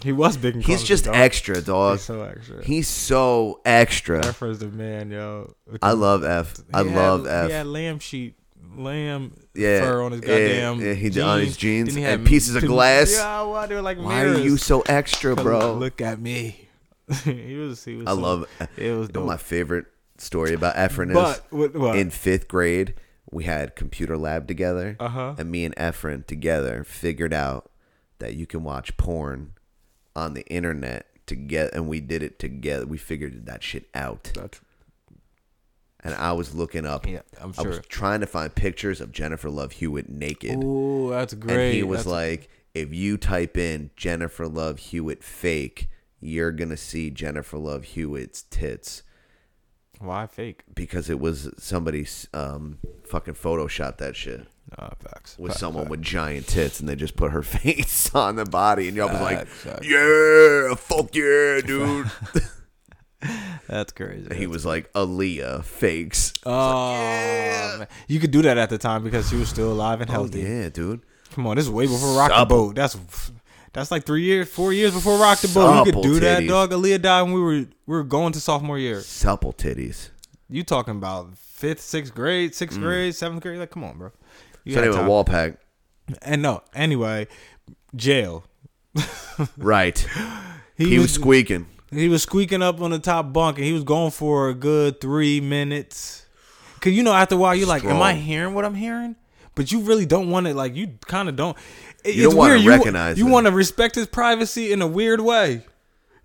Speaker 5: He was big and clumsy.
Speaker 4: He's just
Speaker 5: dog.
Speaker 4: extra, dog.
Speaker 5: He's so extra.
Speaker 4: He's so extra.
Speaker 5: Efren's the man, yo.
Speaker 4: I love F. I
Speaker 5: He had-
Speaker 4: love F.
Speaker 5: He had lamb sheet, lamb
Speaker 4: Yeah,
Speaker 5: fur on his
Speaker 4: yeah,
Speaker 5: goddamn.
Speaker 4: yeah, he
Speaker 5: jeans.
Speaker 4: did on his jeans
Speaker 5: Then he
Speaker 4: and
Speaker 5: had
Speaker 4: pieces of
Speaker 5: two-
Speaker 4: glass.
Speaker 5: Yeah, why do like
Speaker 4: Why are
Speaker 5: mirrors?
Speaker 4: you so extra, bro?
Speaker 5: Look at me. he was. He was.
Speaker 4: I
Speaker 5: so-
Speaker 4: love.
Speaker 5: It was
Speaker 4: You know
Speaker 5: dope.
Speaker 4: my favorite story about Efren is
Speaker 5: But, what- what?
Speaker 4: in fifth grade we had computer lab together,
Speaker 5: Uh-huh.
Speaker 4: and me and Efren together figured out that you can watch porn on the internet together, and we did it together. We figured that shit out.
Speaker 5: That's-
Speaker 4: and I was looking up.
Speaker 5: Yeah, I'm
Speaker 4: I was
Speaker 5: sure.
Speaker 4: trying to find pictures of Jennifer Love Hewitt naked.
Speaker 5: Ooh, that's great.
Speaker 4: And he was
Speaker 5: That's-
Speaker 4: like, if you type in Jennifer Love Hewitt fake, you're going to see Jennifer Love Hewitt's tits
Speaker 5: "Why fake?"
Speaker 4: because it was somebody's um, fucking Photoshop that shit
Speaker 5: Nah, facts.
Speaker 4: with
Speaker 5: Facts,
Speaker 4: someone
Speaker 5: facts.
Speaker 4: with giant tits and they just put her face on the body. And y'all was like,
Speaker 5: Facts, facts.
Speaker 4: yeah, fuck yeah, dude.
Speaker 5: That's crazy.
Speaker 4: he was like, Aaliyah fakes.
Speaker 5: Oh, man. you could do that at the time because she was still alive and
Speaker 4: Oh,
Speaker 5: healthy.
Speaker 4: yeah, dude.
Speaker 5: Come on, this is way before Rock the
Speaker 4: Supple.
Speaker 5: Boat. That's that's like three years, four years before Rock the Boat. You could
Speaker 4: Supple
Speaker 5: do that,
Speaker 4: titties.
Speaker 5: dog. Aaliyah died when we were we were going to sophomore year.
Speaker 4: Supple titties.
Speaker 5: You talking about fifth, sixth grade, sixth grade, seventh grade? Like, come on, bro. You
Speaker 4: Mm. so
Speaker 5: had
Speaker 4: anyway,
Speaker 5: time.
Speaker 4: wall pack.
Speaker 5: and no, anyway, jail.
Speaker 4: Right.
Speaker 5: He,
Speaker 4: He was
Speaker 5: was,
Speaker 4: squeaking.
Speaker 5: he was squeaking up on the top bunk, and he was going for a good three minutes. Cause you know, after a while, you're like, "Am I
Speaker 4: Strong.
Speaker 5: hearing what I'm hearing?" But you really don't want it. Like, you kind of don't. It-
Speaker 4: You don't
Speaker 5: it's
Speaker 4: wanna
Speaker 5: weird. You-
Speaker 4: recognize
Speaker 5: You,
Speaker 4: it.
Speaker 5: want to respect his privacy in a weird way.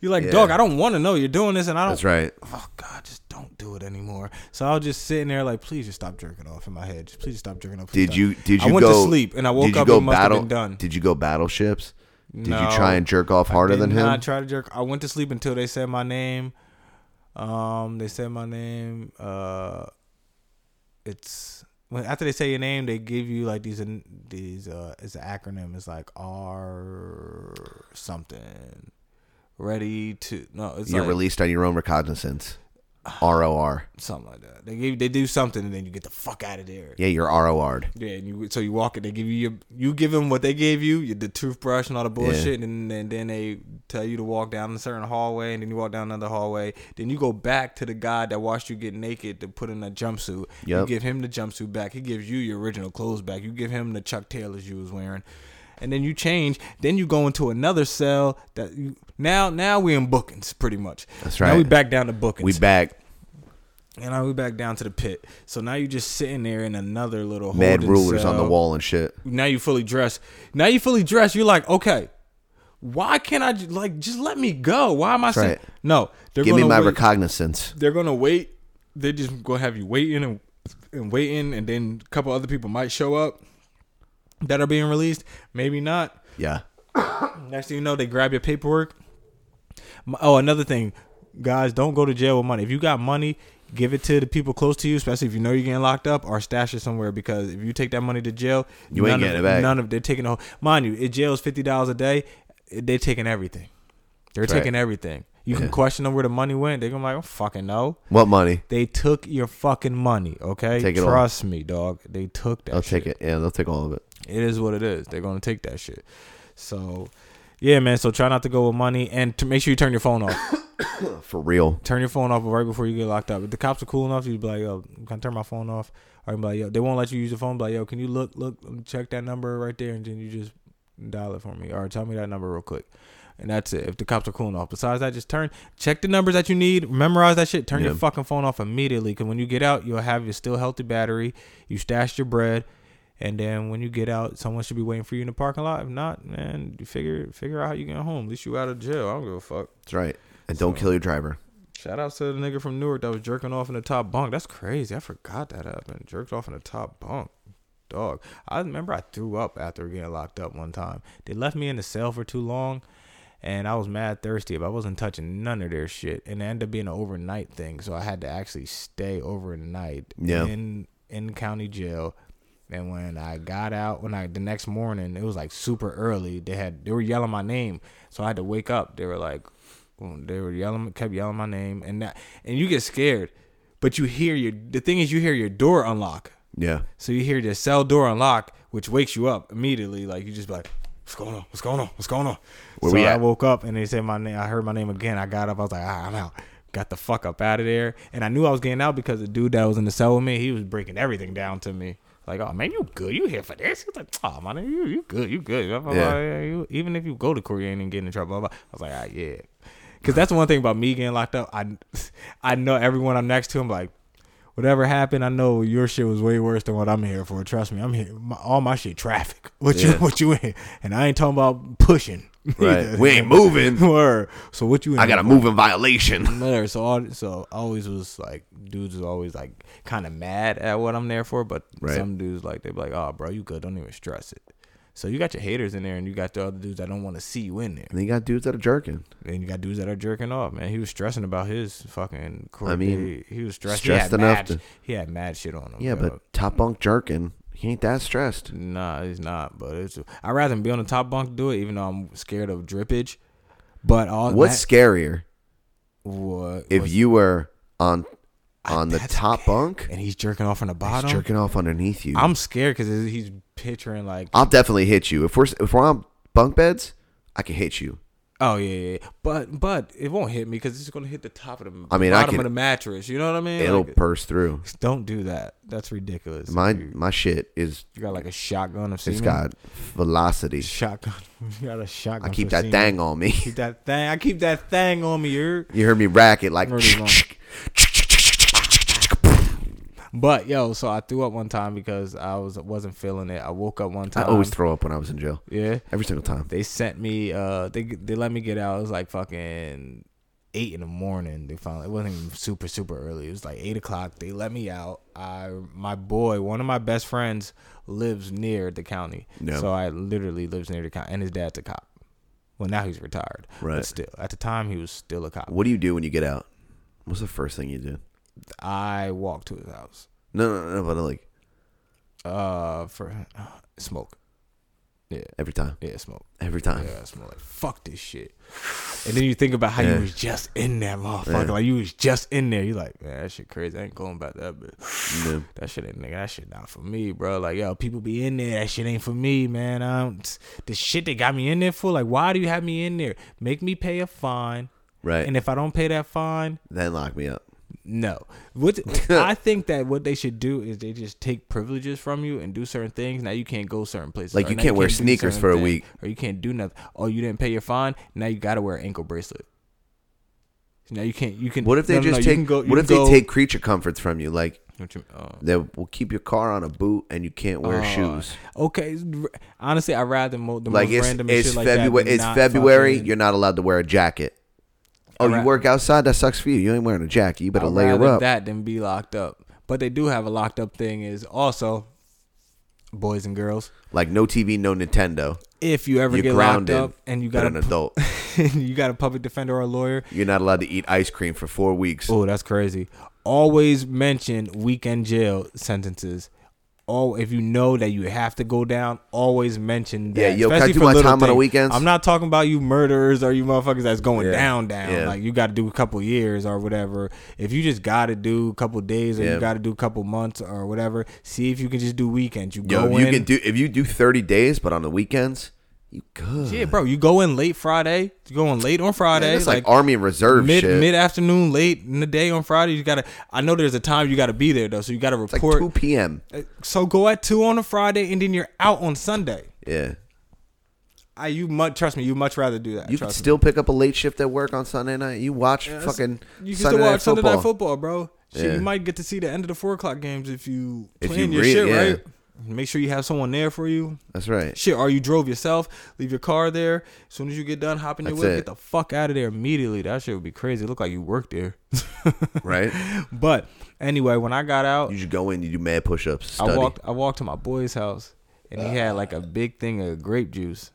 Speaker 5: You're like,
Speaker 4: Yeah.
Speaker 5: "Dog, I don't want to know you're doing this," and I don't.
Speaker 4: That's right.
Speaker 5: oh god, just don't do it anymore. So I was just sitting there like, please just stop jerking off in my head. Just please just stop jerking off. Please
Speaker 4: Did
Speaker 5: stop.
Speaker 4: you did you
Speaker 5: I went
Speaker 4: go
Speaker 5: to sleep and I woke
Speaker 4: did you
Speaker 5: up
Speaker 4: go
Speaker 5: and must
Speaker 4: battle,
Speaker 5: have been done.
Speaker 4: Did you go battleships? Did you
Speaker 5: No,
Speaker 4: try and jerk off harder
Speaker 5: Did
Speaker 4: than him?
Speaker 5: Not try to jerk. I went to sleep until they said my name. Um, they said my name. Uh, it's when after they say your name, they give you like these an- these uh, it's an acronym. It's like R something. Ready to no, it's
Speaker 4: You're
Speaker 5: like
Speaker 4: released on your own recognizance. ROR.
Speaker 5: something like that. They give they do something and then you get the fuck out of there.
Speaker 4: Yeah, you're ROR'd.
Speaker 5: Yeah, and you so you walk it. They give you your, you give them what they gave you, your, the toothbrush and all the bullshit, and, and then they tell you to walk down a certain hallway, and then you walk down another hallway. Then you go back to the guy that watched you get naked to put in a jumpsuit. You
Speaker 4: Yep.
Speaker 5: give him the jumpsuit back. He gives you your original clothes back. You give him the Chuck Taylors you was wearing, and then you change. Then you go into another cell that you now now we in bookings pretty much.
Speaker 4: That's
Speaker 5: Now we
Speaker 4: right.
Speaker 5: back down to bookings.
Speaker 4: We back.
Speaker 5: And I went back down to the pit. So now you're just sitting there in another little
Speaker 4: Mad
Speaker 5: holding
Speaker 4: rulers on the
Speaker 5: cell.
Speaker 4: wall and shit.
Speaker 5: Now you fully dressed. Now you fully dressed. You're like, okay, why can't I j- like just let me go? Why am I? sitting?
Speaker 4: right.
Speaker 5: No, they're
Speaker 4: Give me
Speaker 5: gonna
Speaker 4: my
Speaker 5: wait-
Speaker 4: recognizance.
Speaker 5: They're gonna wait. They're just gonna have you waiting and and waiting, and then a couple other people might show up that are being released. Maybe not.
Speaker 4: Yeah.
Speaker 5: Next thing you know, they grab your paperwork. M- Oh, another thing, guys, don't go to jail with money. If you got money, give it to the people close to you, especially if you know you're getting locked up, or stash it somewhere. Because if you take that money to jail,
Speaker 4: You ain't
Speaker 5: none
Speaker 4: getting
Speaker 5: of,
Speaker 4: it back.
Speaker 5: None of they're taking the whole. Mind you, it jails fifty dollars a day. eh, They're taking everything. They're
Speaker 4: right.
Speaker 5: taking everything. You can
Speaker 4: Yeah.
Speaker 5: question them where the money went. They're gonna be like, oh, fucking no.
Speaker 4: What money?
Speaker 5: They took your fucking money. Okay,
Speaker 4: Take it all.
Speaker 5: trust me, dog. They took that.
Speaker 4: They'll
Speaker 5: shit
Speaker 4: take it. Yeah, they'll take all of it.
Speaker 5: it is what it is. They're gonna take that shit. So, yeah, man. So try not to go with money, and to make sure you turn your phone off.
Speaker 4: For real.
Speaker 5: turn your phone off right before you get locked up. If the cops are cool enough, you'd be like, "Yo, can I turn my phone off?" Or be like, "Yo, they won't let you use the phone." Be like, "Yo, can you look, look, check that number right there, and then you just dial it for me, or tell me that number real quick." And that's it. If the cops are cool enough. Besides that, just turn, check the numbers that you need, memorize that shit. Turn your
Speaker 4: Yeah.
Speaker 5: fucking phone off immediately, because when you get out, you'll have your still healthy battery. You stashed your bread. And then when you get out, someone should be waiting for you in the parking lot. If not, man, you figure figure out how you get home. At least you out of jail. I don't give a fuck.
Speaker 4: That's right. And don't kill your driver.
Speaker 5: Shout out to the nigga from Newark that was jerking off in the top bunk. That's crazy. I forgot that happened. Jerked off in the top bunk. Dog. I remember I threw up after getting locked up one time. They left me in the cell for too long and I was mad thirsty, but I wasn't touching none of their shit. And it ended up being an overnight thing. So I had to actually stay overnight
Speaker 4: Yeah.
Speaker 5: in in county jail. And when I got out, when I the next morning, it was like super early. They had they were yelling my name, so I had to wake up. They were like, they were yelling, kept yelling my name, and that, and you get scared, but you hear your the thing is you hear your door unlock,
Speaker 4: Yeah.
Speaker 5: so you hear your cell door unlock, which wakes you up immediately. Like you just be like, what's going on? What's going on? What's going on?
Speaker 4: Where
Speaker 5: so
Speaker 4: we
Speaker 5: I
Speaker 4: at?
Speaker 5: woke up and they said my name. I heard my name again. I got up. I was like, ah, I'm out. Got the fuck up out of there. And I knew I was getting out because the dude that was in the cell with me, he was breaking everything down to me. Like, oh man, you good? You here for this? He's like, oh man, you you good? You good? Blah, blah, blah.
Speaker 4: Yeah.
Speaker 5: Yeah, you- even if you go to Korea and get in trouble, blah, blah. I was like, ah, yeah. Because that's the one thing about me getting locked up. I, I know everyone I'm next to. I'm like, whatever happened, I know your shit was way worse than what I'm here for. Trust me, I'm here. My, all my shit traffic. What you
Speaker 4: Yeah.
Speaker 5: what you in? And I ain't talking about pushing.
Speaker 4: Right. we ain't moving.
Speaker 5: Word. So what you? In
Speaker 4: I got a
Speaker 5: here
Speaker 4: moving violation.
Speaker 5: for? Word. So all, so I always was like dudes was always like kind of mad at what I'm there for, but
Speaker 4: Right.
Speaker 5: some dudes like they be like, oh bro, you good? Don't even stress it. So you got your haters in there, and you got the other dudes that don't want to see you in there.
Speaker 4: And then you got dudes that are jerking.
Speaker 5: And you got dudes that are jerking off, man. He was stressing about his fucking. Career.
Speaker 4: I mean,
Speaker 5: he, he was stressed.
Speaker 4: stressed
Speaker 5: he had
Speaker 4: enough
Speaker 5: mad,
Speaker 4: to-
Speaker 5: He had mad shit on him.
Speaker 4: Yeah,
Speaker 5: dog.
Speaker 4: but top bunk jerking. He ain't that stressed.
Speaker 5: Nah, it's not. But it's I'd rather be on the top bunk to do it, even though I'm scared of drippage. But all
Speaker 4: What's
Speaker 5: that,
Speaker 4: scarier?
Speaker 5: what
Speaker 4: If
Speaker 5: what's-
Speaker 4: you were on on the top bunk,
Speaker 5: and he's jerking off on the
Speaker 4: he's
Speaker 5: bottom,
Speaker 4: jerking off underneath you.
Speaker 5: I'm scared because he's picturing like,
Speaker 4: I'll definitely hit you. If we're if we're on bunk beds, I can hit you.
Speaker 5: oh yeah, yeah, yeah. but but it won't hit me because it's gonna hit the top of the
Speaker 4: I mean, I
Speaker 5: bottom
Speaker 4: could-
Speaker 5: of the mattress. You know what I mean?
Speaker 4: It'll
Speaker 5: Like,
Speaker 4: burst through.
Speaker 5: don't do that. That's ridiculous.
Speaker 4: My
Speaker 5: you,
Speaker 4: my shit is
Speaker 5: you got like a shotgun of semen.
Speaker 4: it's got velocity.
Speaker 5: shotgun. you got a
Speaker 4: I
Speaker 5: shotgun.
Speaker 4: keep
Speaker 5: for
Speaker 4: that
Speaker 5: semen.
Speaker 4: thing on me.
Speaker 5: Keep that thing. I keep that thing on me. You're.
Speaker 4: You heard me rack it like
Speaker 5: Where we going? But yo, so I threw up one time because I was wasn't feeling it. I woke up one
Speaker 4: I
Speaker 5: time.
Speaker 4: always throw up when I was in jail.
Speaker 5: yeah.
Speaker 4: Every single time.
Speaker 5: They sent me. Uh, they they let me get out. It was like fucking eight in the morning. They finally. It wasn't even super super early. It was like eight o'clock. They let me out. I my boy, one of my best friends, lives near the county.
Speaker 4: Yeah.
Speaker 5: So I literally lives near the county, and his dad's a cop. Well, now he's retired.
Speaker 4: Right.
Speaker 5: But still, at the time he was still a cop.
Speaker 4: What do you do when you get out? What's the first thing you do?
Speaker 5: I walked to his house.
Speaker 4: No, no, no, but like
Speaker 5: Uh, for smoke. Yeah.
Speaker 4: every time,
Speaker 5: Yeah, smoke.
Speaker 4: every time.
Speaker 5: Yeah, I smell like fuck this shit. And then you think about how
Speaker 4: Yeah.
Speaker 5: you was just in that motherfucker.
Speaker 4: Yeah.
Speaker 5: Like you was just in there. You like, man, that shit crazy. I ain't going about that, but that shit ain't nigga. That shit not for me, bro. Like, yo, people be in there. That shit ain't for me, man. Um, the shit they got me in there for. Like, why do you have me in there? Make me pay a fine.
Speaker 4: Right.
Speaker 5: And if I don't pay that fine,
Speaker 4: then lock me up.
Speaker 5: no. What I think that what they should do is they just take privileges from you and do certain things. Now you can't go certain places.
Speaker 4: Like,
Speaker 5: or
Speaker 4: you
Speaker 5: now
Speaker 4: can't wear
Speaker 5: do
Speaker 4: sneakers
Speaker 5: certain
Speaker 4: for a
Speaker 5: things,
Speaker 4: week.
Speaker 5: or you can't do nothing. Oh, you didn't pay your fine. Now you got to wear an ankle bracelet. No, you can't. You can.
Speaker 4: What if they
Speaker 5: no, no, no,
Speaker 4: just
Speaker 5: you
Speaker 4: take?
Speaker 5: can go- you
Speaker 4: what if
Speaker 5: can
Speaker 4: they
Speaker 5: go-
Speaker 4: take creature comforts from you? Like
Speaker 5: What you- oh.
Speaker 4: they will keep your car on a boot and you can't wear shoes.
Speaker 5: Okay, r- honestly, I rather mo- the
Speaker 4: Like
Speaker 5: most
Speaker 4: it's
Speaker 5: random and
Speaker 4: it's
Speaker 5: shit like that.
Speaker 4: February.
Speaker 5: than
Speaker 4: It's
Speaker 5: not
Speaker 4: February.
Speaker 5: fucking-
Speaker 4: You're not allowed to wear a jacket. Oh, you
Speaker 5: Alright.
Speaker 4: work outside? That sucks for you. You ain't wearing a jacket. You better
Speaker 5: I'd
Speaker 4: layer
Speaker 5: rather
Speaker 4: up.
Speaker 5: that than be locked up. But they do have a locked up thing. Is also, boys and girls,
Speaker 4: Like no TV, no Nintendo.
Speaker 5: if you ever
Speaker 4: You're
Speaker 5: get
Speaker 4: grounded.
Speaker 5: locked up and you
Speaker 4: but
Speaker 5: got
Speaker 4: an
Speaker 5: a,
Speaker 4: adult.
Speaker 5: you got a public defender or a lawyer.
Speaker 4: You're not allowed to eat ice cream for four weeks.
Speaker 5: Oh, that's crazy. Always mention weekend jail sentences. Oh, if you know that you have to go down, always mention that.
Speaker 4: Yeah, yo, can I
Speaker 5: especially
Speaker 4: do
Speaker 5: for
Speaker 4: my
Speaker 5: little
Speaker 4: time on the
Speaker 5: things.
Speaker 4: weekends?
Speaker 5: I'm not talking about you murderers or you motherfuckers that's going
Speaker 4: Yeah,
Speaker 5: down, down.
Speaker 4: yeah.
Speaker 5: Like you got to do a couple years or whatever. If you just got to do a couple days or
Speaker 4: Yeah.
Speaker 5: you got to do a couple months or whatever, see if you can just do weekends. You
Speaker 4: Yo,
Speaker 5: go
Speaker 4: if you
Speaker 5: in,
Speaker 4: can do if you do 30 days, but on the weekends, you good.
Speaker 5: yeah, bro. You go in late Friday. You go in late on Friday.
Speaker 4: Man, It's like,
Speaker 5: like
Speaker 4: Army and Reserve
Speaker 5: mid
Speaker 4: shit.
Speaker 5: mid afternoon, late in the day on Friday. You gotta. I know there's a time you gotta be there though, so you gotta
Speaker 4: it's like
Speaker 5: report.
Speaker 4: 2 p.m.
Speaker 5: so go at two on a Friday, and then you're out on Sunday.
Speaker 4: Yeah.
Speaker 5: I you much trust me. You much rather do that.
Speaker 4: You can
Speaker 5: trust
Speaker 4: still pick up a late shift at work on Sunday night. You watch
Speaker 5: that's-
Speaker 4: fucking
Speaker 5: me.
Speaker 4: Sunday,
Speaker 5: You can still
Speaker 4: night
Speaker 5: watch Sunday
Speaker 4: football.
Speaker 5: Night Football, bro. Shit,
Speaker 4: Yeah.
Speaker 5: you might get to see the end of the four o'clock games if you
Speaker 4: If
Speaker 5: plan
Speaker 4: you
Speaker 5: your
Speaker 4: re-
Speaker 5: shit
Speaker 4: yeah.
Speaker 5: right. Make sure you have someone there for you.
Speaker 4: That's right.
Speaker 5: Shit, or you drove yourself. Leave your car there. As soon as you get done, hop in your
Speaker 4: That's
Speaker 5: whip.
Speaker 4: it.
Speaker 5: Get the fuck out of there immediately. That shit would be crazy. It looked like you worked there.
Speaker 4: Right?
Speaker 5: But anyway, when I got out,
Speaker 4: You should go in, you do mad push ups.
Speaker 5: I walked I walked to my boy's house and he had like a big thing of grape juice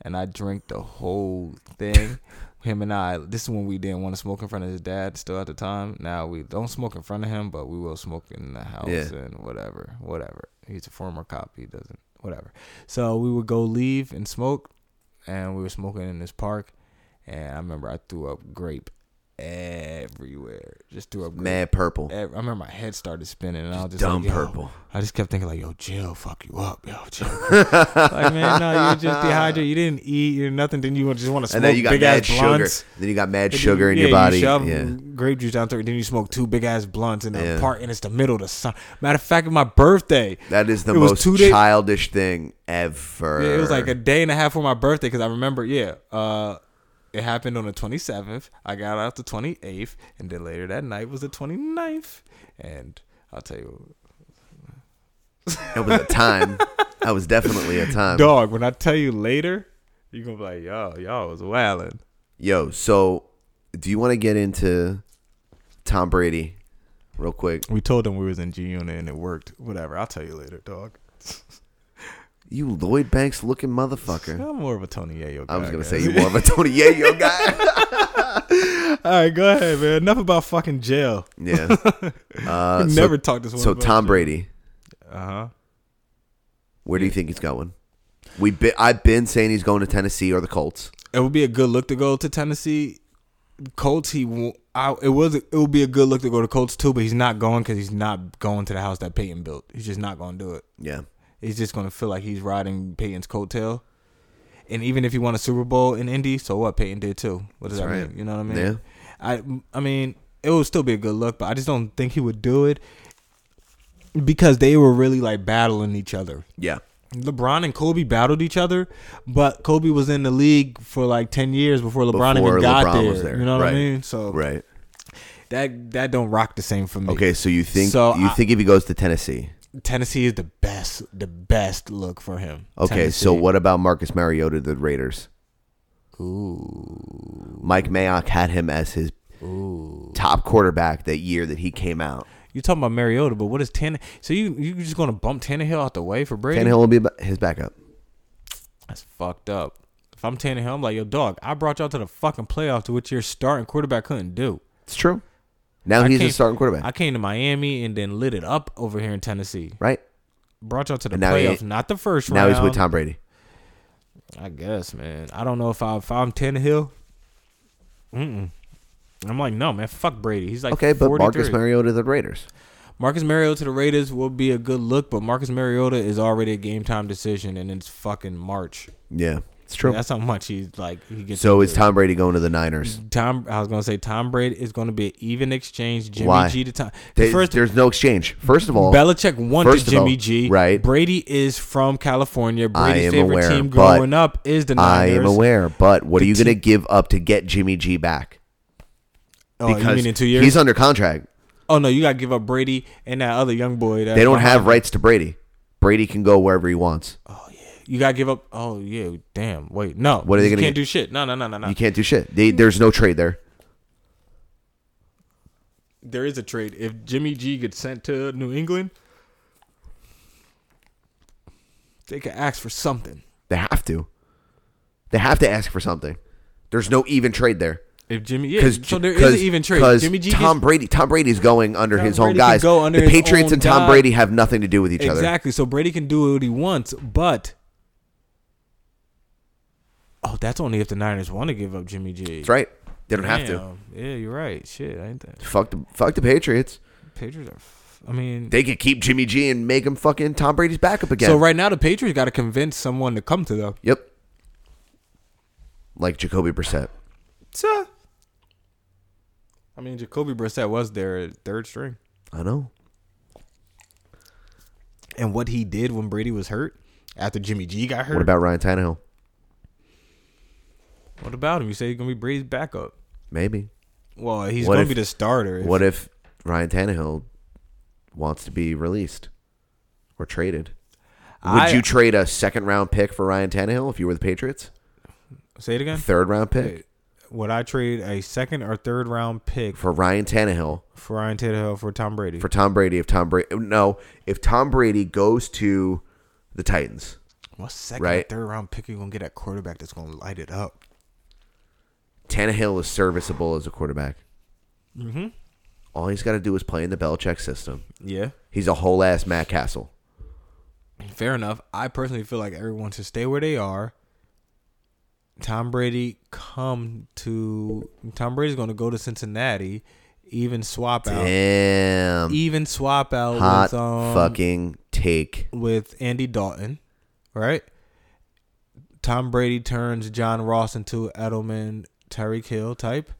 Speaker 5: and I drank the whole thing. him and I this is when we didn't want to smoke in front of his dad still at the time. Now we don't smoke in front of him, but we will smoke in the house
Speaker 4: Yeah.
Speaker 5: and whatever. Whatever. He's a former cop, he doesn't whatever. So we would go leave and smoke and we were smoking in this park and I remember I threw up grape everywhere. Just threw up grape
Speaker 4: Mad purple.
Speaker 5: ev- I remember my head started spinning, and I was just
Speaker 4: dumb
Speaker 5: like, yo.
Speaker 4: purple.
Speaker 5: I just kept thinking like, "Yo, Jill, fuck you up, yo, Jill." like, man, no, you were just dehydrated. You didn't eat. You nothing. Then you would just want to smoke
Speaker 4: And then you got
Speaker 5: big
Speaker 4: mad
Speaker 5: ass
Speaker 4: sugar.
Speaker 5: blunts.
Speaker 4: Then you got mad
Speaker 5: And then
Speaker 4: sugar
Speaker 5: you-
Speaker 4: in
Speaker 5: yeah,
Speaker 4: your body.
Speaker 5: You shove
Speaker 4: yeah.
Speaker 5: grape juice down through. it, Then you smoke two big ass blunts in
Speaker 4: Yeah.
Speaker 5: a part, and it's the middle of the sun. Matter of fact, my birthday.
Speaker 4: That is the
Speaker 5: It was
Speaker 4: most
Speaker 5: two days-
Speaker 4: childish thing ever.
Speaker 5: Yeah, it was like a day and a half for my birthday because I remember, yeah, uh, it happened on the 27th. I got out the 28th, and then later that night was the 29th. And I'll tell you,
Speaker 4: It was a time. that was definitely a time.
Speaker 5: dog, when I tell you later, you're going to be like, yo, y'all was wildin'.
Speaker 4: Yo, so do you want to get into Tom Brady real quick?
Speaker 5: We told them we was in G Unit and it worked. Whatever. I'll tell you later, dog.
Speaker 4: You Lloyd Banks looking motherfucker.
Speaker 5: I'm more of a Tony Yayo guy.
Speaker 4: I was gonna
Speaker 5: guys.
Speaker 4: say you more of a Tony Yayo guy.
Speaker 5: All right, go ahead, man. Enough about fucking jail.
Speaker 4: yeah. Uh, so,
Speaker 5: Never talk this one.
Speaker 4: so Tom Brady,
Speaker 5: Uh huh.
Speaker 4: where do you think he's going? We be, I've been saying he's going to Tennessee or the Colts.
Speaker 5: it would be a good look to go to Tennessee. Colts, he won't. I, it was. It would be a good look to go to Colts too, but he's not going because he's not going to the house that Peyton built. He's just not going to do it.
Speaker 4: Yeah.
Speaker 5: He's just going to feel like he's riding Peyton's coattail. And even if he won a Super Bowl in Indy, so what? Peyton did too. What does
Speaker 4: That's
Speaker 5: that
Speaker 4: right.
Speaker 5: mean? You know what I mean?
Speaker 4: Yeah.
Speaker 5: I I mean, it would still be a good look, but I just don't think he would do it because they were really like battling each other.
Speaker 4: Yeah.
Speaker 5: LeBron and Kobe battled each other, but Kobe was in the league for like ten years before LeBron
Speaker 4: Before
Speaker 5: even got
Speaker 4: LeBron
Speaker 5: there,
Speaker 4: was there.
Speaker 5: You know what
Speaker 4: Right.
Speaker 5: I mean? So
Speaker 4: Right.
Speaker 5: that that don't rock the same for me.
Speaker 4: Okay, so you think
Speaker 5: So
Speaker 4: you
Speaker 5: I-
Speaker 4: think if he goes to Tennessee?
Speaker 5: Tennessee is the best, the best look for him.
Speaker 4: Okay, so what about Marcus Mariota to the Raiders?
Speaker 5: Ooh,
Speaker 4: Mike Mayock had him as his top quarterback that year that he came out.
Speaker 5: you talking about Mariota, but what is Tanner? So you you just gonna bump Tannehill out the way for Brady?
Speaker 4: Tannehill will be ba- his backup.
Speaker 5: That's fucked up. If I'm Tannehill, I'm like, yo, dog, I brought y'all to the fucking playoffs to which your starting quarterback couldn't do.
Speaker 4: It's true. Now
Speaker 5: I
Speaker 4: he's the
Speaker 5: came-
Speaker 4: starting quarterback,
Speaker 5: I came to Miami and then lit it up over here in Tennessee.
Speaker 4: right?
Speaker 5: brought y'all to the
Speaker 4: And now he-
Speaker 5: playoffs, not the first
Speaker 4: Now
Speaker 5: round.
Speaker 4: he's with Tom Brady.
Speaker 5: I guess, man. I don't know if I if I'm Tannehill. Mm-mm. I'm like, no, man. Fuck Brady. He's like,
Speaker 4: Okay, but Marcus
Speaker 5: Mariota.
Speaker 4: Mariota to the Raiders.
Speaker 5: Marcus Mariota to the Raiders will be a good look, but Marcus Mariota is already a game time decision, and it's fucking March.
Speaker 4: Yeah, it's true.
Speaker 5: That's how much he's like. He gets
Speaker 4: so is
Speaker 5: injured.
Speaker 4: Tom Brady going to the Niners?
Speaker 5: Tom. I was gonna say Tom Brady is gonna be an even exchange. Jimmy
Speaker 4: Why?
Speaker 5: G to Tom.
Speaker 4: They-
Speaker 5: First,
Speaker 4: there's no exchange. First of all,
Speaker 5: Belichick wanted
Speaker 4: First of
Speaker 5: Jimmy
Speaker 4: all,
Speaker 5: G.
Speaker 4: right.
Speaker 5: Brady is from California.
Speaker 4: I
Speaker 5: Brady's
Speaker 4: am
Speaker 5: favorite
Speaker 4: aware,
Speaker 5: team
Speaker 4: but
Speaker 5: growing up is the
Speaker 4: I
Speaker 5: Niners.
Speaker 4: am aware, but what are
Speaker 5: The
Speaker 4: you going to
Speaker 5: team-
Speaker 4: give up to get Jimmy G back?
Speaker 5: Oh, you mean in two years?
Speaker 4: he's under contract.
Speaker 5: Oh no, you got to give up Brady and that other young boy. That
Speaker 4: They don't have rights to Brady. Brady can go wherever he wants.
Speaker 5: Uh-huh. You got to give up. Oh yeah, damn. Wait, no.
Speaker 4: What are they
Speaker 5: You
Speaker 4: gonna
Speaker 5: Can't
Speaker 4: get?
Speaker 5: do shit. No, no, no, no, no.
Speaker 4: You can't do shit. They, there's no trade there.
Speaker 5: There is a trade. If Jimmy G gets sent to New England, they could ask for something.
Speaker 4: They have to. They have to ask for something. There's no even trade there.
Speaker 5: If Jimmy, yeah,
Speaker 4: Because
Speaker 5: so there is an even trade. Jimmy G
Speaker 4: Tom
Speaker 5: gets,
Speaker 4: Brady, Tom Brady's going under
Speaker 5: Tom
Speaker 4: his own
Speaker 5: Brady can
Speaker 4: guys.
Speaker 5: go under
Speaker 4: the
Speaker 5: his
Speaker 4: Patriots
Speaker 5: own
Speaker 4: and Tom
Speaker 5: guy.
Speaker 4: Brady have nothing to do with each other.
Speaker 5: exactly. So Brady can do what he wants, but oh, that's only if the Niners want to give up Jimmy G.
Speaker 4: That's right. They don't have to.
Speaker 5: Damn. Yeah, you're right. Shit, I ain't that.
Speaker 4: Fuck the fuck the Patriots.
Speaker 5: Patriots are. F- I mean,
Speaker 4: They could keep Jimmy G and make him fucking Tom Brady's backup again.
Speaker 5: so right now the Patriots got to convince someone to come to them.
Speaker 4: Yep. Like Jacoby Brissett.
Speaker 5: So, I mean, Jacoby Brissett was their third string,
Speaker 4: I know.
Speaker 5: and what he did when Brady was hurt, after Jimmy G got hurt.
Speaker 4: What about Ryan Tannehill?
Speaker 5: what about him? You say he's gonna be Brady's backup.
Speaker 4: Maybe.
Speaker 5: Well, he's
Speaker 4: What
Speaker 5: gonna
Speaker 4: if-
Speaker 5: be the starter. if-
Speaker 4: What if Ryan Tannehill wants to be released or traded? Would
Speaker 5: I-
Speaker 4: you trade a second round pick for Ryan Tannehill if you were the Patriots?
Speaker 5: Say it again.
Speaker 4: Third round pick
Speaker 5: Would I trade a second or third round pick
Speaker 4: for Ryan Tannehill
Speaker 5: for Ryan Tannehill for Tom Brady?
Speaker 4: for Tom Brady if Tom Brady no if Tom Brady goes to the Titans
Speaker 5: what second
Speaker 4: Right.
Speaker 5: or third round pick you gonna get at quarterback that's gonna light it up?
Speaker 4: Tannehill is serviceable as a quarterback. Mm-hmm. All he's got to do is play in the Belichick system.
Speaker 5: Yeah.
Speaker 4: He's a whole ass Matt Castle.
Speaker 5: Fair enough. I personally feel like everyone should stay where they are. Tom Brady come to Tom Brady's going to go to Cincinnati, even swap out,
Speaker 4: Damn.
Speaker 5: even swap out
Speaker 4: Hot
Speaker 5: with um,
Speaker 4: fucking take.
Speaker 5: with Andy Dalton, right? Tom Brady turns John Ross into Edelman, Tyreek Hill type.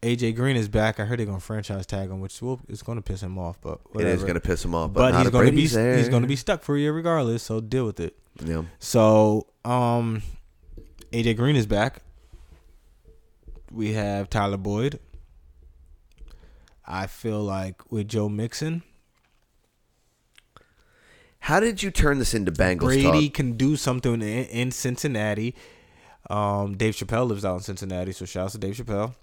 Speaker 5: AJ Green is back. I heard they're gonna franchise tag him, which will is gonna piss him off, but whatever.
Speaker 4: It is going to piss him off, but,
Speaker 5: but
Speaker 4: not
Speaker 5: he's
Speaker 4: if
Speaker 5: gonna be
Speaker 4: Brady's there.
Speaker 5: he's gonna be stuck for a year regardless. So deal with it.
Speaker 4: Yeah.
Speaker 5: So, um, AJ Green is back. We have Tyler Boyd. I feel like with Joe Mixon,
Speaker 4: How did you turn this into Bengals
Speaker 5: Brady
Speaker 4: talk?
Speaker 5: can do something in, in Cincinnati. Um, Dave Chappelle lives out in Cincinnati, so shouts to Dave Chappelle.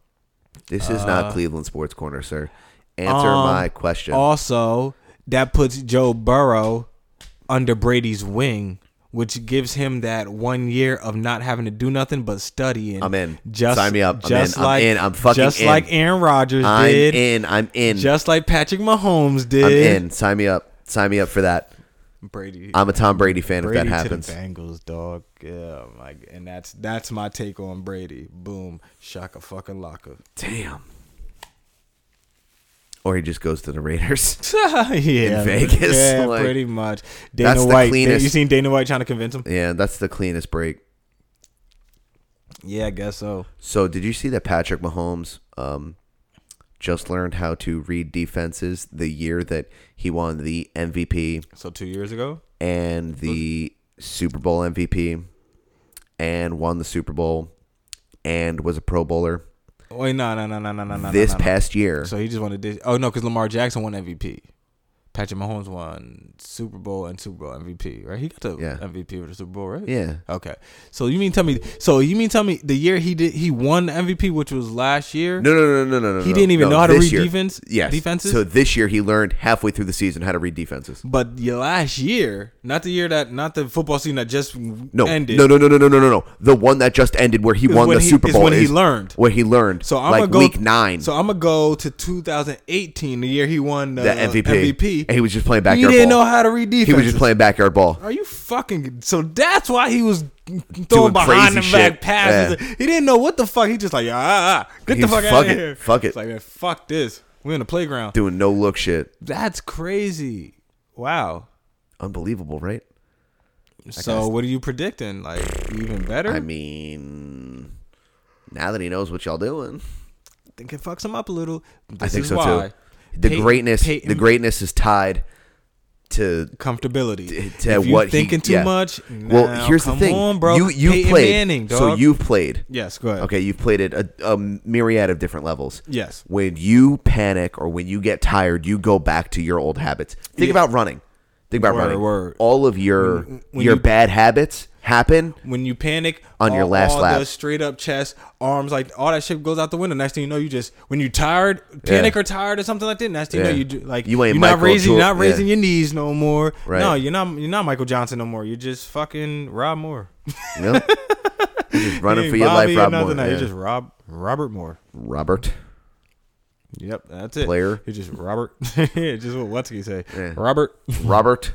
Speaker 4: This is not Cleveland Sports Corner, sir. Answer
Speaker 5: uh, Um,
Speaker 4: my question.
Speaker 5: Also, that puts Joe Burrow under Brady's wing, which gives him that one year of not having to do nothing but studying.
Speaker 4: I'm in.
Speaker 5: Just
Speaker 4: Sign me up. I'm
Speaker 5: Just
Speaker 4: in. I'm
Speaker 5: like
Speaker 4: in. I'm fucking
Speaker 5: just
Speaker 4: in.
Speaker 5: like Aaron Rodgers
Speaker 4: I'm
Speaker 5: did.
Speaker 4: in. I'm in.
Speaker 5: Just like Patrick Mahomes did.
Speaker 4: I'm in. Sign me up. Sign me up for that.
Speaker 5: Brady.
Speaker 4: I'm a Tom Brady fan
Speaker 5: Brady
Speaker 4: if that happens.
Speaker 5: to the Bengals, dog. Yeah, my, and that's that's my take on Brady. Boom, shaka fucking laka.
Speaker 4: Damn. Or he just goes to the Raiders.
Speaker 5: yeah, in
Speaker 4: Vegas,
Speaker 5: Yeah,
Speaker 4: like-
Speaker 5: pretty much. Dana
Speaker 4: That's the
Speaker 5: White.
Speaker 4: cleanest-
Speaker 5: You seen Dana White trying to convince him?
Speaker 4: Yeah, that's the cleanest break.
Speaker 5: Yeah, I guess so.
Speaker 4: So, did you see that Patrick Mahomes um, just learned how to read defenses the year that he won the MVP
Speaker 5: So two years ago.
Speaker 4: and the Super Bowl MVP and won the Super Bowl and was a Pro Bowler
Speaker 5: Wait, Oh, no, no, no, no, no, no, no.
Speaker 4: this
Speaker 5: no, no.
Speaker 4: past year?
Speaker 5: So he just wanted this. Oh no, because Lamar Jackson won MVP. Patrick Mahomes won Super Bowl and Super Bowl MVP, right? He got the
Speaker 4: Yeah.
Speaker 5: MVP with the Super Bowl, right?
Speaker 4: Yeah.
Speaker 5: Okay. So you mean tell me? So you mean tell me the year he did he won MVP, which was last year?
Speaker 4: No, no, no, no, no, no.
Speaker 5: He
Speaker 4: no,
Speaker 5: didn't even
Speaker 4: no,
Speaker 5: know how to
Speaker 4: this
Speaker 5: read
Speaker 4: year.
Speaker 5: defense-
Speaker 4: Yes,
Speaker 5: defenses?
Speaker 4: So this year he learned halfway through the season how to read defenses.
Speaker 5: But the last year, not the year that, not the football season that just
Speaker 4: No,
Speaker 5: ended.
Speaker 4: no, no, no, no, no, no, no. The one that just ended where he
Speaker 5: Is
Speaker 4: won
Speaker 5: when
Speaker 4: the
Speaker 5: he-
Speaker 4: Super
Speaker 5: is
Speaker 4: Bowl
Speaker 5: when he learned.
Speaker 4: Where he learned.
Speaker 5: So I'm
Speaker 4: like
Speaker 5: gonna go
Speaker 4: week nine.
Speaker 5: So I'm gonna go to 2018, the year he won the,
Speaker 4: the MVP.
Speaker 5: MVP.
Speaker 4: And he was just playing
Speaker 5: He
Speaker 4: backyard
Speaker 5: didn't
Speaker 4: ball.
Speaker 5: know how to read defense.
Speaker 4: He was just playing backyard ball.
Speaker 5: Are you fucking? So that's why he was throwing
Speaker 4: Doing
Speaker 5: behind the
Speaker 4: crazy
Speaker 5: back
Speaker 4: shit.
Speaker 5: passes.
Speaker 4: Yeah.
Speaker 5: He didn't know what the fuck. He just like, ah, ah, ah, get the
Speaker 4: He's,
Speaker 5: fuck out
Speaker 4: "Fuck
Speaker 5: of
Speaker 4: it,
Speaker 5: here.
Speaker 4: fuck it."
Speaker 5: It's like, man, fuck this. We're in the playground.
Speaker 4: Doing no look shit.
Speaker 5: That's crazy. Wow.
Speaker 4: Unbelievable, right?
Speaker 5: So what are you predicting? Like even better?
Speaker 4: I mean, now that he knows what y'all doing,
Speaker 5: think it fucks him up a little. This
Speaker 4: I think
Speaker 5: is
Speaker 4: so
Speaker 5: why.
Speaker 4: too. The
Speaker 5: Pey-
Speaker 4: greatness,
Speaker 5: Peyton-
Speaker 4: the greatness is tied to
Speaker 5: comfortability.
Speaker 4: to
Speaker 5: if you
Speaker 4: what he-
Speaker 5: thinking too
Speaker 4: yeah.
Speaker 5: much.
Speaker 4: well,
Speaker 5: now,
Speaker 4: here's the
Speaker 5: come
Speaker 4: thing,
Speaker 5: on, bro.
Speaker 4: You you
Speaker 5: Peyton
Speaker 4: played,
Speaker 5: Manning,
Speaker 4: so
Speaker 5: dog.
Speaker 4: you've played.
Speaker 5: yes, go ahead.
Speaker 4: Okay, you've played at a, a myriad of different levels.
Speaker 5: Yes.
Speaker 4: When you panic or when you get tired, you go back to your old habits. Think about running. Think about
Speaker 5: Word,
Speaker 4: running.
Speaker 5: word.
Speaker 4: All of your
Speaker 5: when
Speaker 4: your
Speaker 5: you-
Speaker 4: bad habits happen.
Speaker 5: When you panic
Speaker 4: On your
Speaker 5: all-
Speaker 4: last
Speaker 5: all
Speaker 4: lap.
Speaker 5: the straight up chest, arms, like all that shit goes out the window. Next thing you know, you just when you tired, panic or tired or something like that. Next thing you
Speaker 4: Yeah.
Speaker 5: know, you do, like
Speaker 4: You ain't
Speaker 5: you're not
Speaker 4: Michael
Speaker 5: raising, you're not
Speaker 4: Jor- yeah.
Speaker 5: raising your knees no more.
Speaker 4: Right.
Speaker 5: No, you're not. You're not Michael Johnson no more. You're just fucking Rob Moore.
Speaker 4: You know? You're just running
Speaker 5: Ain't
Speaker 4: for your
Speaker 5: Bobby
Speaker 4: life,
Speaker 5: or
Speaker 4: Rob
Speaker 5: nothing.
Speaker 4: Moore.
Speaker 5: No,
Speaker 4: Yeah.
Speaker 5: You're just Rob Robert Moore.
Speaker 4: Robert.
Speaker 5: Yep, that's it.
Speaker 4: Player.
Speaker 5: You're just Robert. Yeah, just what what's he say? Robert.
Speaker 4: Robert.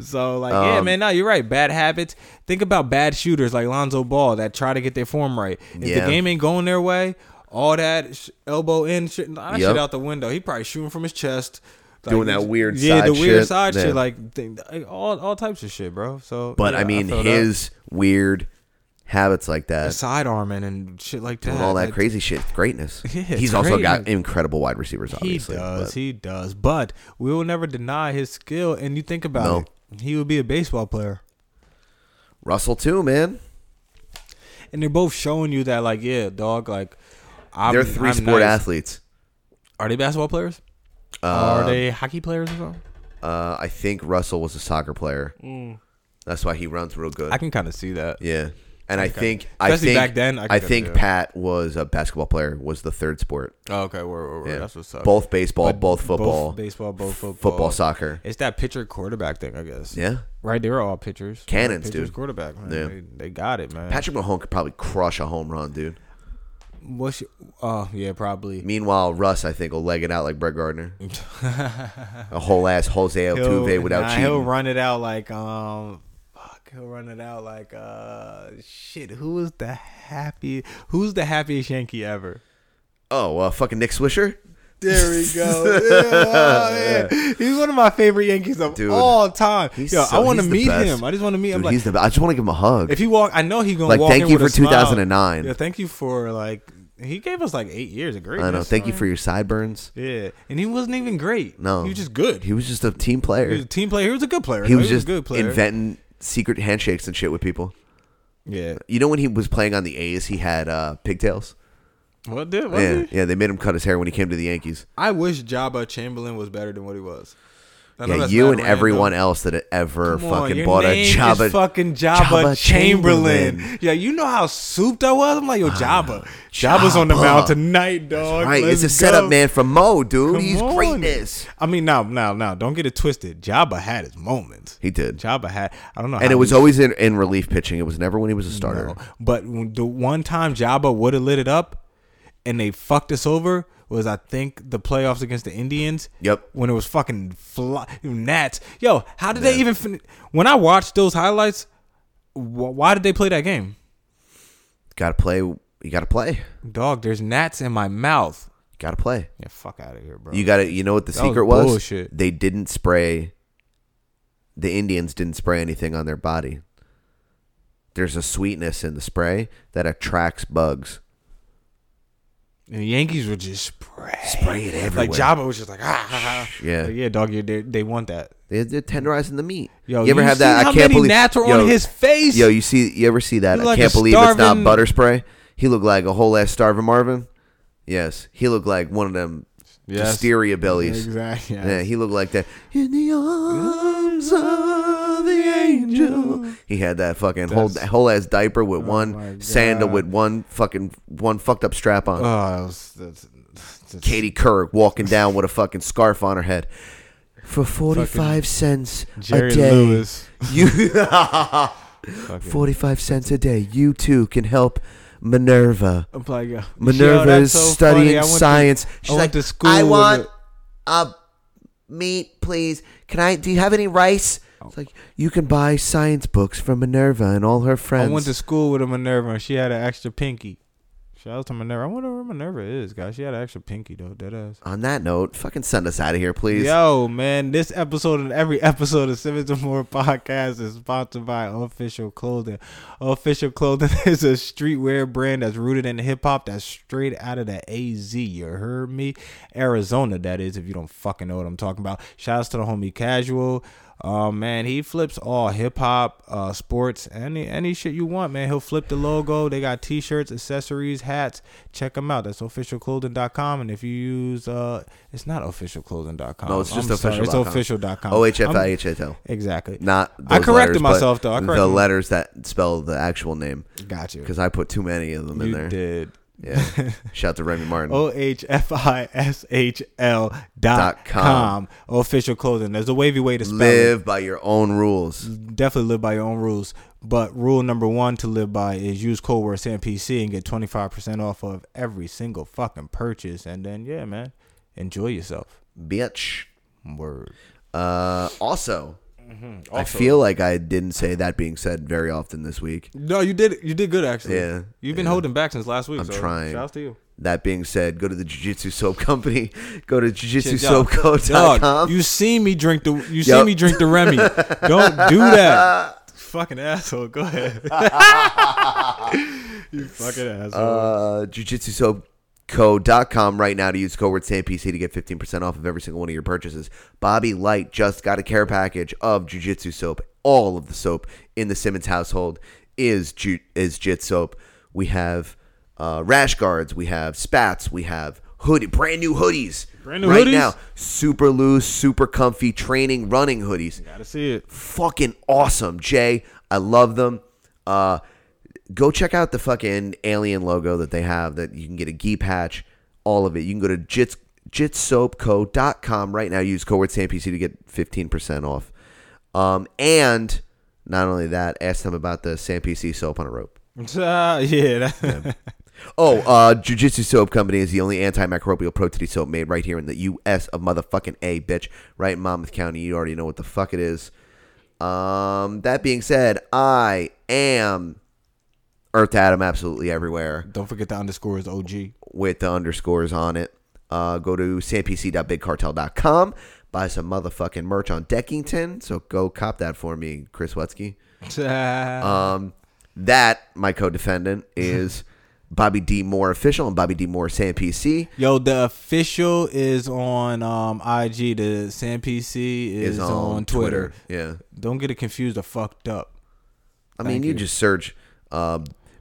Speaker 5: So like,
Speaker 4: Um,
Speaker 5: yeah, man, no, you're right. Bad habits. Think about bad shooters like Lonzo Ball that try to get their form right. If
Speaker 4: Yeah.
Speaker 5: the game ain't going their way, all that sh- elbow in shit, nah, that
Speaker 4: Yep.
Speaker 5: shit out the window. He probably shooting from his chest. Like,
Speaker 4: Doing that weird
Speaker 5: yeah, the
Speaker 4: side
Speaker 5: weird
Speaker 4: shit.
Speaker 5: side
Speaker 4: Yeah.
Speaker 5: shit, like, thing, like, all all types of shit, bro. So,
Speaker 4: But
Speaker 5: yeah,
Speaker 4: I mean,
Speaker 5: feel that.
Speaker 4: his weird habits like that,
Speaker 5: sidearming and shit like that,
Speaker 4: and all that
Speaker 5: like,
Speaker 4: crazy shit, greatness.
Speaker 5: it's
Speaker 4: He's also got
Speaker 5: greatness.
Speaker 4: incredible wide receivers, obviously.
Speaker 5: He does.
Speaker 4: but-
Speaker 5: He does. But we will never deny his skill. And you think about
Speaker 4: No.
Speaker 5: it, he would be a baseball player.
Speaker 4: Russell too, man.
Speaker 5: And they're both showing you that, like, yeah, dog, like, I'm,
Speaker 4: They're three
Speaker 5: I'm
Speaker 4: sport
Speaker 5: nice.
Speaker 4: athletes.
Speaker 5: Are they basketball players? Are
Speaker 4: Um,
Speaker 5: they hockey players or something?
Speaker 4: Uh, I think Russell was a soccer player. That's why he runs real good.
Speaker 5: I can kind of see that.
Speaker 4: yeah, and I think I
Speaker 5: Especially
Speaker 4: think
Speaker 5: back then, I
Speaker 4: I,
Speaker 5: could
Speaker 4: think
Speaker 5: do it.
Speaker 4: Pat was a basketball player. Was the third sport.
Speaker 5: Oh, okay, word, word, word.
Speaker 4: Yeah.
Speaker 5: that's what's up.
Speaker 4: Both baseball,
Speaker 5: But
Speaker 4: both football,
Speaker 5: both baseball, both football,
Speaker 4: football, soccer.
Speaker 5: It's that pitcher quarterback thing, I guess.
Speaker 4: Yeah,
Speaker 5: Right, they were all pitchers.
Speaker 4: Cannons,
Speaker 5: pitchers,
Speaker 4: dude.
Speaker 5: Quarterback, man.
Speaker 4: Yeah.
Speaker 5: They, they got it, man.
Speaker 4: Patrick Mahomes could probably crush a home run, dude.
Speaker 5: What's your, oh yeah, probably.
Speaker 4: Meanwhile, Russ, I think, will leg it out like Brett Gardner. a whole ass Jose Altuve without
Speaker 5: nah,
Speaker 4: cheating.
Speaker 5: He'll run it out like um fuck, he'll run it out like uh shit, who is the happy who's the happiest Yankee ever?
Speaker 4: Oh, uh, fucking Nick Swisher.
Speaker 5: There we go. Yeah, oh, yeah. He's one of my favorite Yankees of
Speaker 4: Dude,
Speaker 5: all time.
Speaker 4: He's
Speaker 5: Yo, I
Speaker 4: so-
Speaker 5: want to
Speaker 4: he's the
Speaker 5: meet
Speaker 4: best.
Speaker 5: him. I just want to meet him.
Speaker 4: Dude,
Speaker 5: Like,
Speaker 4: he's the. best. I just want to give him a hug.
Speaker 5: if he walk, I know he gonna
Speaker 4: Like,
Speaker 5: walk.
Speaker 4: thank
Speaker 5: in
Speaker 4: you
Speaker 5: with
Speaker 4: for
Speaker 5: a smile.
Speaker 4: 2009.
Speaker 5: Yeah, thank you for like he gave us like eight years of greatness.
Speaker 4: I know. Thank you for your sideburns.
Speaker 5: yeah, and he wasn't even great.
Speaker 4: No,
Speaker 5: he was just good.
Speaker 4: He
Speaker 5: He,
Speaker 4: was just a team player.
Speaker 5: was a team player. He was a good player.
Speaker 4: he
Speaker 5: though.
Speaker 4: was just
Speaker 5: a good player.
Speaker 4: inventing secret handshakes and shit with people.
Speaker 5: yeah.
Speaker 4: You know when he was playing on the A's, he had uh, pigtails.
Speaker 5: What did? What
Speaker 4: Yeah,
Speaker 5: did?
Speaker 4: yeah. They made him cut his hair when he came to the Yankees.
Speaker 5: I wish Jabba Chamberlain was better than what he was. I know
Speaker 4: Yeah,
Speaker 5: that's
Speaker 4: you
Speaker 5: mad
Speaker 4: and
Speaker 5: random.
Speaker 4: everyone else that ever
Speaker 5: Come on,
Speaker 4: fucking
Speaker 5: your
Speaker 4: bought a
Speaker 5: name
Speaker 4: job.
Speaker 5: Is fucking Jabba, Chamberlain. Yeah, you know how souped I was. I'm like, yo, Jabba. Jabba's on the
Speaker 4: Ah, Jabba.
Speaker 5: mound tonight, dog.
Speaker 4: Right,
Speaker 5: Let's
Speaker 4: it's a setup
Speaker 5: go.
Speaker 4: man from Mo, dude.
Speaker 5: Come
Speaker 4: He's
Speaker 5: on.
Speaker 4: greatness.
Speaker 5: I mean, now, now, now, don't get it twisted. Jabba had his moments.
Speaker 4: He did.
Speaker 5: Jabba had. I don't know.
Speaker 4: And
Speaker 5: how
Speaker 4: it was
Speaker 5: he-
Speaker 4: always in, in relief pitching. It was never when he was a starter.
Speaker 5: No. But when- the one time Jabba would have lit it up, and they fucked us over was I think the playoffs against the Indians.
Speaker 4: Yep.
Speaker 5: When it was fucking fly, Nats. Yo, how did they even? Fin- when I watched those highlights, wh- why did they play that game?
Speaker 4: Got to play. You got to play.
Speaker 5: Dog, there's gnats in my mouth.
Speaker 4: Got to play.
Speaker 5: Yeah, fuck out of here, bro.
Speaker 4: You got to. You know what the
Speaker 5: That was
Speaker 4: secret was?
Speaker 5: bullshit.
Speaker 4: They didn't spray. The Indians didn't spray anything on their body. There's a sweetness in the spray that attracts bugs.
Speaker 5: and the Yankees were just spray.
Speaker 4: Spray it everywhere.
Speaker 5: Like Jabba was just like ah, ah, ah.
Speaker 4: Yeah.
Speaker 5: Like, yeah, dog. You they, they want that.
Speaker 4: They, they're tenderizing the meat.
Speaker 5: Yo, you see how many gnats were on his face?
Speaker 4: Yo, you see, you ever see that?
Speaker 5: He
Speaker 4: I
Speaker 5: like a
Speaker 4: can't believe it's not
Speaker 5: starving-
Speaker 4: butter spray. He looked like a whole ass starving Marvin. Yes, he looked like one of them
Speaker 5: Yes.
Speaker 4: hysteria bellies.
Speaker 5: Exactly.
Speaker 4: Yeah, he looked like that. In the arms of the angel. He had that fucking whole
Speaker 5: That's- Oh
Speaker 4: whole ass diaper with one
Speaker 5: my
Speaker 4: sandal
Speaker 5: God.
Speaker 4: with one fucking one fucked up strap on.
Speaker 5: Oh, that was, that's, that's-
Speaker 4: Katie Couric walking down with a fucking scarf on her head. For forty five cents
Speaker 5: Jerry
Speaker 4: a day,
Speaker 5: Lewis.
Speaker 4: you forty five cents a day, you too can help Minerva.
Speaker 5: I'm like, yo, yo,
Speaker 4: Minerva is
Speaker 5: that's so funny.
Speaker 4: studying
Speaker 5: I went to-
Speaker 4: science.
Speaker 5: I
Speaker 4: She's
Speaker 5: went
Speaker 4: like,
Speaker 5: to school.
Speaker 4: I
Speaker 5: with
Speaker 4: want
Speaker 5: it."
Speaker 4: a meat, please. Can I? Do you have any rice?
Speaker 5: Oh.
Speaker 4: It's like you can buy science books from Minerva and all her
Speaker 5: I
Speaker 4: friends.
Speaker 5: went to school with a Minerva, and she had an extra pinky. Shout out to Minerva. I wonder where Minerva is, guys. She had an extra pinky though. Dead ass.
Speaker 4: On that note, fucking send us out of here, please.
Speaker 5: Yo, man, this episode and every episode of Simmons and More podcast is sponsored by Official Clothing. Official Clothing is a streetwear brand that's rooted in hip hop that's straight out of the AZ. You heard me? Arizona, that is, if you don't fucking know what I'm talking about. Shouts to the homie Casual. Oh man, he flips all hip hop, uh, sports, any any shit you want, man. He'll flip the logo. They got t-shirts, accessories, hats. Check them out. That's officialclothing.com. And if you use, uh, it's not officialclothing.com.
Speaker 4: No, it's just
Speaker 5: I'm sorry,
Speaker 4: official. Oh,
Speaker 5: It's official.com. I'm-
Speaker 4: OHFIHHO.
Speaker 5: Exactly.
Speaker 4: Not.
Speaker 5: I
Speaker 4: those
Speaker 5: corrected
Speaker 4: letters, but
Speaker 5: myself though. I corrected
Speaker 4: the letters that spell the actual name,
Speaker 5: Got you.
Speaker 4: because I put too many of them in
Speaker 5: You
Speaker 4: there.
Speaker 5: did. Oh,
Speaker 4: Yeah. Shout out to Remy Martin.
Speaker 5: O H F I S H L dot
Speaker 4: Dot com.
Speaker 5: com. Official clothing. There's a wavy way to spell it.
Speaker 4: Live by your own rules.
Speaker 5: definitely live by your own rules. But rule number one to live by is use code word SAMPC and get 25% off of every single fucking purchase. And then, yeah, man, enjoy yourself.
Speaker 4: Bitch.
Speaker 5: Word.
Speaker 4: Uh, also,
Speaker 5: Mm-hmm.
Speaker 4: I feel like I didn't say that being said very often this week.
Speaker 5: No, you did you did good, actually.
Speaker 4: Yeah,
Speaker 5: You've been holding back since last week.
Speaker 4: I'm
Speaker 5: so
Speaker 4: trying.
Speaker 5: Shout out to you.
Speaker 4: That being said, go to the Jiu Jitsu Soap Company. Go to
Speaker 5: Shit, dog. Dog,
Speaker 4: jujitsusoapco.com.
Speaker 5: You see me drink the you see
Speaker 4: Yup.
Speaker 5: me drink the Remy. Don't do that. fucking asshole. Go ahead. you fucking asshole.
Speaker 4: uh, jujitsusoapco.com right now to use code word SAMPC to get 15% off of every single one of your purchases. Bobby Light just got a care package of jujitsu soap. All of the soap in the Simmons household is ju- is jit soap. We have uh, rash guards, we have spats, we have hoodie, brand new hoodies.
Speaker 5: Brand new
Speaker 4: right
Speaker 5: hoodies?
Speaker 4: now, super loose, super comfy training running hoodies
Speaker 5: Gotta see it.
Speaker 4: fucking awesome, Jay. I love them. Uh, go check out the fucking alien logo that they have that you can get a gee patch, all of it. You can go to jits, jitsoapco.com right now. Use code word SAMPC to get 15% off. Um, and not only that, ask them about the SAMPC soap on a rope.
Speaker 5: Ah, yeah. that-
Speaker 4: Oh, uh, Jujitsu Soap Company is the only antimicrobial protein soap made right here in the U.S. of motherfucking A, bitch. Right in Monmouth County. You already know what the fuck it is. Um, that being said, I am Earth Adam absolutely everywhere
Speaker 5: Don't forget the underscore is OG.
Speaker 4: with the underscores on it. Uh, go to sampc.bigcartel.com. Buy some motherfucking merch on Deckington. So go cop that for me, Chris Wetzky.
Speaker 5: Ah. Uh,
Speaker 4: Um, that, my co defendant, is Bobby D. Moore Official and Bobby D. Moore Sam PC.
Speaker 5: Yo, the official is on um, IG. The Sam PC is, on, Twitter.
Speaker 4: Yeah.
Speaker 5: Don't get it confused or fucked up.
Speaker 4: I mean, you, just search uh,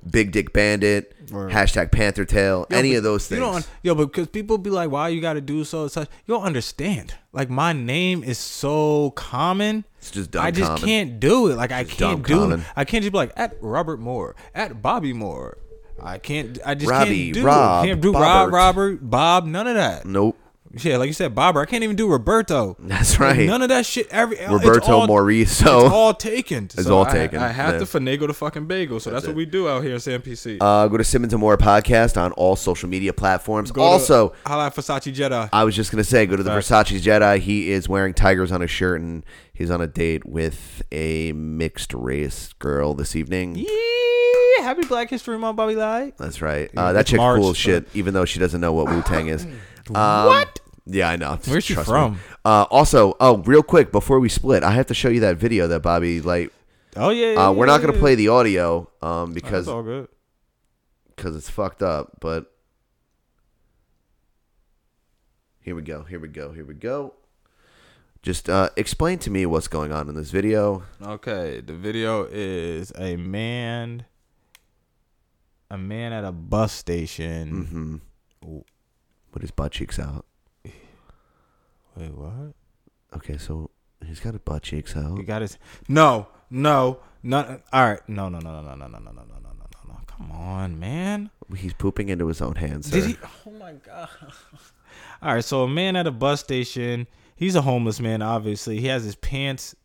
Speaker 4: Big Dick Bandit,
Speaker 5: Word.
Speaker 4: hashtag Panther Tail, any
Speaker 5: but
Speaker 4: of those things.
Speaker 5: You don't, yo, because people be like, "Why you got to do so?" and such. You don't understand. Like my name is so common.
Speaker 4: It's just dumb
Speaker 5: I just
Speaker 4: common.
Speaker 5: can't do it. Like I
Speaker 4: Just
Speaker 5: can't
Speaker 4: dumb
Speaker 5: do.
Speaker 4: common.
Speaker 5: I can't just be like at Robert Moore, at Bobby Moore. I can't. I just
Speaker 4: Robbie,
Speaker 5: can't do.
Speaker 4: Rob,
Speaker 5: can't do Rob,
Speaker 4: Bobbert.
Speaker 5: Robert, Bob. None of that.
Speaker 4: nope.
Speaker 5: Yeah, like you said, Bobber. I can't even do Roberto.
Speaker 4: That's right.
Speaker 5: None of that shit. Every it's
Speaker 4: Roberto
Speaker 5: all-
Speaker 4: Mauricio.
Speaker 5: It's all taken. It's
Speaker 4: all taken,
Speaker 5: I, I have
Speaker 4: yeah.
Speaker 5: to finagle the fucking bagel, so that's, what we do out here in San PC.
Speaker 4: Uh, go to Simmons and More podcast on all social media platforms.
Speaker 5: Go to-
Speaker 4: also,
Speaker 5: holla at Versace Jedi.
Speaker 4: I was just gonna say, go to the
Speaker 5: Sorry.
Speaker 4: Versace's Jedi. He is wearing tigers on his shirt, and he's on a date with a mixed race girl this evening.
Speaker 5: Yeah, happy Black History Month, Bobby Light.
Speaker 4: That's right.
Speaker 5: Yeah,
Speaker 4: Uh, that
Speaker 5: it's
Speaker 4: chick's
Speaker 5: March,
Speaker 4: cool
Speaker 5: so-
Speaker 4: as shit, even though she doesn't know what Wu Tang is. Um,
Speaker 5: What?
Speaker 4: Yeah, I know.
Speaker 5: Where's she
Speaker 4: Trust
Speaker 5: from?
Speaker 4: me. Uh, also, oh, real quick before we split, I have to show you that video that Bobby like.
Speaker 5: Oh yeah. yeah,
Speaker 4: Uh, we're not gonna
Speaker 5: yeah,
Speaker 4: play the audio um,
Speaker 5: yeah. That's
Speaker 4: because
Speaker 5: all good.
Speaker 4: because it's fucked up. But here we go. Here we go. Here we go. Just uh, explain to me what's going on in this video.
Speaker 5: Okay, the video is a man, a man at a bus station.
Speaker 4: Mm-hmm. Put his butt cheeks out. Mm-hmm.
Speaker 5: Wait, what?
Speaker 4: Okay, so he's got his butt cheeks out.
Speaker 5: You got his no, no, not all right. No, no, no, no, no, no, no, no, no, no, no, no, no. Come on, man.
Speaker 4: He's pooping into his own hands.
Speaker 5: Did
Speaker 4: sir.
Speaker 5: he? Oh my god! All right, so a man at a bus station. He's a homeless man, obviously. He has his pants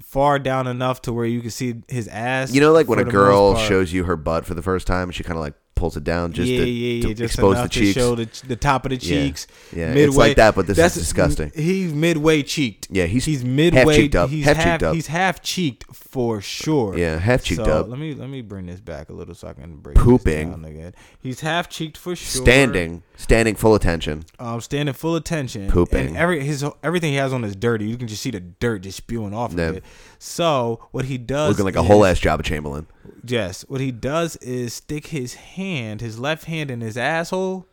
Speaker 5: far down enough to where you can see his ass.
Speaker 4: You know, like when
Speaker 5: for
Speaker 4: a
Speaker 5: the
Speaker 4: girl
Speaker 5: most part.
Speaker 4: shows you her butt for the first time, she kind of like pulls it down just
Speaker 5: yeah,
Speaker 4: to,
Speaker 5: yeah,
Speaker 4: to
Speaker 5: yeah, just
Speaker 4: expose the
Speaker 5: enough
Speaker 4: cheeks.
Speaker 5: to show the, the top of the
Speaker 4: Yeah.
Speaker 5: cheeks.
Speaker 4: Yeah, it's like that, but this is disgusting.
Speaker 5: He's midway cheeked.
Speaker 4: Yeah, he's
Speaker 5: he's
Speaker 4: half
Speaker 5: midway.
Speaker 4: cheeked up,
Speaker 5: He's half
Speaker 4: half
Speaker 5: cheeked
Speaker 4: cheeked up.
Speaker 5: He's half cheeked for sure.
Speaker 4: Yeah, half cheeked
Speaker 5: So,
Speaker 4: up.
Speaker 5: Let me let me bring this back a little so I can break this
Speaker 4: Pooping.
Speaker 5: down again. He's half cheeked for sure.
Speaker 4: standing, standing full attention.
Speaker 5: um, standing full attention,
Speaker 4: Pooping.
Speaker 5: and every his everything he has on is dirty. You can just see the dirt just spewing off
Speaker 4: Yeah.
Speaker 5: of it. So what he does,
Speaker 4: Looking like a
Speaker 5: is-
Speaker 4: whole ass Jabba Chamberlain.
Speaker 5: Yes, what he does is stick his hand, his left hand in his asshole,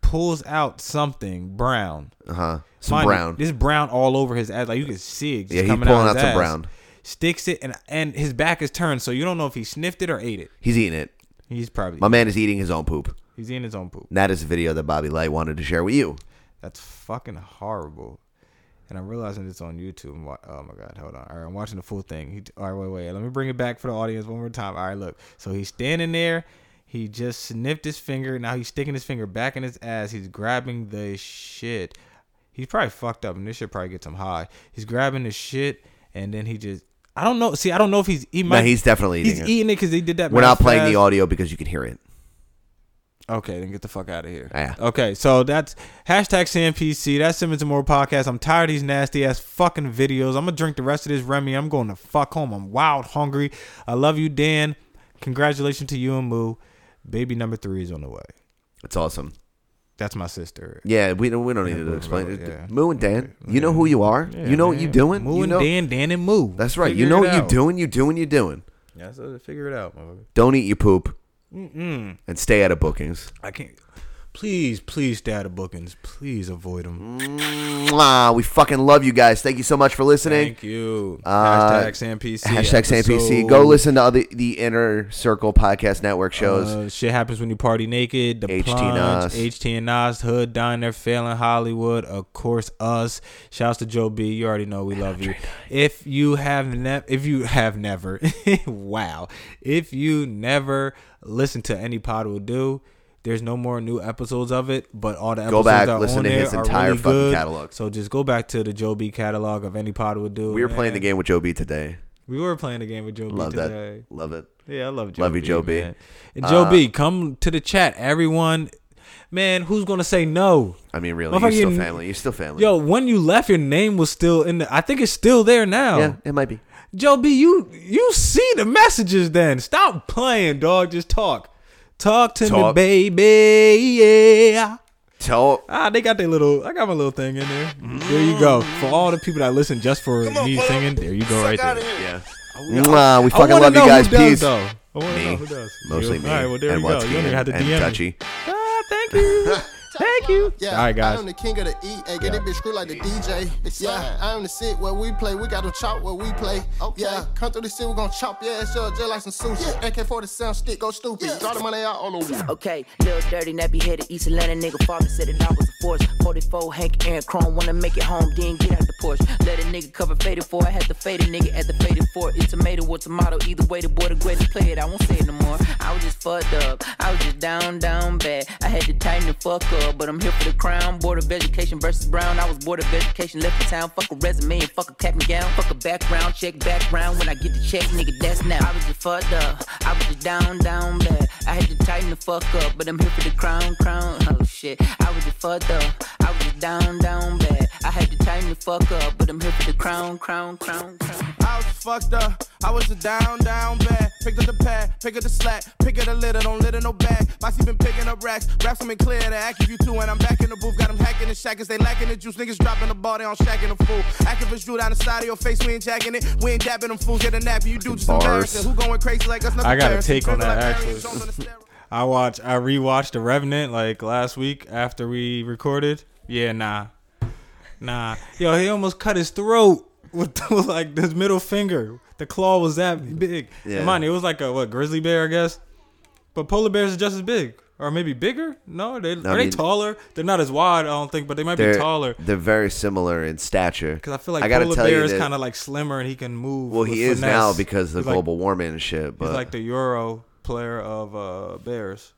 Speaker 5: pulls out something brown.
Speaker 4: Uh huh. Some
Speaker 5: Mind you,
Speaker 4: brown.
Speaker 5: This brown all over his ass, like you can see it. just
Speaker 4: Yeah, he's
Speaker 5: coming
Speaker 4: pulling
Speaker 5: out, his
Speaker 4: out some
Speaker 5: ass.
Speaker 4: brown.
Speaker 5: Sticks it and and his back is turned, so you don't know if he sniffed it or ate it.
Speaker 4: He's eating it.
Speaker 5: He's probably
Speaker 4: My man is eating his own poop.
Speaker 5: he's eating his own poop.
Speaker 4: And that is a video that Bobby Light wanted to share with you.
Speaker 5: That's fucking horrible. And I'm realizing it's on YouTube. I'm wa- Oh my god, hold on. All right, I'm watching the full thing. He, all right, wait, wait. Let me bring it back for the audience one more time. All right, look. So he's standing there. He just sniffed his finger. Now he's sticking his finger back in his ass. He's grabbing the shit. He's probably fucked up, and this shit probably gets him high. He's grabbing the shit, and then he just. I don't know. See, I don't know if he's. He might,
Speaker 4: he's definitely
Speaker 5: he's
Speaker 4: eating it.
Speaker 5: eating it because they did that.
Speaker 4: We're not playing
Speaker 5: fast.
Speaker 4: the audio because you can hear it.
Speaker 5: Okay, then get the fuck out of here.
Speaker 4: Yeah.
Speaker 5: Okay, so that's hashtag CNPC. That's Simmons and More podcast. I'm tired of these nasty ass fucking videos. I'm gonna drink the rest of this Remy. I'm going to fuck home. I'm wild hungry. I love you, Dan. Congratulations to you and Moo. Baby number three is on the way.
Speaker 4: It's awesome.
Speaker 5: That's my sister.
Speaker 4: Yeah, we don't we don't need to explain it.
Speaker 5: yeah.
Speaker 4: Moo and Dan, you know who you are. you know what you're doing.
Speaker 5: Moo
Speaker 4: you
Speaker 5: and
Speaker 4: know,
Speaker 5: Dan, Dan and Moo.
Speaker 4: That's right.
Speaker 5: Figure
Speaker 4: you know
Speaker 5: it
Speaker 4: what you're
Speaker 5: out.
Speaker 4: doing. You're doing. You're doing.
Speaker 5: Yeah, so figure it out, motherfucker.
Speaker 4: Don't eat your poop. And stay out of bookings.
Speaker 5: I can't. Please, please, stay out of bookings. Please avoid
Speaker 4: Mm-hmm.
Speaker 5: them.
Speaker 4: Mwah, we fucking love you guys. Thank you so much for listening.
Speaker 5: Thank you.
Speaker 4: Uh,
Speaker 5: hashtag CNPC.
Speaker 4: Hashtag SamPC. Go listen to other the Inner Circle Podcast Network shows.
Speaker 5: Uh, shit happens when you party naked. The
Speaker 4: HT Nas.
Speaker 5: plunge, HT Nas, Hood Diner, Failing Hollywood, of course us. Shouts to Joe B. You already know we love you. If you have never, if you have never, wow, if you never listen to any pod will do. There's no more new episodes of it, but all the episodes
Speaker 4: back,
Speaker 5: that are
Speaker 4: listen
Speaker 5: on
Speaker 4: to
Speaker 5: there
Speaker 4: his
Speaker 5: are
Speaker 4: entire
Speaker 5: really
Speaker 4: fucking
Speaker 5: good.
Speaker 4: catalog.
Speaker 5: So just go back to the Joe B catalog of any pod will do.
Speaker 4: we were playing the
Speaker 5: man.
Speaker 4: game with Joe B today.
Speaker 5: We were playing the game with Joe
Speaker 4: Love
Speaker 5: B today.
Speaker 4: that. Love it.
Speaker 5: Yeah, I love Joe
Speaker 4: Love
Speaker 5: B.
Speaker 4: you, Joe B. Uh,
Speaker 5: man. And Joe B, come to the chat. Everyone, man, who's going to say no?
Speaker 4: I mean, really, you're still
Speaker 5: Motherfucking-
Speaker 4: family. You're still family.
Speaker 5: Yo, when you left, your name was still in the. I think it's still there now.
Speaker 4: yeah, it might be.
Speaker 5: Joe B, you you see the messages then. Stop playing, dog. Just talk. Talk to
Speaker 4: Talk.
Speaker 5: me, baby. Yeah.
Speaker 4: Tell
Speaker 5: Ah, they got their little. I got my little thing in there. There you go. For all the people that listen just for me singing, there you go right there.
Speaker 4: yeah. Mwah, we fucking
Speaker 5: wanna
Speaker 4: love you
Speaker 5: know
Speaker 4: guys.
Speaker 5: who does,
Speaker 4: Peace.
Speaker 5: though. I wanna
Speaker 4: Me.
Speaker 5: know who does.
Speaker 4: Mostly
Speaker 5: You?
Speaker 4: me.
Speaker 5: All right, well, there
Speaker 4: and
Speaker 5: you go.
Speaker 4: Watsky
Speaker 5: You don't even have
Speaker 4: and, and
Speaker 5: to DM me.
Speaker 4: Touchy.
Speaker 5: Ah, thank you. thank you.
Speaker 6: Yeah,
Speaker 5: All right,
Speaker 6: I am
Speaker 5: guys.
Speaker 6: the king of the E, and get it bitch screwed like the DJ. Yeah, I am the sit where we play. We got to chop where we play. Yeah, come through the city, we gon' chop your ass up just like some sushi. AK 47 stick, go stupid. Draw the money out all over.
Speaker 8: Okay, little dirty, nappy headed East Atlanta nigga. Father said that I was a force. 44 Hank Aaron Chrome, wanna make it home, then get out the porch. Let a nigga cover faded for. I had to fade a nigga at the faded four. It's tomato or tomato, either way, the boy the greatest play it. I won't say it no more. I was just fucked up, I was just down, down bad. I had to tighten the fuck up, but I'm here for the crown. Board of Education versus Brown. I was bored of education, left the town. Fuck a resume and fuck a cap and gown. Fuck a background check, background. When I get the check, nigga, that's now. I was just fucked up, I was just down, down bad. I had to tighten the fuck up, but I'm here for the crown, crown. Oh shit, I was just fucked up, I was just down, down bad. I had to tighten the fuck up, but I'm here for the crown, crown, crown, crown.
Speaker 9: I was fucked up. I was a down, down bad. Pick up the pad, pick up the slack, pick up the litter, don't litter no bag. My seat been picking up racks, raps them in clear the act if you two. And I'm back in the booth, got them hacking the shackers. They lacking the juice, niggas dropping the ball, they on shacking the fool. Activists drew down the side of your face, we ain't jacking it. We ain't dabbing them fools, get a nap, you dudes
Speaker 4: Bars.
Speaker 9: embarrassing. Who going crazy like us? Nothing
Speaker 5: I got a
Speaker 9: embarrassing.
Speaker 5: take on that,
Speaker 9: Drizzle like
Speaker 5: actually.
Speaker 9: Barry Jones on the steroids.
Speaker 5: I watch. I rewatched The Revenant like last week after we recorded. Yeah, nah, nah. Yo, he almost cut his throat with like his middle finger. The claw was that big.
Speaker 4: Yeah.
Speaker 5: Yeah. Mind you, it was like a what grizzly bear, I guess. But polar bears are just as big, or maybe bigger. No, they are they
Speaker 4: mean-
Speaker 5: taller? They're not as wide, I don't think, but they might be
Speaker 4: They're
Speaker 5: taller.
Speaker 4: They're very similar in stature.
Speaker 5: Because I feel like
Speaker 4: gotta
Speaker 5: polar
Speaker 4: tell you
Speaker 5: bear is
Speaker 4: that-
Speaker 5: kind of like slimmer and he can move.
Speaker 4: Well,
Speaker 5: with
Speaker 4: he is now
Speaker 5: finesse.
Speaker 4: because of the
Speaker 5: He's like-
Speaker 4: global warming and shit. But
Speaker 5: He's like the Euro player of uh, Bears.